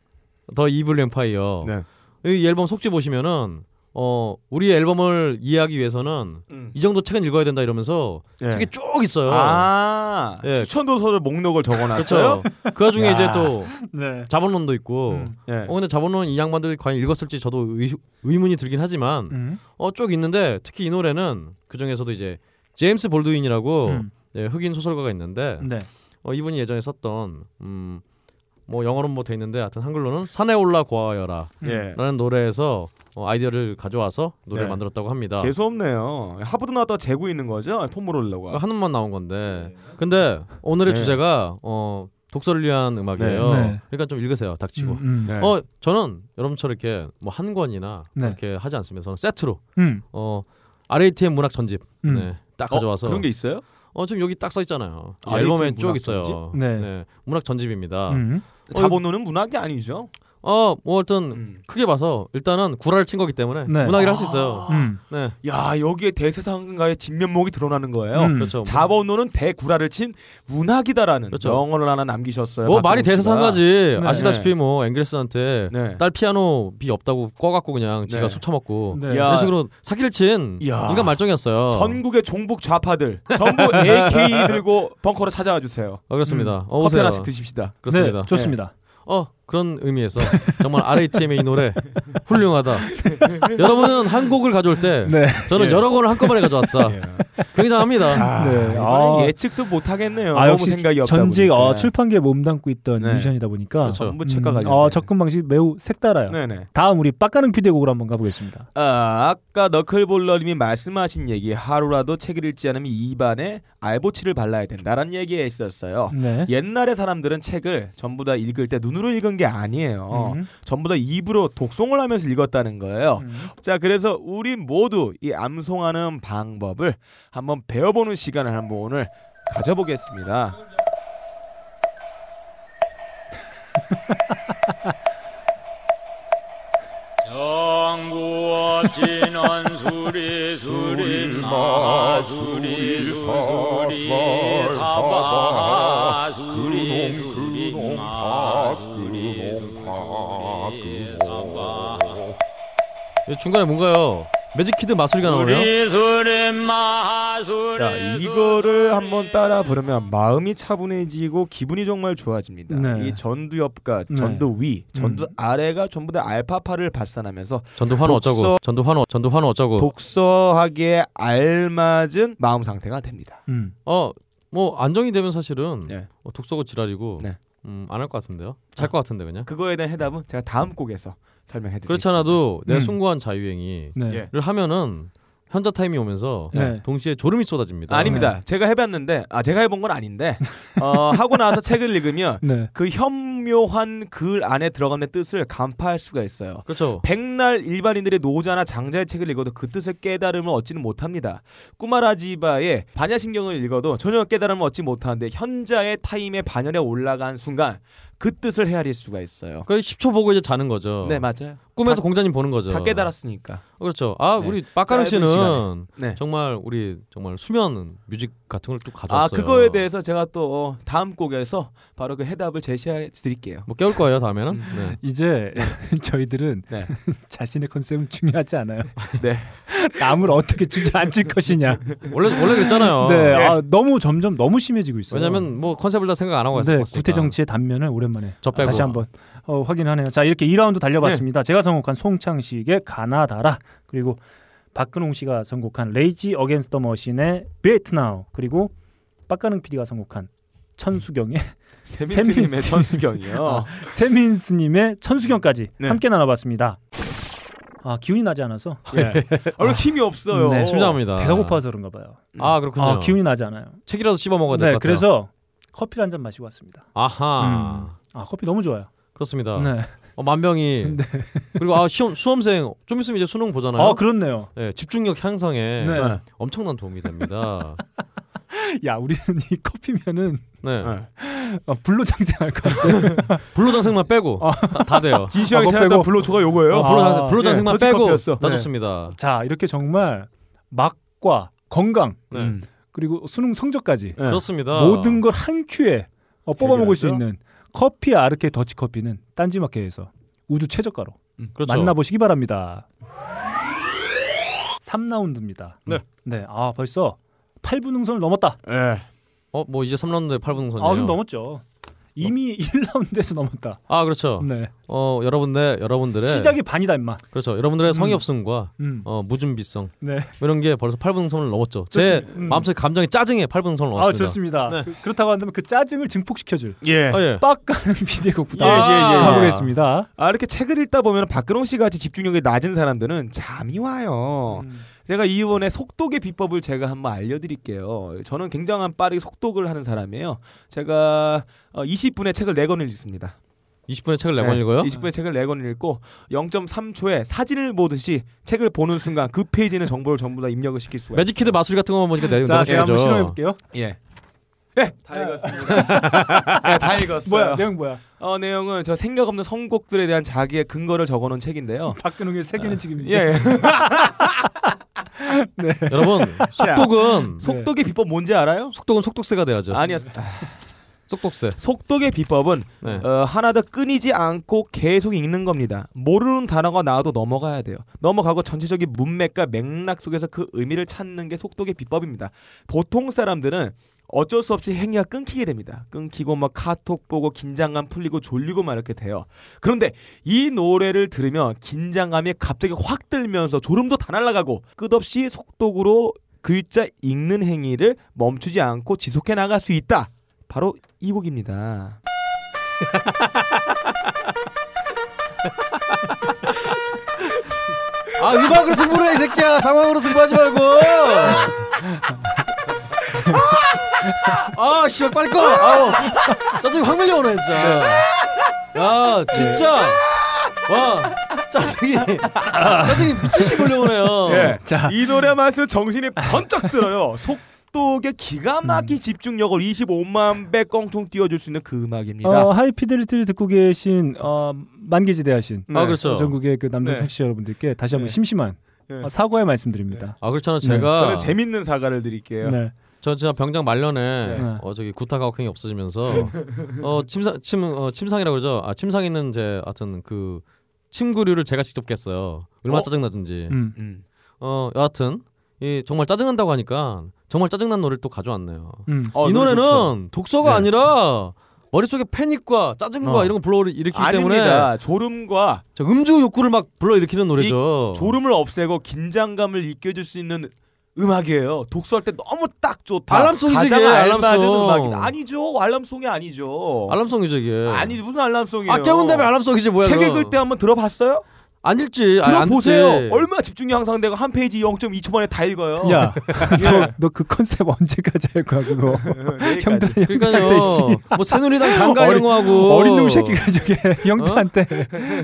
더 이블 엠파이어. 네. 이 앨범 속지 보시면은 어, 우리 앨범을 이해하기 위해서는 이 정도 책은 읽어야 된다 이러면서 음. 예. 책이 쭉 있어요. 아 예. 추천 도서를 목록을 적어놨어요. 그렇죠. 그 와중에 야. 이제 또 네. 음, 자본론도 있고. 예. 어 근데 자본론 이 양반들이 과연 읽었을지 저도 의, 문이 들긴 하지만 음. 어쭉 있는데 특히 이 노래는 그 중에서도 이제 제임스 볼드윈이라고 음. 예, 흑인 소설가가 있는데 네. 어 이분이 예전에 썼던 음. 뭐 영어로는 뭐 돼 있는데 하여튼 한글로는 산에 올라 고하여라 예. 라는 노래에서 어, 아이디어를 가져와서 노래를 네. 만들었다고 합니다. 재수 없네요. 하버드 나왔다가 재고 있는 거죠? 톰 아, 모롤러가. 그러니까 한 음만 나온 건데. 근데 오늘의 네. 주제가 어 독서를 위한 음악이에요. 네. 네. 그러니까 좀 읽으세요. 닥치고. 음, 음. 네. 어 저는 여러분처럼 이렇게 뭐 한 권이나 네. 이렇게 하지 않습니다. 저는 세트로 음. 어 RATM 문학 전집 음. 네, 딱 어, 가져와서 그런 게 있어요? 어 지금 여기 딱 써 있잖아요. 이 RATM 앨범에 문학 쭉 있어요. 전집? 네. 아. 문학 전집입니다. 음. 자본론은 문학이 아니죠. 어뭐 하여튼 음. 크게 봐서 일단은 구라를 친 거기 때문에 네. 문학이라 할 수 있어요. 아. 음. 네. 야 여기에 대세상가의 진면목이 드러나는 거예요. 음. 그렇죠. 자본론은 대구라를 친 문학이다라는 명언을 하나 남기셨어요. 뭐 박근홍 말이 씨가. 대세상가지 네. 아시다시피 뭐 앵글스한테 네. 딸 피아노 비 없다고 꿔갖고 그냥 지가 네. 술 처먹고 네. 야. 아. 이런 식으로 사기를 친 야. 인간 말종이었어요. 전국의 종북 좌파들 전부 AK 들고 벙커로 찾아와 주세요. 어, 그렇습니다. 음. 어, 커피 오세요. 하나씩 드십시다. 네, 그렇습니다. 네, 어 그런 의미에서 정말 RATM의 이 노래 훌륭하다. 여러분은 한 곡을 가져올 때 네. 저는 예. 아. 여러 곡을 한꺼번에 가져왔다. 굉장합니다. 네. 아, 이거는 예측도 못 하겠네요. 너무 생각이 없다 전직 보니까. 어, 출판계에 몸담고 있던 뮤지션이다 보니까 그렇죠. 전부 음, 책과 관련된. 어, 접근 방식 매우 색달아요. 네네. 다음 우리 빡가는 피디의 곡으로 한번 가보겠습니다. 아, 아까 너클볼러님이 말씀하신 얘기 하루라도 책을 읽지 않으면 입안에 알보치를 발라야 된다라는 얘기에 있었어요. 네. 옛날에 사람들은 책을 전부 다 읽을 때 눈으로 읽은 게 아니에요. 음. 전부 다 입으로 독송을 하면서 읽었다는 거예요. 음. 자, 그래서 우리 모두 이 암송하는 방법을 한번 배워보는 시간을 한번 오늘 가져보겠습니다. 영구어찌는 수리 수리 마 수리 수수리 사바 수리 수리 마 수리 수리 사바 중간에 뭔가요? 매직키드 마술이가 나오네요. 수리 수리 마 수리 자 이거를 한번 따라 부르면 마음이 차분해지고 기분이 정말 좋아집니다. 네. 이 전두 옆과 네. 전두 위, 전두 아래가 전부 다 알파파를 발산하면서 전두 환호 독서- 어쩌고? 전두 환호 전두 환호 어쩌고? 독서하기에 알맞은 마음 상태가 됩니다. 어뭐 안정이 되면 사실은 예. 어, 독서고 지랄이고 네. 음, 안 할 것 같은데요. 아. 잘 것 같은데 그냥. 그거에 대한 해답은 제가 다음 곡에서 설명해드릴게요. 그렇지 않아도 내 음. 숭고한 자유행위를 네. 예. 하면은 현자 타임이 오면서 네. 동시에 졸음이 쏟아집니다. 네. 아닙니다. 제가 해봤는데 아 제가 해본 건 아닌데 어, 하고 나서 책을 읽으면 네. 그 현묘한 글 안에 들어가는 뜻을 간파할 수가 있어요. 그렇죠. 백날 일반인들의 노자나 장자의 책을 읽어도 그 뜻의 깨달음을 얻지는 못합니다. 꾸마라지바의 반야신경을 읽어도 전혀 깨달음을 얻지 못하는데 현자의 타임에 반열에 올라간 순간 그 뜻을 헤아릴 수가 있어요. 그 10초 보고 이제 자는 거죠. 네, 맞아요. 꿈에서 다- 공자님 보는 거죠. 다 깨달았으니까. 어, 그렇죠. 아 네. 우리 빡가는 짧은 시간에. 씨는 네. 정말 우리 정말 수면 뮤직 같은 걸 또 아 가져왔어요. 그거에 대해서 제가 또 어, 다음 곡에서 바로 그 해답을 제시해 드릴게요. 뭐 깨울 거예요 다음에는. 네. 이제 예. 저희들은 자신의 컨셉은 중요하지 않아요. 네. 남을 어떻게 주저앉힐 것이냐. 네. 원래 원래 어, 그랬잖아요. 네. 예. 아, 너무 점점 너무 심해지고 있어요. 왜냐면 뭐 컨셉을 다 생각 안 하고 네, 했어요. 구태 정치의 단면을 오랜만에 저 빼고. 네. 다시 한번 어, 확인하네요. 자, 이렇게 2라운드 달려봤습니다. 제가 선곡한 송창식의 가나다라 그리고 박근홍 씨가 선곡한 레이지 어게인스 더 머신의 베트나우 그리고 빡가능 PD가 선곡한 천수경의 세민스님의 세민스- 천수경이요. 아, 세민스님의 천수경까지 네. 함께 나눠봤습니다. 아 기운이 나지 않아서 예. 아, 왜 힘이 없어요? 네. 심장합니다. 배가 고파서 그런가 봐요. 아 그렇군요. 아, 기운이 나지 않아요. 책이라도 씹어 먹어야 될 네, 것 같아요. 그래서 커피 한 잔 마시고 왔습니다. 아하. 아 커피 너무 좋아요. 그렇습니다. 네. 어, 만병이 그리고 아 시험 수험생 좀 있으면 이제 수능 보잖아요. 아, 그렇네요. 네, 집중력 향상에 네. 엄청난 도움이 됩니다. 야 우리는 이 커피면은 네. 어, 불로 장생할 것 같아. 불로 장생만 빼고 아, 다, 다 돼요. 지시 형이 아, 그거 생각했던 빼고. 불로초가 요거예요? 어, 불로 아, 장생, 불로 예, 네, 장생만 도치 빼고 커피였어. 나 네. 좋습니다. 자 이렇게 정말 막과 건강 음. 그리고 수능 성적까지 그렇습니다. 네. 모든 걸 한 큐에 어, 뽑아 먹을 수 있는 커피 아르케 더치 커피는 딴지마켓에서 우주 최저가로 그렇죠. 만나보시기 바랍니다. 3라운드입니다. 네. 아 벌써 8분 응선을 넘었다. 예. 어뭐 이제 3라운드에 8분 선이에요. 아, 그럼 넘었죠. 이미 1라운드에서 넘었다. 아 그렇죠. 네. 어 여러분들 여러분들의 시작이 반이다 임마. 그렇죠. 여러분들의 음. 성의 없음과 음. 어, 무준비성 뭐 네. 이런 게 벌써 8분 선을 넘었죠. 제 좋습니다. 음. 마음속 감정이 짜증에 8분 선을 아 넘었습니다. 좋습니다. 그- 그렇다고 한다면 그 짜증을 증폭시켜줄 예. 아, 예. 빡가는 비디곡부터 예, 예, 예, 예. 가보겠습니다. 아 이렇게 책을 읽다 보면 박근홍 씨 같이 집중력이 낮은 사람들은 잠이 와요. 제가 이번에 속독의 비법을 제가 한번 알려드릴게요. 저는 굉장한 빠르게 속독을 하는 사람이에요. 제가 어, 20분에 책을 4 권을 읽습니다. 네. 20분의 네. 책을 내고 네 읽어요? 20분에 책을 4권 읽고 0.3초에 사진을 보듯이 책을 보는 순간 그 페이지에 있는 정보를 전부 다 입력을 시킬 수가 있어요. 매직키드 마술 같은 것만 보니까 내용 자, 제가 한번 거죠. 실험해볼게요. 예. 네, 다 읽었습니다. 네, 다 읽었어요. 뭐야, 내용 뭐야? 어, 내용은 저 생각 없는 선곡들에 대한 자기의 근거를 적어놓은 책인데요. 박근홍의 세계는 지금입니다. 예. 네. 여러분 속독은 속독의 비법 뭔지 알아요? 속독은 속독세가 돼야죠. 아니었어. 속독세. 속독의 비법은 네. 어, 하나 더 끊이지 않고 계속 읽는 겁니다. 모르는 단어가 나와도 넘어가야 돼요. 넘어가고 전체적인 문맥과 맥락 속에서 그 의미를 찾는 게 속독의 비법입니다. 보통 사람들은 어쩔 수 없이 행위가 끊기게 됩니다. 끊기고 막 카톡 보고 긴장감 풀리고 졸리고 막 이렇게 돼요. 그런데 이 노래를 들으면 긴장감이 갑자기 확 들면서 졸음도 다 날아가고 끝없이 속독으로 글자 읽는 행위를 멈추지 않고 지속해 나갈 수 있다. 바로 이 곡입니다. 아 음악으로 승부를 해이 새끼야 상황으로 승부하지 말고 아 씨발 빨리 꺼 아우 짜증이 확 밀려오네 진짜 야 진짜 와 짜증이 짜증이 미치게 몰려오네요 예. 이 노래만 있으면 정신이 번쩍 들어요. 속독의 기가 막힌 집중력을 25만 배 껑충 띄워줄 수 있는 그 음악입니다. 어, 하이피델리티를 듣고 계신 어, 만개지대하신 아, 네. 그렇죠. 전국의 그 남성 네. 청취자 여러분들께 다시 한번 네. 심심한 네. 어, 사과의 말씀드립니다. 아 그렇잖아 네. 제가 저는 재밌는 사과를 드릴게요. 네. 저 진짜 병장 말년에 네. 어 저기 구타가혹행이 없어지면서 어 침상 침 어, 침상이라고 그러죠. 아 침상 있는 제 하여튼 그 침구류를 제가 직접 깼어요. 얼마나 어? 짜증나든지. 음. 음. 어 여하튼 이 정말 짜증난다고 하니까 정말 짜증난 노래를 또 가져왔네요. 음. 이 아, 어, 노래 노래는 좋죠. 독서가 네. 아니라 머릿속에 패닉과 짜증과 어. 이런 걸 불러일으키기 아닙니다. 때문에 졸음과 저 음주 욕구를 막 불러일으키는 노래죠. 졸음을 없애고 긴장감을 잊겨줄 수 있는 음악이에요. 독서할 때 너무 딱 좋다. 알람송이지, 가장 이게, 알맞은 알람송. 음악이다. 아니죠. 알람송이 아니죠. 알람송이죠 이게. 아니 무슨 알람송이에요? 아 깨운 다음에 알람송이지 뭐야. 책 그럼. 읽을 때 한번 들어봤어요? 안 읽지. 아니, 안 들어보세요. 듣지. 얼마나 집중력 향상되고 한 페이지 0.2초 만에 다 읽어요. 야, 너 그 컨셉 언제까지 할 거야 그거? 형들 형들한테 씨. 뭐 새누리당 당가 이런 어린- 거 하고 어린 놈 새끼가 저게 형들한테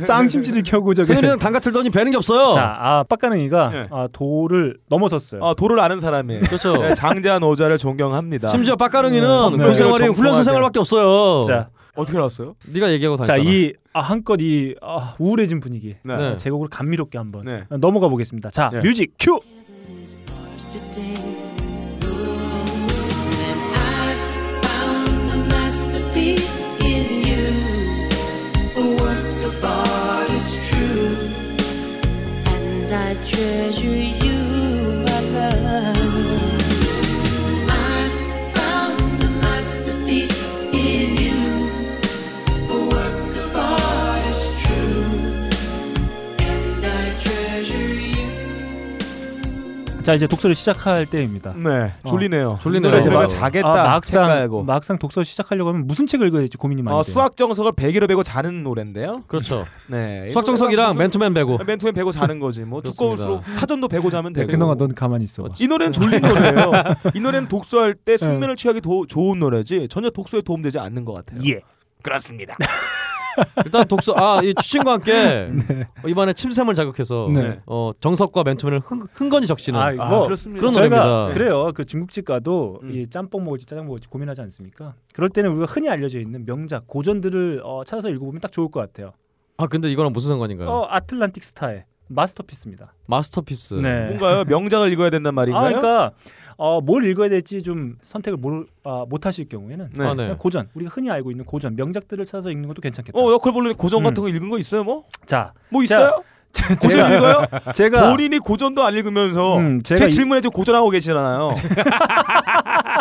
쌍심지를 켜고 저게 새누리당 당가 틀더니 배는 게 없어요. 자, 아 빡가능이가 아, 도를 넘어섰어요. 아, 도를 아는 사람이에요. 그렇죠. 네, 장자 노자를 존경합니다. 심지어 빡가릉이는 음, 군 생활이 훈련소 생활밖에 없어요. 자, 어떻게 나왔어요? 네가 얘기하고 자, 다녔잖아. 이 아, 한껏 이 아, 우울해진 분위기 네. 네. 제곡으로 감미롭게 한번 네. 넘어가 보겠습니다. 자, 뮤직 큐. found a masterpiece in you, a work of art is true, and I treasure you, my love. I found a masterpiece in you, a work of art is true, and I treasure you. 자, 이제 독서를 시작할 때입니다. 네, 졸리네요. 어. 졸리네요. 노래 들으면 자겠다, 아, 책 막상 깔고. 막상 독서 시작하려고 하면 무슨 책을 읽어야 될지 고민이 많이 어, 돼요. 수학 정석을 베개로 베고 자는 노래인데요. 그렇죠. 네. 수학 정석이랑 맨투맨 베고. 맨투맨 베고 자는 거지. 뭐 그렇습니다. 두꺼울수록 사전도 베고 자면 되고. 네, 그동안 넌 가만히 있어. 이 노래는 졸린 노래예요. 이 노래는 독서할 네. 때 숙면을 취하기 도, 좋은 노래지 전혀 독서에 도움되지 않는 것 같아요. 예, 그렇습니다. 일단 독서 아이 추친과 함께 네. 어, 이번에 침샘을 자극해서 네. 어, 정석과 맨투맨을 흥, 흥건히 적시는 아, 뭐 이거 그런 저희가 노래입니다. 그래요. 그 중국집 가도 이 짬뽕 먹을지 짜장 먹을지 고민하지 않습니까? 그럴 때는 우리가 흔히 알려져 있는 명작 고전들을 어, 찾아서 읽어보면 딱 좋을 것 같아요. 아 근데 이거랑 무슨 상관인가요? 어, 아틀란틱 스타의 마스터피스입니다. 마스터피스. 네. 뭔가요? 명작을 읽어야 된단 말인가요? 아, 그러니까 어, 뭘 읽어야 될지 좀 선택을 모르, 아, 못하실 경우에는 네. 아, 네. 그냥 고전 우리가 흔히 알고 있는 고전 명작들을 찾아서 읽는 것도 괜찮겠다. 어, 너클 볼로 고전 음. 같은 거 읽은 거 있어요, 뭐? 자, 뭐 자, 있어요? 제- 고전 제가- 읽어요? 제가- 본인이 고전도 안 읽으면서 음, 제가 제 이- 질문에 지금 고전하고 계시잖아요.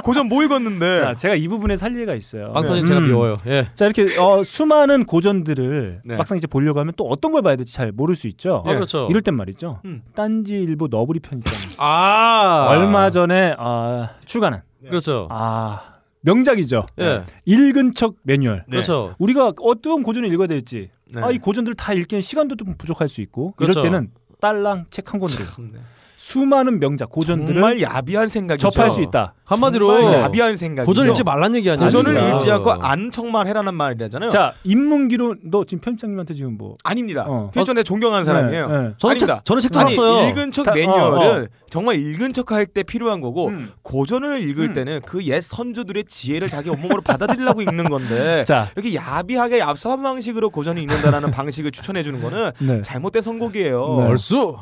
고전 뭐 읽었는데? 자, 제가 이 부분에 살리가 있어요. 네. 음. 방탄님 음. 제가 미워요. 예. 자 이렇게 어, 수많은 고전들을 막상 이제 보려고 하면 또 어떤 걸 봐야 될지 잘 모를 수 있죠. 예. 아, 그렇죠. 이럴 땐 말이죠. 딴지일보 너브리 편집장 아 얼마 전에 아, 출간한 그렇죠. 아 명작이죠. 예. 읽은 척 매뉴얼. 네. 그렇죠. 우리가 어떤 고전을 읽어야 될지 네. 아 이 고전들 다 읽기엔 시간도 좀 부족할 수 있고 그렇죠. 이럴 때는 딸랑 책 한 권으로 수많은 명작 고전들을 네. 정말 야비한 생각이죠. 접할 수 있다. 정말 야비한 생각이죠. 고전을 읽지 않고 아는 척만 해라는 말이잖아요. 어. 자 인문기론도 지금 편집장님한테 지금 뭐 아닙니다. 어. 그 전에 존경하는 네, 사람이에요. 네. 아닙니다. 아니, 읽은 척 다- 어, 매뉴얼은 어. 음. 정말 읽은 척 할 때 필요한 거고 고전을 읽을 때는 그 옛 선조들의 지혜를 자기 온몸으로 받아들이려고 읽는 건데 네. 자. 이렇게 야비하게 얍삽한 방식으로 고전을 읽는다라는 방식을 추천해 주는 거는 네. 잘못된 선곡이에요. 네. 얼쑤!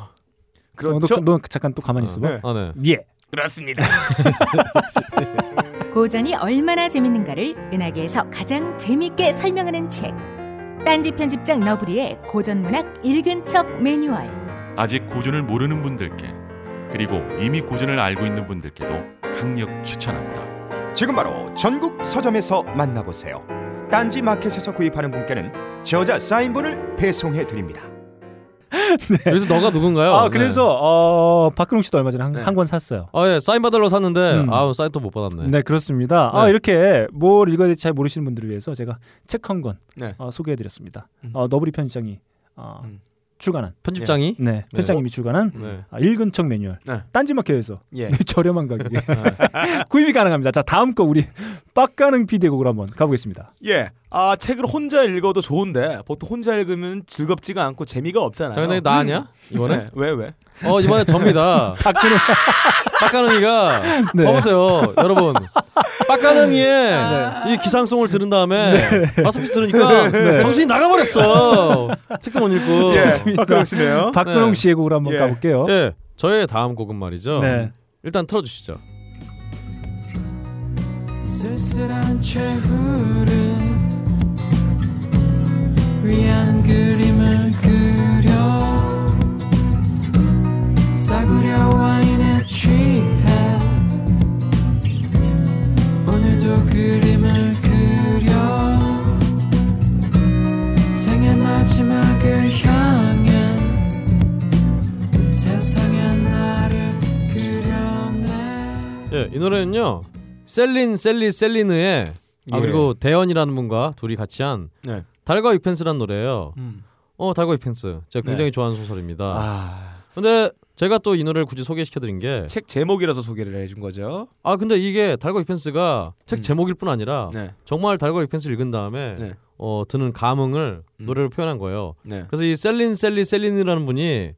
그렇죠. 너, 너 잠깐 또 가만히 있어봐. 네. 아, 네. 예. 그렇습니다. 고전이 얼마나 재밌는가를 은하계에서 가장 재밌게 설명하는 책. 딴지 편집장 너브리의 고전문학 읽은 척 매뉴얼. 아직 고전을 모르는 분들께 그리고 이미 고전을 알고 있는 분들께도 강력 추천합니다. 지금 바로 전국 서점에서 만나보세요. 딴지 마켓에서 구입하는 분께는 저자 사인본을 배송해 드립니다. 예. 여기서 너가 누군가요? 네. 아 그래서 어, 박근홍 씨도 얼마 전에 한 권 샀어요. 네. 아예 사인 받으러 샀는데 음. 아 사인 또 못 받았네. 네 그렇습니다. 아 네. 이렇게 뭘 읽어야 될지 잘 모르시는 분들을 위해서 제가 책 한 권 네. 음. 어, 소개해드렸습니다. 어, 너브리 편집장이 어, 출간한 편집장이? 네, 네. 편집장님이 출간한 네. 아, 읽은 척 매뉴얼 네. 딴지마켓에서 예. 저렴한 가격에 구입이 가능합니다. 자 다음 거 우리 빡가능 피디의 곡으로 한번 가보겠습니다. 예. 아 책을 혼자 읽어도 좋은데 보통 혼자 읽으면 즐겁지가 않고 재미가 없잖아요. 당연히 나 아니야? 이번에? 네. 왜 왜? 어 이번에 접니다. 박근혜 빡가능이가 네. 봐보세요 여러분 빡가능이의 이 기상송을 들은 다음에 마스피스 들으니까 네. 정신이 나가버렸어 책도 못 읽고 좋습니다. 박근홍 네. 씨의 곡으로 한번 가볼게요. 예 저의 다음 곡은 말이죠 네. 일단 틀어주시죠 쓸쓸한 최후를 위한 그림을 그려 싸구려 와인에 취해 오늘도 그림을 그려 생의 마지막을 향해 세상의 나를 그려내 예이 노래는요 셀린 셀리 셀린의 아 예. 그리고 대현이라는 분과 둘이 같이 한 네. 달과 육펜스라는 노래예요 음. 어 달과 육펜스 제가 네. 굉장히 좋아하는 소설입니다 아. 근데 제가 또 이 노래를 굳이 소개시켜드린 게 책 제목이라서 소개를 해준 거죠. 아 근데 이게 달과 이펜스가 음. 책 제목일 뿐 아니라 네. 정말 달과 이펜스 읽은 다음에 네. 어, 드는 감흥을 음. 노래로 표현한 거예요. 네. 그래서 이 셀린 셀리 셀린이라는 분이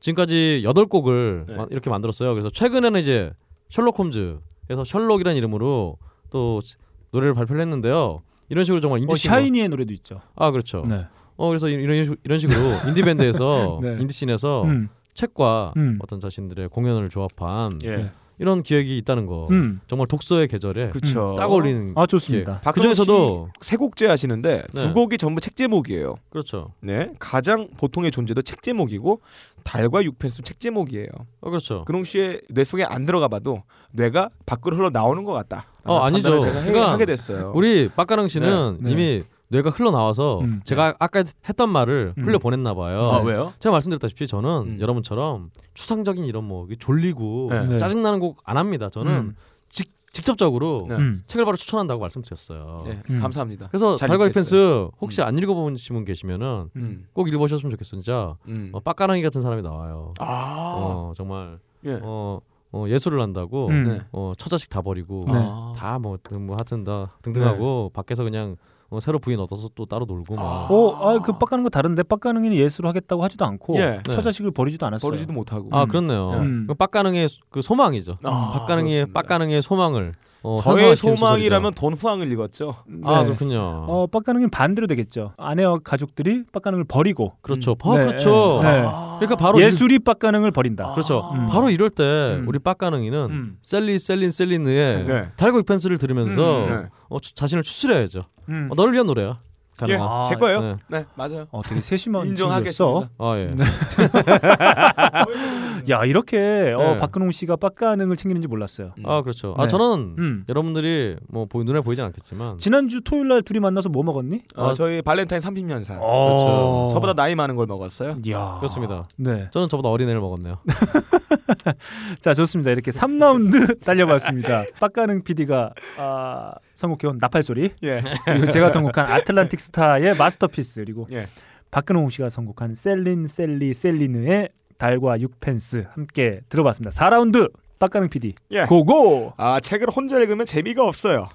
지금까지 여덟 곡을 네. 마- 이렇게 만들었어요. 그래서 최근에는 이제 셜록 홈즈에서 셜록이라는 이름으로 또 시- 노래를 발표를 했는데요. 이런 식으로 정말 인디 어, 싱어- 샤이니의 노래도 있죠. 아 그렇죠. 네. 어 그래서 이- 이런 식- 이런 식으로 인디 밴드에서 네. 인디 씬에서 음. 책과 음. 어떤 자신들의 공연을 조합한 예. 네. 이런 기획이 있다는 거 음. 정말 독서의 계절에 그쵸. 딱 어울리는 아, 기획. 박근홍 네. 음. 그중에서도 씨, 세 곡제 하시는데 네. 두 곡이 전부 책 제목이에요. 그렇죠. 네, 가장 보통의 존재도 책 제목이고 달과 육펜수 책 제목이에요. 어, 그렇죠. 근홍 씨의 뇌 속에 안 들어가봐도 뇌가 밖으로 흘러 나오는 것 같다. 어 아니죠. 제가 해- 그러니까 하게 됐어요. 우리 빡가릉 씨는 네, 네. 이미 뇌가 흘러 나와서 제가 아까 했던 말을 음. 흘려 보냈나 봐요. 아, 왜요? 제가 말씀드렸다시피 저는 여러분처럼 추상적인 이런 뭐 졸리고 네. 네. 짜증나는 곡 안 합니다. 저는 음. 직, 직접적으로 네. 음. 책을 바로 추천한다고 말씀드렸어요. 네, 음. 감사합니다. 그래서 잘 달과 읽겠어요. 이펜스 혹시 안 읽어보신 분 계시면은 음. 꼭 읽어보셨으면 좋겠어요. 진짜 음. 어, 빡가랑이 같은 사람이 나와요. 아. 어, 정말 예. 어, 어, 예술을 한다고 음. 네. 어, 처자식 다 버리고 네. 다뭐 뭐, 하여튼 다 등등하고 밖에서 그냥 어, 새로 부인 얻어서 또 따로 놀고 막. 어, 아, 그 빡가는 거 다른데 빡가는 게 예술을 하겠다고 하지도 않고 예. 처자식을 버리지도 않았어요. 버리지도 못하고. 아 그렇네요. 음. 그 빡가능의 소- 그 소망이죠. 아, 빡가능의 빡가능의 소망을. 어, 저의 현상화시키는 소망이라면 소설이죠. 돈 후황을 읽었죠. 아 그렇군요. 어, 빡가능은 반대로 되겠죠. 아내와 가족들이 빡가능을 버리고. 그렇죠. 아, 그렇죠. 그러니까 바로 네. 예술이 아, 빡가능을 버린다. 그렇죠. 바로 이럴 때 우리 빡가능이는 셀리 셀린 셀린의 네. 달고 이펜스를 들으면서 음, 네. 어, 추- 자신을 추스려야죠. 음. 어, 너를 위한 노래야. 예, 아, 가능한. 제 거예요. 네. 맞아요. 어, 되게 세심한 인정하겠습니다. 친구였어. 아, 예. 야 이렇게 어, 네. 박근홍 씨가 빡가능을 챙기는지 몰랐어요. 아 그렇죠. 아 네. 저는 음. 여러분들이 뭐 보이- 눈에 보이진 않겠지만 지난주 토요일 날 둘이 만나서 뭐 먹었니? 어, 저희 발렌타인 30년산. 어. 그렇죠. 저보다 나이 많은 걸 먹었어요. 그렇습니다. 네. 저는 저보다 어린 애를 먹었네요. 자 좋습니다. 이렇게 3라운드 달려봤습니다. 빡가능 PD가 아, 선곡해온 나팔 소리. 예. 그리고 제가 선곡한 아틀란틱 스타의 마스터피스 그리고 예. 박근홍 씨가 선곡한 셀린 셀리 셀리느의 달과 6펜스 함께 들어봤습니다. 4라운드 빡가는 PD 예. 고고. 아 책을 혼자 읽으면 재미가 없어요.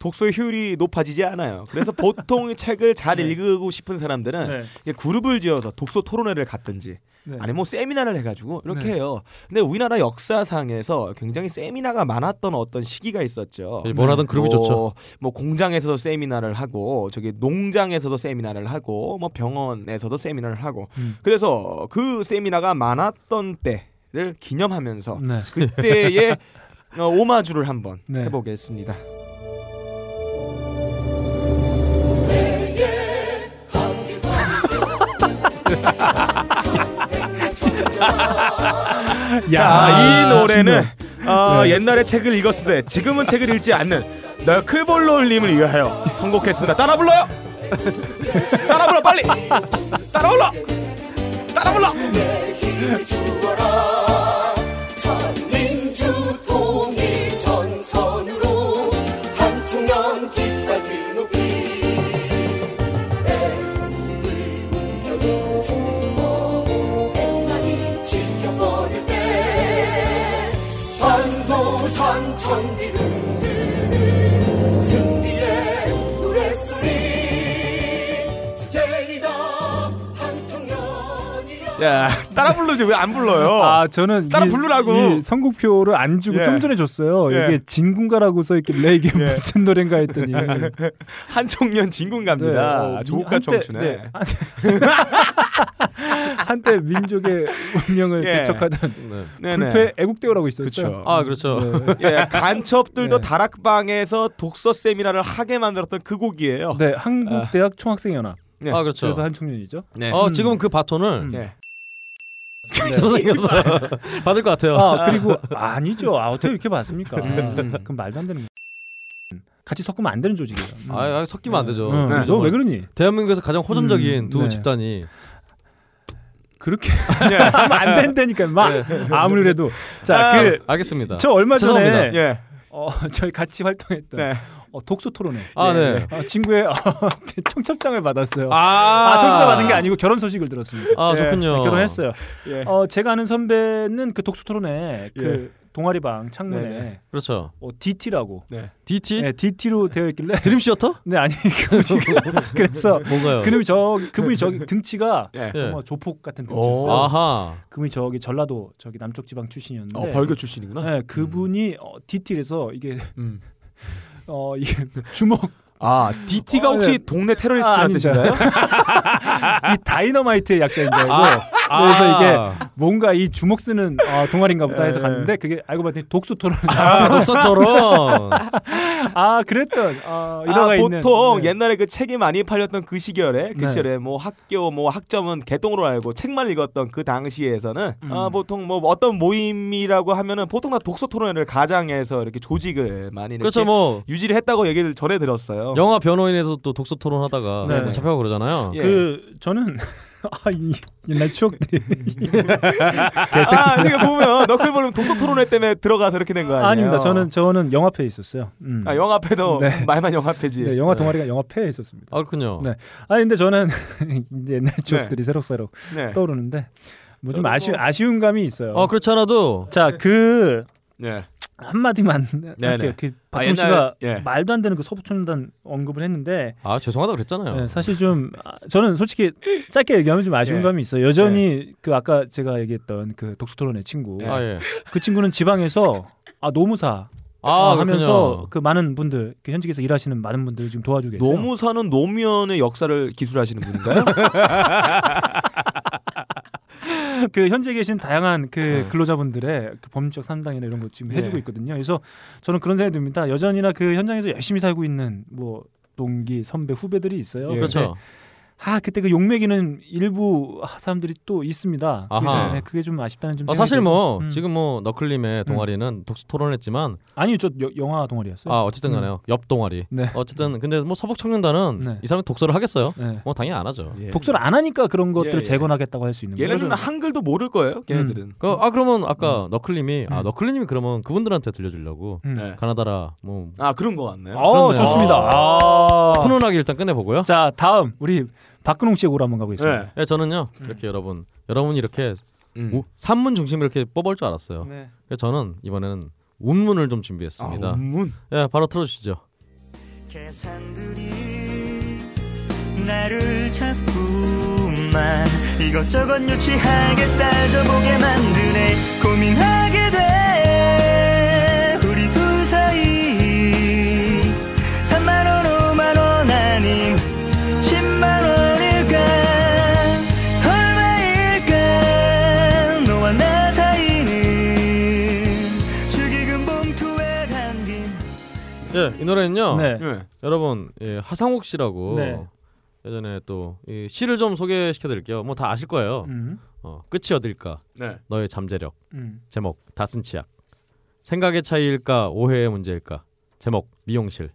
독서의 효율이 높아지지 않아요. 그래서 보통 이 책을 잘 읽고 싶은 사람들은 네. 이게 그룹을 지어서 독서 토론회를 갔든지 네. 아니면 뭐 세미나를 해가지고 이렇게 네. 해요. 근데 우리나라 역사상에서 굉장히 세미나가 많았던 어떤 시기가 있었죠. 예, 뭘 하든 그룹이 뭐, 좋죠. 뭐 공장에서도 세미나를 하고 저기 농장에서도 세미나를 하고 뭐 병원에서도 세미나를 하고 음. 그래서 그 세미나가 많았던 때를 기념하면서 음. 네. 그때의 어, 오마주를 한번 네. 해보겠습니다. 아, 자, 이 노래는 어, 네. 옛날에 책을 읽었을 때 지금은 책을 읽지 않는 너클볼로님을 위하여 선곡했습니다. 따라 불러요. 따라 불러 빨리. 따라 불러. 따라 불러. 민주 통일 전선으로 한 총년 깃발 들높이 애국을 움켜쥔 주먹 백만이 지켜버릴 때 반도산 천디 흔드는 승리의 노랫소리 주제이다 한 총년이 야, 따라 부르지 왜 안 불러요? 아 저는 어. 따라 이- 부르라고. 이 선곡표를 안 주고 예. 좀 전에 줬어요. 예. 이게 진군가라고 써 있길래 이게 무슨 노래인가 했더니 예. 한 청년 진군갑니다. 아, 네, 어, 조국과 한때- 청춘에. 네, 한때 민족의 운명을 예. 개척하던 네. 네네. 불패 애국대오라고 있었어요. 그쵸. 아, 그렇죠. 예, 간첩들도 네. 다락방에서 독서 세미나를 하게 만들었던 그 곡이에요. 네, 한국대학 총학생연합. 네. 아, 그렇죠. 그래서 한 청년이죠. 네. 어 지금 그 바톤을 음. 네. 선생님께서 받을 것 같아요. 아, 그리고 아니죠. 아, 어떻게 이렇게 봤습니까? 음. 그럼 말도 안 되는. 거. 같이 섞으면 안 되는 조직이에요. 음. 아, 아, 섞이면 안 되죠. 네. 음. 그죠? 너왜 그러니? 대한민국에서 가장 호전적인 음, 두 네. 집단이 그렇게 하면 안 된다니까 막 아무리 해도 자, 아, 그 알겠습니다. 저 얼마 전에 죄송합니다. 예. 어, 저희 같이 활동했던 어, 독서 토론회. 아, 네. 아, 친구의 어, 청첩장을 받았어요. 아. 청첩장 받은 게 아니고 결혼 소식을 들었습니다. 네, 아, 좋군요. 결혼했어요. 예. 어, 제가 아는 선배는 그 독서 토론회 그 예. 동아리방 창문에 네네. 그렇죠. 어, DT라고. DT? 네, DT로 되어 있길래. 드림 시어터? 네, 아니. 그 그래서 뭔가요? 그놈이 저 그분이 저기 등치가 어. 예. 정말 예. 조폭 같은 오. 등치였어요. 아하. 그분이 저기 전라도 저기 남쪽 지방 출신이었는데. 어, 벌교 출신이구나. 음. 네, 그분이 어, DT에서 이게 어, 이게 주먹 아, DT가 혹시 아, 동네 테러리스트라는 뜻인가요? 이 다이너마이트의 약자인 줄 알고 아. 그래서 아. 이게 뭔가 이 주먹 쓰는 어, 동아리인가 보다 해서 예. 갔는데 그게 알고 봤더니 독서 토론 아, 독서 토론. 아 그랬던 어, 일화가 아, 있는 보통 네. 옛날에 그 책이 많이 팔렸던 그 시절에 그 네. 시절에 뭐 학교 뭐 학점은 개똥으로 알고 책만 읽었던 그 당시에서는 음. 아, 보통 뭐 어떤 모임이라고 하면은 보통 다 독서 토론회를 가장해서 이렇게 조직을 많이 이렇게 그렇죠, 뭐. 유지를 했다고 얘기를 전해 들었어요. 영화 변호인에서 또 독서 토론하다가 네. 뭐 잡혀가고 그러잖아요. 그 저는 아, 이 옛날 추억들이 아, 지금 보면 너클볼은 독서 토론회 때문에 들어가서 이렇게 된 거 아니에요? 아닙니다. 저는 저는 영화패에 있었어요. 음. 아, 영화패도 예. 네. 말만 영화패지. 네, 영화 동아리가 영화패에 있었습니다. 아, 그렇군요. 네. 아 근데 저는 이제 옛날 추억들이 네. 새록새록 네. 떠오르는데 뭐 좀 저도 아쉬 뭐- 아쉬운 감이 있어요. 어 그렇지 않아도 자그 네. 한마디만 네, 할게요. 네. 그 아, 박홍 옛날- 씨가 예. 말도 안 되는 그 서부촌단 언급을 했는데 아 죄송하다 고 그랬잖아요. 네, 사실 좀 아, 저는 솔직히 짧게 얘기하면 좀 아쉬운 예. 감이 있어요. 여전히 그 아까 제가 얘기했던 그 독서토론의 친구, 아, 예. 그 친구는 지방에서 아 노무사 아, 어, 하면서 그렇군요. 그 많은 분들 그 현직에서 일하시는 많은 분들 지금 도와주고 계세요. 노무사는 노무현의 역사를 기술하시는 분인가요? 그 현재 계신 다양한 네. 그 근로자분들의 그 법률적 상담이나 이런 것 지금 해주고 네. 있거든요. 그래서 저는 그런 생각이 듭니다. 여전히나 그 현장에서 열심히 살고 있는 뭐 동기, 선배, 후배들이 있어요. 예. 그렇죠. 근데 아 그때 그 욕먹이는 일부 아, 사람들이 또 있습니다. 그게, 아하. 네, 그게 좀 아쉽다는 좀. 아, 생각이 사실 들고. 뭐 음. 지금 뭐 너클림의 동아리는 독서 토론했지만 아니 저 여- 영화 동아리였어요. 아 어쨌든 간에요 옆 동아리 그렇죠. 음. 네. 어쨌든 근데 뭐 서북 청년단은 네. 이 사람이 독서를 하겠어요? 네. 뭐 당연히 안 하죠. 음. 독서를 안 하니까 그런 것들을 예, 예. 재건하겠다고 할 수 있는 거죠. 예. 음. 얘네들은 한글도 모를 거예요. 걔네들은. 그, 아 그러면 아까 너클림이 아 너클림이 그러면 그분들한테 들려주려고 음. 네. 가나다라 뭐 아 그런 거 같네요. 어 좋습니다. 아. 훈훈하게 일단 끝내보고요. 예. 예, 자 다음 음. 우리 박근홍 씨의 오라 한번 가보겠습니다. 네. 저는요 이렇게 여러분 여러분 이렇게 음. 우- 산문 중심 이렇게 뽑을 줄 알았어요. 네. 그래서 저는 이번에는 운문을 좀 준비했습니다. 아, 운문? 예, 바로 틀어주시죠. 나를 자꾸만 이것저것 유치하게 따져보게 만드네 고민하게 돼 우리 둘 사이 3만원 5만원 아님 10만원일까 얼마일까 너와 나 사이는 축의금 봉투에 담긴 예, 이 노래는요. 네. 여러분 예, 하상욱 씨라고 네. 예전에 또 이 시를 좀 소개시켜드릴게요. 뭐 다 아실 거예요. 음. 어, 끝이 어딜까? 네. 너의 잠재력. 음. 제목 다쓴 치약. 생각의 차이일까? 오해의 문제일까? 제목 미용실.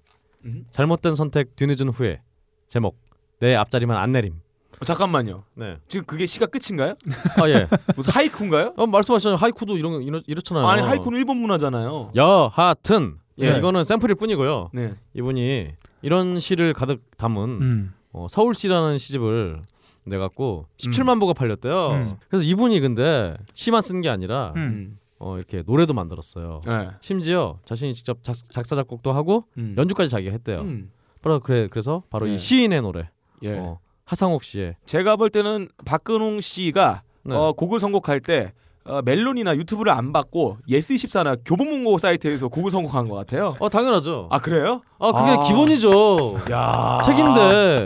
음. 잘못된 선택 뒤늦은 후회. 제목 내 앞자리만 안 내림. 어, 잠깐만요. 네. 지금 그게 시가 끝인가요? 아 예. 무슨 하이쿠인가요? 어, 말씀하셨잖아요. 하이쿠도 이런 거 이렇, 이렇잖아요. 아니 하이쿠는 일본 문화잖아요. 여하튼 예. 예, 이거는 샘플일 뿐이고요. 네. 이분이 이런 시를 가득 담은 음. 어, 서울시라는 시집을 내갖고 음. 17만 부가 팔렸대요. 음. 그래서 이분이 근데 시만 쓴 게 아니라 음. 어, 이렇게 노래도 만들었어요. 네. 심지어 자신이 직접 작, 사 작곡도 하고 음. 연주까지 자기가 했대요. 음. 바로 그래 그래서 바로 네. 이 시인의 노래 예. 어, 하상욱 씨의 제가 볼 때는 박근홍 씨가 네. 어, 곡을 선곡할 때 어, 멜론이나 유튜브를 안 받고 예스 24나 교보문고 사이트에서 곡을 선곡한 것 같아요. 어 당연하죠. 아 그래요? 아 그게 기본이죠. 야 책인데.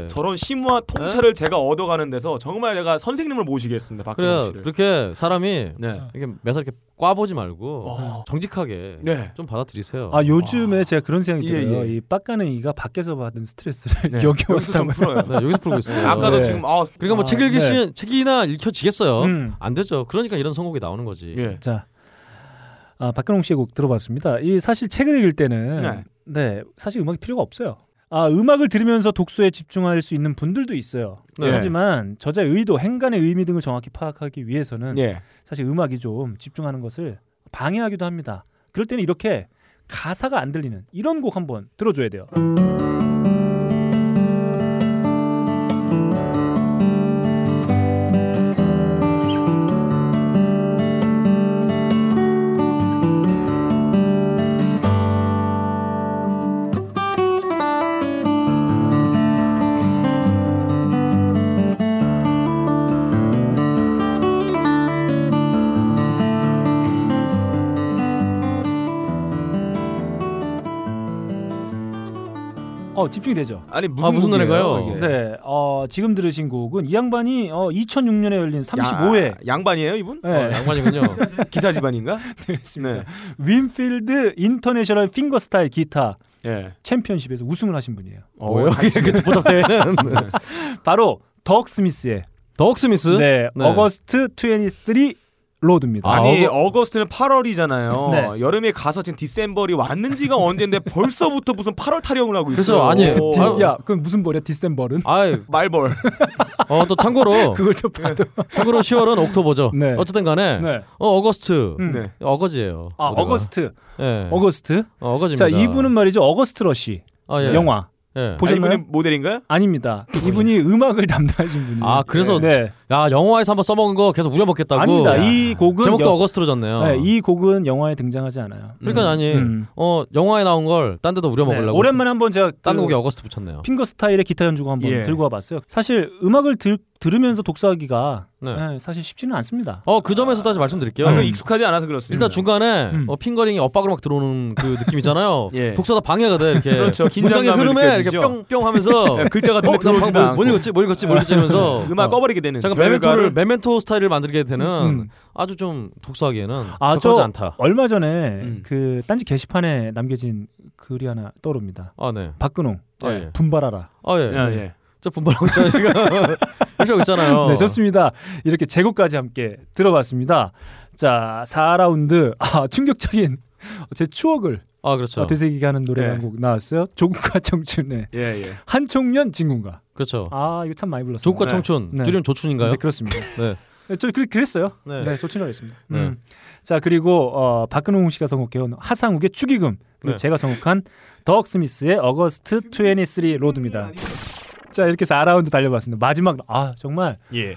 네? 저런 심화 통찰을 제가 얻어가는 데서 정말 내가 선생님을 모시겠습니다. 박근홍 그래요. 씨를. 그렇게 사람이 네. 이렇게 매사 이렇게 꽈보지 말고 정직하게 어. 네. 좀 받아들이세요. 아 요즘에 제가 그런 생각이 예, 들어요. 예. 이 빡가는이가 밖에서 받은 스트레스를 네. 여기 여기서 와서 좀 담아요. 풀어요. 네, 여기서 풀고 있어요. 아까도 지금 아, 그러니까 뭐 아, 책 읽기 네. 시 책이나 읽혀지겠어요. 음. 예. 안 되죠. 그러니까 이런 선곡이 나오는 거지. 자, 아, 박근홍 씨의 곡 들어봤습니다. 이 사실 책을 읽을 때는 네. 네, 사실 음악이 필요가 없어요. 아, 음악을 들으면서 독서에 집중할 수 있는 분들도 있어요. 네. 하지만 저자의 의도, 행간의 의미 등을 정확히 파악하기 위해서는 네. 예. 사실 음악이 좀 집중하는 것을 방해하기도 합니다. 그럴 때는 이렇게 가사가 안 들리는 이런 곡 한번 들어줘야 돼요. 어 집중이 되죠. 아니 무슨 아, 무슨 곡이에요, 노래가요? 이게? 네, 어, 지금 들으신 곡은 이 양반이 어, 2006년에 열린 35회 양반이에요 이분? 네. 아, 어, 양반이군요. 기사 집안인가? 그렇습니다. 네. 윈필드 인터내셔널 핑거스타일 기타 예. 챔피언십에서 우승을 하신 분이에요. 어, 뭐예요? 다시. 이렇게 보답대회는 네. 바로 덕 스미스의 덕 스미스? 네, 네. 어거스트 23 로드입니다. 아니 어거... 스트는 8월이잖아요. 네. 여름에 가서 지금 디셈버리 왔는지가 언젠데 벌써부터 무슨 8월 타령을 하고 있어요. 그렇죠. 아니, 오. 디- 야, 그럼 무슨 벌이야? 디셈버는? 말벌. 어 또 참고로 네. 그걸 또 봐도 참고로 10월은 옥토버죠. 네. 어쨌든 간에 네. 어 어거스트 음. 네. 어거지예요. 아, 노래가. 어거스트. 예. 어거스트. 어, 어거지입니다. 자, 이분은 말이죠. 어거스트 러시. 아, 예. 영화. 예. 보셨나요? 아, 이분이 모델인가요? 아닙니다. 이분이 음악을 담당하신 분이에요. 아 그래서 네. 야 영화에서 한번 써먹은 거 계속 우려먹겠다고. 아닙니다. 이 곡은 제목도 여- 어거스트로졌네요. 네, 이 곡은 영화에 등장하지 않아요. 그러니까 음. 아니 음. 어 영화에 나온 걸 딴 데도 우려먹으려고. 네, 오랜만에 한번 제가 딴 그- 곡에 어거스트 붙였네요. 핑거 스타일의 기타 연주곡 한번 예. 들고 와봤어요. 사실 음악을 들, 들으면서 독서하기가 네. 네, 사실 쉽지는 않습니다. 어 그 점에서 다시 말씀드릴게요. 아, 그럼 익숙하지 않아서 그렇습니다. 음. 일단 중간에 어, 핑거링이 엇박으로 막 들어오는 그 느낌 있잖아요. 예. 독서다 방해가 돼 이렇게 그렇죠. 긴장감을 문장의 네. 흐름에 느껴지죠. 이렇게 뿅뿅 하면서 예, 글자가 눈에 어, 나 방금 들어오지도 뭘- 않고. 뭘 읽었지 뭘 읽었지 뭘 읽었지 하면서 음악 꺼버리게 되는 잠깐 결과를- 메멘토를 메멘토 스타일을 만들게 되는 음. 아주 좀 독서하기에는 아, 적절하지 저 않다. 얼마 전에 음. 그 딴지 게시판에 남겨진 글이 하나 떠오릅니다. 아, 네. 박근홍 아, 예. 분발하라. 아 예. 네. 저 분발하고 있잖아요 지금. 이러고 있잖아요. 네, 좋습니다. 이렇게 제곡까지 함께 들어봤습니다. 자, 4라운드 아, 충격적인 제 추억을 아 그렇죠. 어, 되새기게 하는 노래 예. 한 곡 나왔어요. 조국과 청춘의 예, 예. 한총년 진군가. 그렇죠. 아 이거 참 많이 불렀어요. 조국과 청춘 줄이면 조춘인가요? 네, 그렇습니다. 네. 네, 저 그, 그랬어요. 네. 네, 조춘이라겠습니다. 네. 음. 자 그리고 어, 박근홍 씨가 선곡해온 하상욱의 축의금 그리고 네. 제가 선곡한 덕 스미스의 어거스트 23 로드입니다. 자 이렇게 해서 4라운드 달려봤습니다. 마지막 아 정말 예.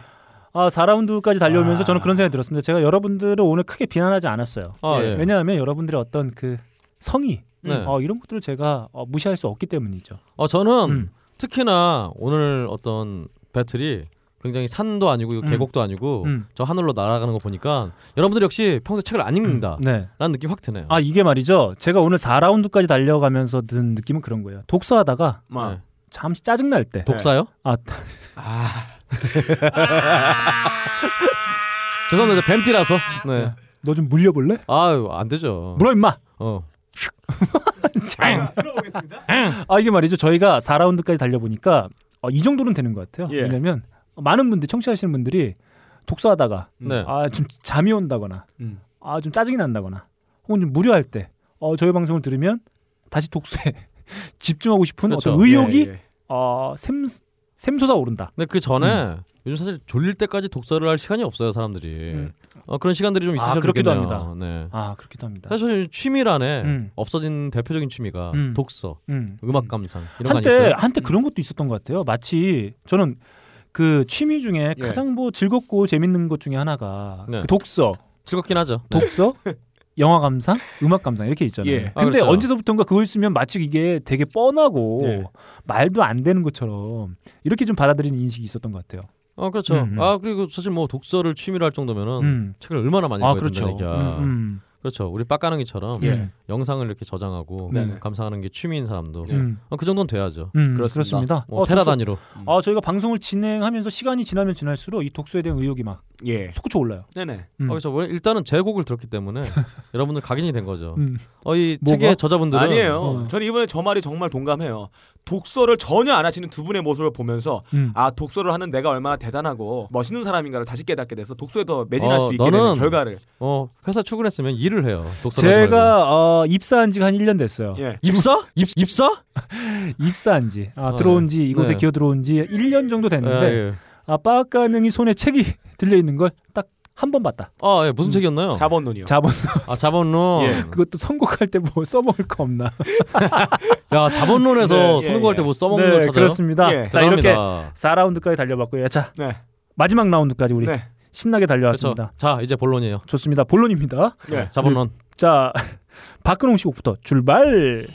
아, 4라운드까지 달려오면서 저는 그런 생각이 들었습니다. 제가 여러분들을 오늘 크게 비난하지 않았어요. 아, 예, 예. 왜냐하면 여러분들의 어떤 그 성의, 네. 어, 이런 것들을 제가 어, 무시할 수 없기 때문이죠. 어 저는 음. 특히나 오늘 어떤 배틀이 굉장히 산도 아니고 계곡도 아니고 음. 저 하늘로 날아가는 거 보니까 여러분들 역시 평소 에 책을 안 읽는다. 네. 라는 느낌 확 드네요. 아 이게 말이죠. 제가 오늘 4라운드까지 달려가면서 든 느낌은 그런 거예요. 독서하다가 잠시 짜증 날 때. 네. 독사요? 아. 죄송합니다. 뱀띠라서. 네. 너 좀 물려볼래? 아유 안 되죠. 물어 임마. 어. 참. 아 이게 말이죠. 저희가 4라운드까지 달려보니까 어, 이 정도는 되는 것 같아요. 예. 왜냐면 많은 분들 청취하시는 분들이 독서하다가 네. 아 좀 잠이 온다거나 음. 아 좀 짜증이 난다거나 혹은 좀 무료할 때 어, 저희 방송을 들으면 다시 독서에 집중하고 싶은 그렇죠. 어떤 의욕이 예, 예. 어, 샘 샘솟아 오른다. 근데 그 전에 음. 요즘 사실 졸릴 때까지 독서를 할 시간이 없어요 사람들이. 어, 그런 시간들이 좀 음. 아, 있으셔도 그렇기도 좋겠네요. 합니다. 네. 아 그렇기도 합니다. 사실 요즘 취미란에 음. 없어진 대표적인 취미가 음. 독서, 음. 음. 악 감상 이런 거 한때 아니었어요? 음. 한때 그런 것도 있었던 것 같아요. 마치 저는 그 취미 중에 예. 가장 뭐 즐겁고 재밌는 것 중에 하나가 네. 그 독서. 즐겁긴 하죠. 네. 독서, 영화 감상, 음악 감상 이렇게 있잖아요. 예. 아, 근데 그렇죠. 언제서부턴가 그걸 쓰면 마치 이게 되게 뻔하고 예. 말도 안 되는 것처럼 이렇게 좀 받아들이는 인식이 있었던 것 같아요. 어 그렇죠. 음, 음. 아 그리고 사실 뭐 독서를 취미로 할 정도면은 음. 책을 얼마나 많이 아, 읽어야 그렇죠. 된다니까. 음, 음. 그렇죠. 우리 빡가능이처럼 예. 영상을 이렇게 저장하고 네네. 감상하는 게 취미인 사람도 예. 음. 어, 그 정도는 돼야죠. 음, 그렇습니다. 뭐 어, 테라 독서- 단위로. 아 저희가 방송을 진행하면서 시간이 지나면 지날수록 이 독서에 대한 의욕이 막 예. 솟구쳐 올라요. 네네. 음. 어, 그래서 원래 일단은 제 곡을 들었기 때문에 여러분들 각인이 된 거죠. 음. 어이 뭐가? 책의 저자분들은 아니에요. 어. 저는 이번에 저 말이 정말 동감해요. 독서를 전혀 안 하시는 두 분의 모습을 보면서 음. 아 독서를 하는 내가 얼마나 대단하고 멋있는 사람인가를 다시 깨닫게 돼서 독서에 더 매진할 어, 수 있게 되는 결과를 어 회사 출근했으면 일을 해요. 독서를 하지 말고. 제가 어, 입사한 지가 한 1년 됐어요. 예. 입사? 입, 입사? 입사한 지. 아, 아, 들어온 예. 지 이곳에 네. 기어 들어온 지 1년 정도 됐는데 예, 예. 아, 빠가능이 손에 책이 들려 있는 걸 딱 한 번 봤다. 아, 예, 무슨 책이었나요? 자본론이요. 음. 자본 예. 아, 자본론. 그것도 선곡할 때 뭐 써먹을 거 없나? 야, 자본론에서 네, 예, 선거할 예. 때 뭐 써먹는 네, 걸 찾아요? 그렇습니다. 예. 자, 이렇게 대단합니다. 네. 4라운드까지 달려봤고요. 자. 마지막 라운드까지 우리 신나게 달려왔습니다. 그렇죠. 자, 이제 본론이에요. 좋습니다. 본론입니다. 예. 자본론. 자, 박근홍 씨 곡부터 출발.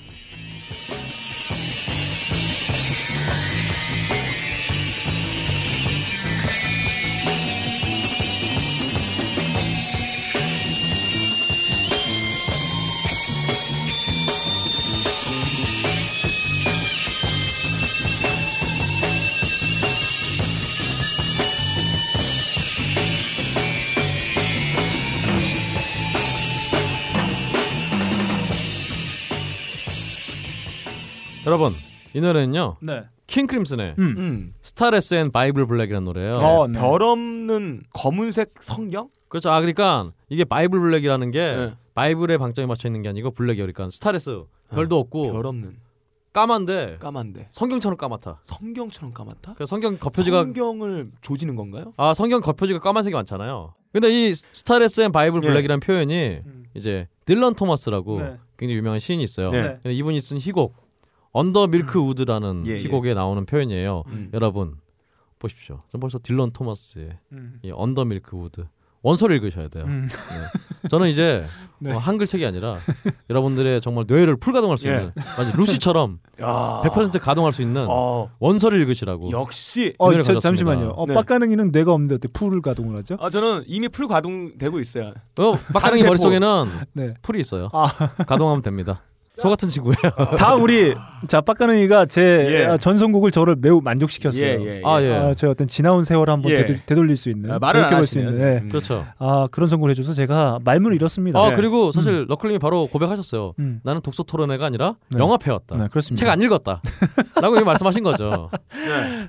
여러분, 이 노래는요. 네. 킹 크림슨의 음. 스타레스 앤 바이블 블랙이라는 노래예요. 어, 네. 별 없는 검은색 성경? 그렇죠. 아, 그러니까 이게 바이블 블랙이라는 게 바이블에 방점이 맞춰 있는 게 아니고 블랙이요. 그러니까 스타레스 별도 없고 별 없는 까만데 까만데 성경처럼 까맣다. 성경처럼 까맣다? 그 성경 겉표지가 성경을 조지는 건가요? 아 성경 겉표지가 까만색이 많잖아요. 근데 이 스타레스 앤 바이블 예. 블랙이라는 표현이 이제 딜런 토마스라고 네. 굉장히 유명한 시인이 있어요. 네. 근데 이분이 쓴 희곡 언더 밀크 우드라는 예, 음. 예. 희곡에 나오는 표현이에요. 여러분 보십시오. 전 벌써 딜런 토마스의 음. 이 언더 밀크 우드 원서를 읽으셔야 돼요. 음. 네. 저는 이제 네. 어, 한글 책이 아니라 여러분들의 정말 뇌를 풀가동할 수 예. 있는 마치 루시처럼 야. 100% 가동할 수 있는 원서를 읽으시라고 어. 역시 어, 오늘을 저- 가졌습니다. 잠시만요. 어, 네. 빡가능이는 뇌가 없는데 어떻게 풀을 가동을 하죠? 아 저는 이미 풀 가동되고 있어요. 어, 막가랑이 한세포. 머릿속에는 네. 풀이 있어요. 아. 가동하면 됩니다. 저 같은 친구예요. 다음 우리 자 빡가능이가 제 아, 전선곡을 저를 매우 만족시켰어요. 예, 예, 예. 아, 예. 제 어떤 지나온 세월 한번 예. 되돌, 되돌릴 수 있는 아, 말은 음, 그렇게 안 볼수 하시네요, 있는, 예. 음. 지금. 그렇죠. 아 그런 선곡을 해줘서 제가 말문을 잃었습니다. 아 네. 그리고 사실 음. 러클님이 바로 고백하셨어요. 음. 나는 독서 토론회가 아니라 네. 영화패였다. 네, 그렇습니다. 책 안 읽었다. 라고 이렇게 말씀하신 거죠.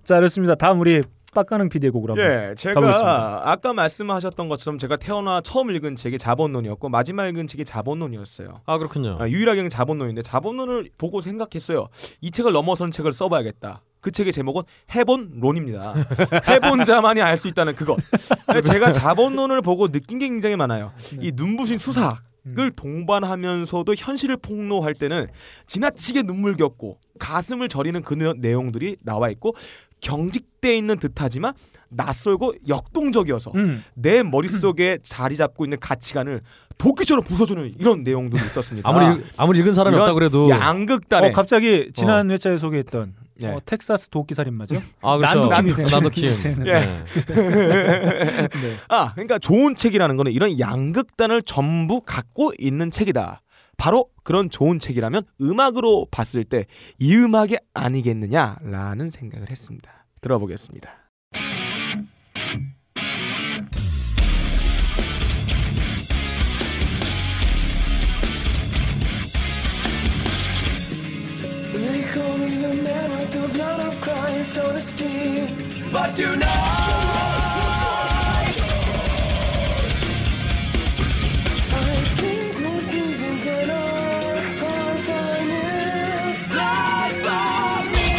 자 그렇습니다. 다음 우리 빡가능 PD의 곡으로 한번 예, 제가 가보겠습니다. 아까 말씀하셨던 것처럼 제가 태어나 처음 읽은 책이 자본론이었고 마지막 읽은 책이 자본론이었어요. 아 그렇군요. 아, 유일하게 읽은 자본론인데 자본론을 보고 생각했어요. 이 책을 넘어선 책을 써봐야겠다. 그 책의 제목은 해본론입니다. 해본 자만이 알 수 있다는 그것. 근데 제가 자본론을 보고 느낀 게 굉장히 많아요. 이 음. 눈부신 수사학을 동반하면서도 현실을 폭로할 때는 지나치게 눈물겹고 가슴을 저리는 그 내- 내용들이 나와 있고 경직돼 있는 듯하지만 낯설고 음. 음. 역동적이어서 내 머릿속에 자리 잡고 있는 가치관을 도끼처럼 부숴주는 이런 내용도 있었습니다. 아무리 읽- 아무리 읽은 사람이 이런 없다 그래도 양극단에 예. 어, 갑자기 지난 회차에 소개했던 예. 어, 텍사스 도끼 살인마죠. 아, 그렇죠. 난도킴이 난도- 난도킴. 네. 생각나요. 예. 네. 아, 그러니까 좋은 책이라는 거는 이런 양극단을 전부 갖고 있는 책이다. 바로 그런 좋은 책이라면 음악으로 봤을 때 이 음악이 아니겠느냐라는 생각을 했습니다. 들어보겠습니다. They call me the man with the blood of Christ on his skin. But tonight, I think we're leaving dinner. Our finest life for me.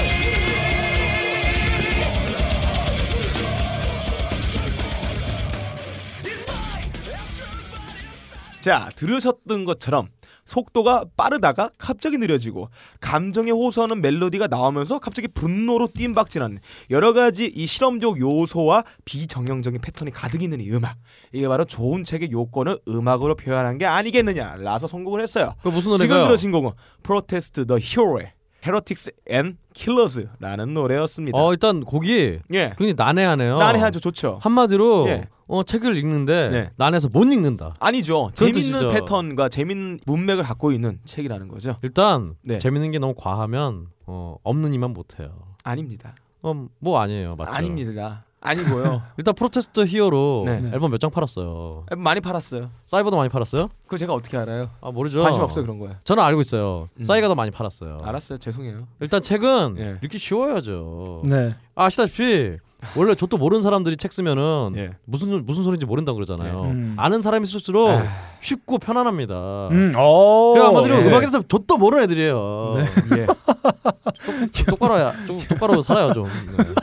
자, 들으셨던 것처럼 속도가 빠르다가 갑자기 느려지고 감정에 호소하는 멜로디가 나오면서 갑자기 분노로 뜀박질하는 여러 가지 이 실험적 요소와 비정형적인 패턴이 가득 있는 이 음악 이게 바로 좋은 책의 요건을 음악으로 표현한 게 아니겠느냐라서 선곡을 했어요. 그 무슨 노래가요? 지금 들으신 곡은 Protest the Hero의 Heretics and Killers라는 노래였습니다. 어 일단 곡이 예. 굉장히 난해하네요. 난해하죠. 좋죠. 한마디로 예. 어, 책을 읽는데 네. 난해서 못 읽는다. 아니죠. 그런 재밌는 뜻이죠. 패턴과 재밌는 문맥을 갖고 있는 책이라는 거죠. 일단 네. 재밌는 게 너무 과하면 어, 없는 이만 못해요. 아닙니다. 음, 뭐 아니에요, 맞죠? 아닙니다. 아니고요. 일단 프로테스트 히어로 네. 앨범 몇 장 팔았어요. 많이 팔았어요. 사이버도 많이 팔았어요? 그거 제가 어떻게 알아요? 아 모르죠. 관심 없어요 그런 거에. 저는 알고 있어요. 음. 싸이가 더 많이 팔았어요. 아. 알았어요. 죄송해요. 일단 책은 예. 읽기 쉬워야죠. 네. 아시다시피 원래 저도 모르는 사람들이 책 쓰면은 무슨 무슨 소리인지 모른다고 그러잖아요. 네. 예. 음. 아는 사람이 쓸수록 쉽고 편안합니다. 음, 오. 그냥 한마디로 예. 음악에서 저도 모르는 애들이에요. 네. 예. 똑, 똑바로 야, 좀 똑바로 살아요 좀. 네.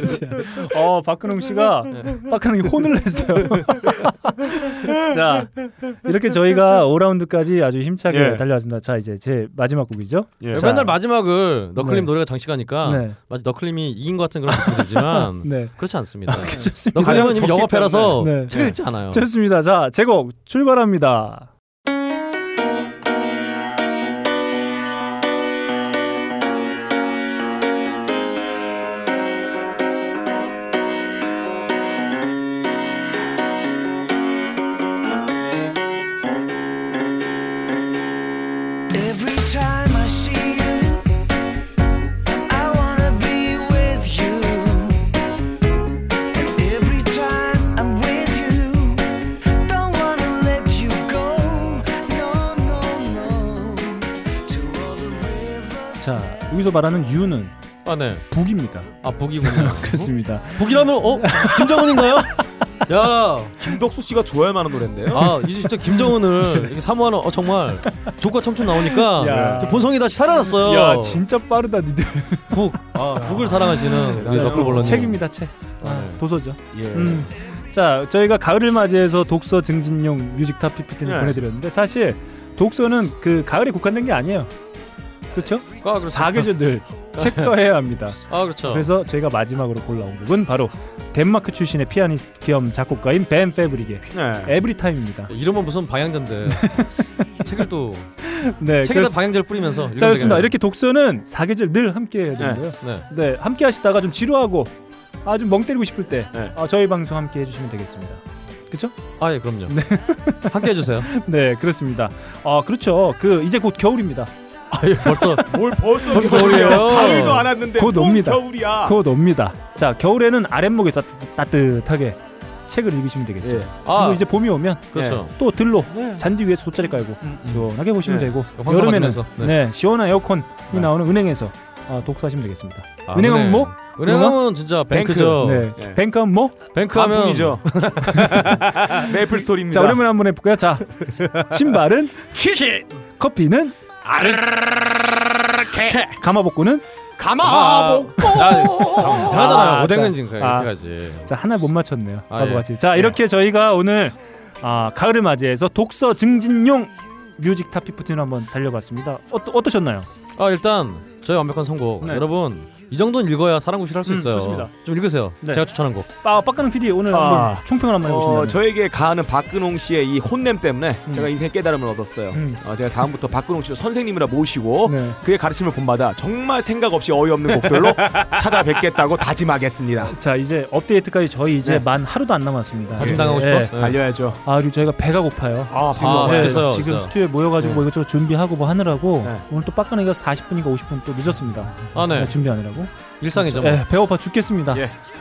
진짜. 어 박근홍 씨가 박근홍이 혼을 냈어요. 자 이렇게 저희가 5라운드까지 아주 힘차게 예. 달려왔습니다. 자 이제 제 마지막 곡이죠. 자, 맨날 마지막을 너클림 네. 노래가 장식하니까 네. 마치 너클림이 이긴 것 같은 그런 느낌이지만 네. 그렇지 않습니다. 아, 그렇습니다. 음. 너클림은 지금 적기 영어패라서 때문에. 네. 책을 읽지 않아요. 좋습니다. 자 제곡 출발합니다. Every time I see you, I wanna be with you. And every time I'm with you, don't wanna let you go. No, no, no. To all the rivers. 자 여기서 말하는 유는 아네 북입니다. 아 북이군요. 그렇습니다. 북이라면 어 김정은인가요? 야 김덕수 씨가 좋아할 만한 노래인데요. 아 이제 진짜 김정은을 이렇게 사모하는 어 정말 조과 청춘 야. 나오니까 저 본성이 다시 살아났어요. 야 진짜 빠르다 니들. 북 아, 북을 사랑하시는 우리 자, 너클볼러님 네, 책입니다 책. 아, 도서죠. 예. 음. 자 저희가 가을을 맞이해서 독서 증진용 뮤직 탑 PPT를 예. 보내드렸는데 사실 독서는 그 가을에 국한된 게 아니에요. 그렇죠? 그렇죠. 사계절들 책도 해야 합니다. 아, 그렇죠. 그래서 저희가 마지막으로 골라온 곡은 바로 덴마크 출신의 피아니스트 겸 작곡가인 벤 페브릭의 네. 에브리타임입니다. 이름은 무슨 방향제인데 책을 또 네, 음. 책에다 그래서- 방향제를 뿌리면서 읽으면 자 그렇습니다. 되겠네요. 이렇게 독서는 사계절 늘 함께 해야 되는 네, 거예요. 네. 네. 함께 하시다가 좀 지루하고 아주 멍 때리고 싶을 때 네. 어, 저희 방송 함께 해주시면 되겠습니다. 그렇죠? 아 예 그럼요. 함께 해주세요. 네 그렇습니다. 아 그렇죠. 그 이제 곧 겨울입니다. 아, 예, 벌써 뭘 벌써 벌써 겨울이에요? 겨울이에요. 네, 가을도 안 왔는데 곧 또 옵니다. 겨울이야. 곧 옵니다. 자 겨울에는 아랫목에 따, 따뜻하게 책을 읽으시면 되겠죠. 아. 그리고 이제 네. 봄이 오면 그렇죠. 또 들로 잔디 위에서 돗자리 깔고 시원하게 보시면 네. 되고 황사 여름에는 받으면서. 네. 네. 시원한 에어컨이 나오는 은행에서 어, 독서하시면 되겠습니다. 아, 은행은 은행. 뭐? 은행은 그거? 진짜 뱅크죠. 뱅크. 네. 네. 뱅크하면 뭐? 뱅크하면- 반품이죠. 메이플 스토리입니다. 자, 오랜만에 한번 해볼까요? 자, 신발은 히히. 커피는 아르르르르르 가마복구는 가마복고. 이상하잖아요. 오뎅은 자, 지금 이렇게 가지. 자, 하나 못 맞췄네요. 아, 바보같이. 예. 자, 이렇게 저희가 오늘 아, 가을을 맞이해서 독서 증진용 뮤직 탑피프틴 한번 달려봤습니다. 어떠, 어떠셨나요? 아 일단 저희 완벽한 선곡 네. 여러분 이 정도는 읽어야 사랑구실 할 수 음, 있어요. 좋습니다. 좀 읽으세요. 네. 제가 추천한 곡. 빠 빡가는 PD 오늘 한번 총평을 한번 해보시면 어, 저에게 가하는 박근홍 씨의 이 혼냄 때문에 제가 인생 깨달음을 얻었어요. 음. 어, 제가 다음부터 박근홍 씨를 선생님이라 모시고 그의 가르침을 본받아 정말 생각 없이 어이없는 곡들로 찾아뵙겠다고 다짐하겠습니다. 자 이제 업데이트까지 저희 이제 네. 아, 만 하루도 안 남았습니다. 다짐당하고 예. 싶어? 네. 달려야죠. 아 그리고 저희가 배가 고파요. 네. 아, 지금, 아, 예, 맛있겠어요, 지금 진짜. 스튜디오에 모여가지고 네. 뭐 이것저것 준비하고 뭐 하느라고 오늘 또 빡가는이가 40분이가 50분 또 늦었습니다. 아, 네. 준비하느라고 일상이죠, 뭐. 예, 배고파 죽겠습니다.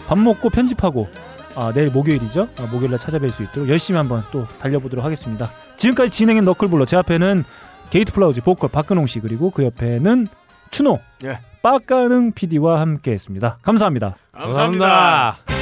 밥 먹고 편집하고 아, 내일 목요일이죠. 아, 목요일날 찾아뵐 수 있도록 열심히 한번 또 달려보도록 하겠습니다. 지금까지 진행인 너클볼러 제 앞에는 게이트 플라우즈 보컬 박근홍 씨 그리고 그 옆에는 추노 예. 빡가능 PD와 함께했습니다. 감사합니다. 감사합니다. 감사합니다.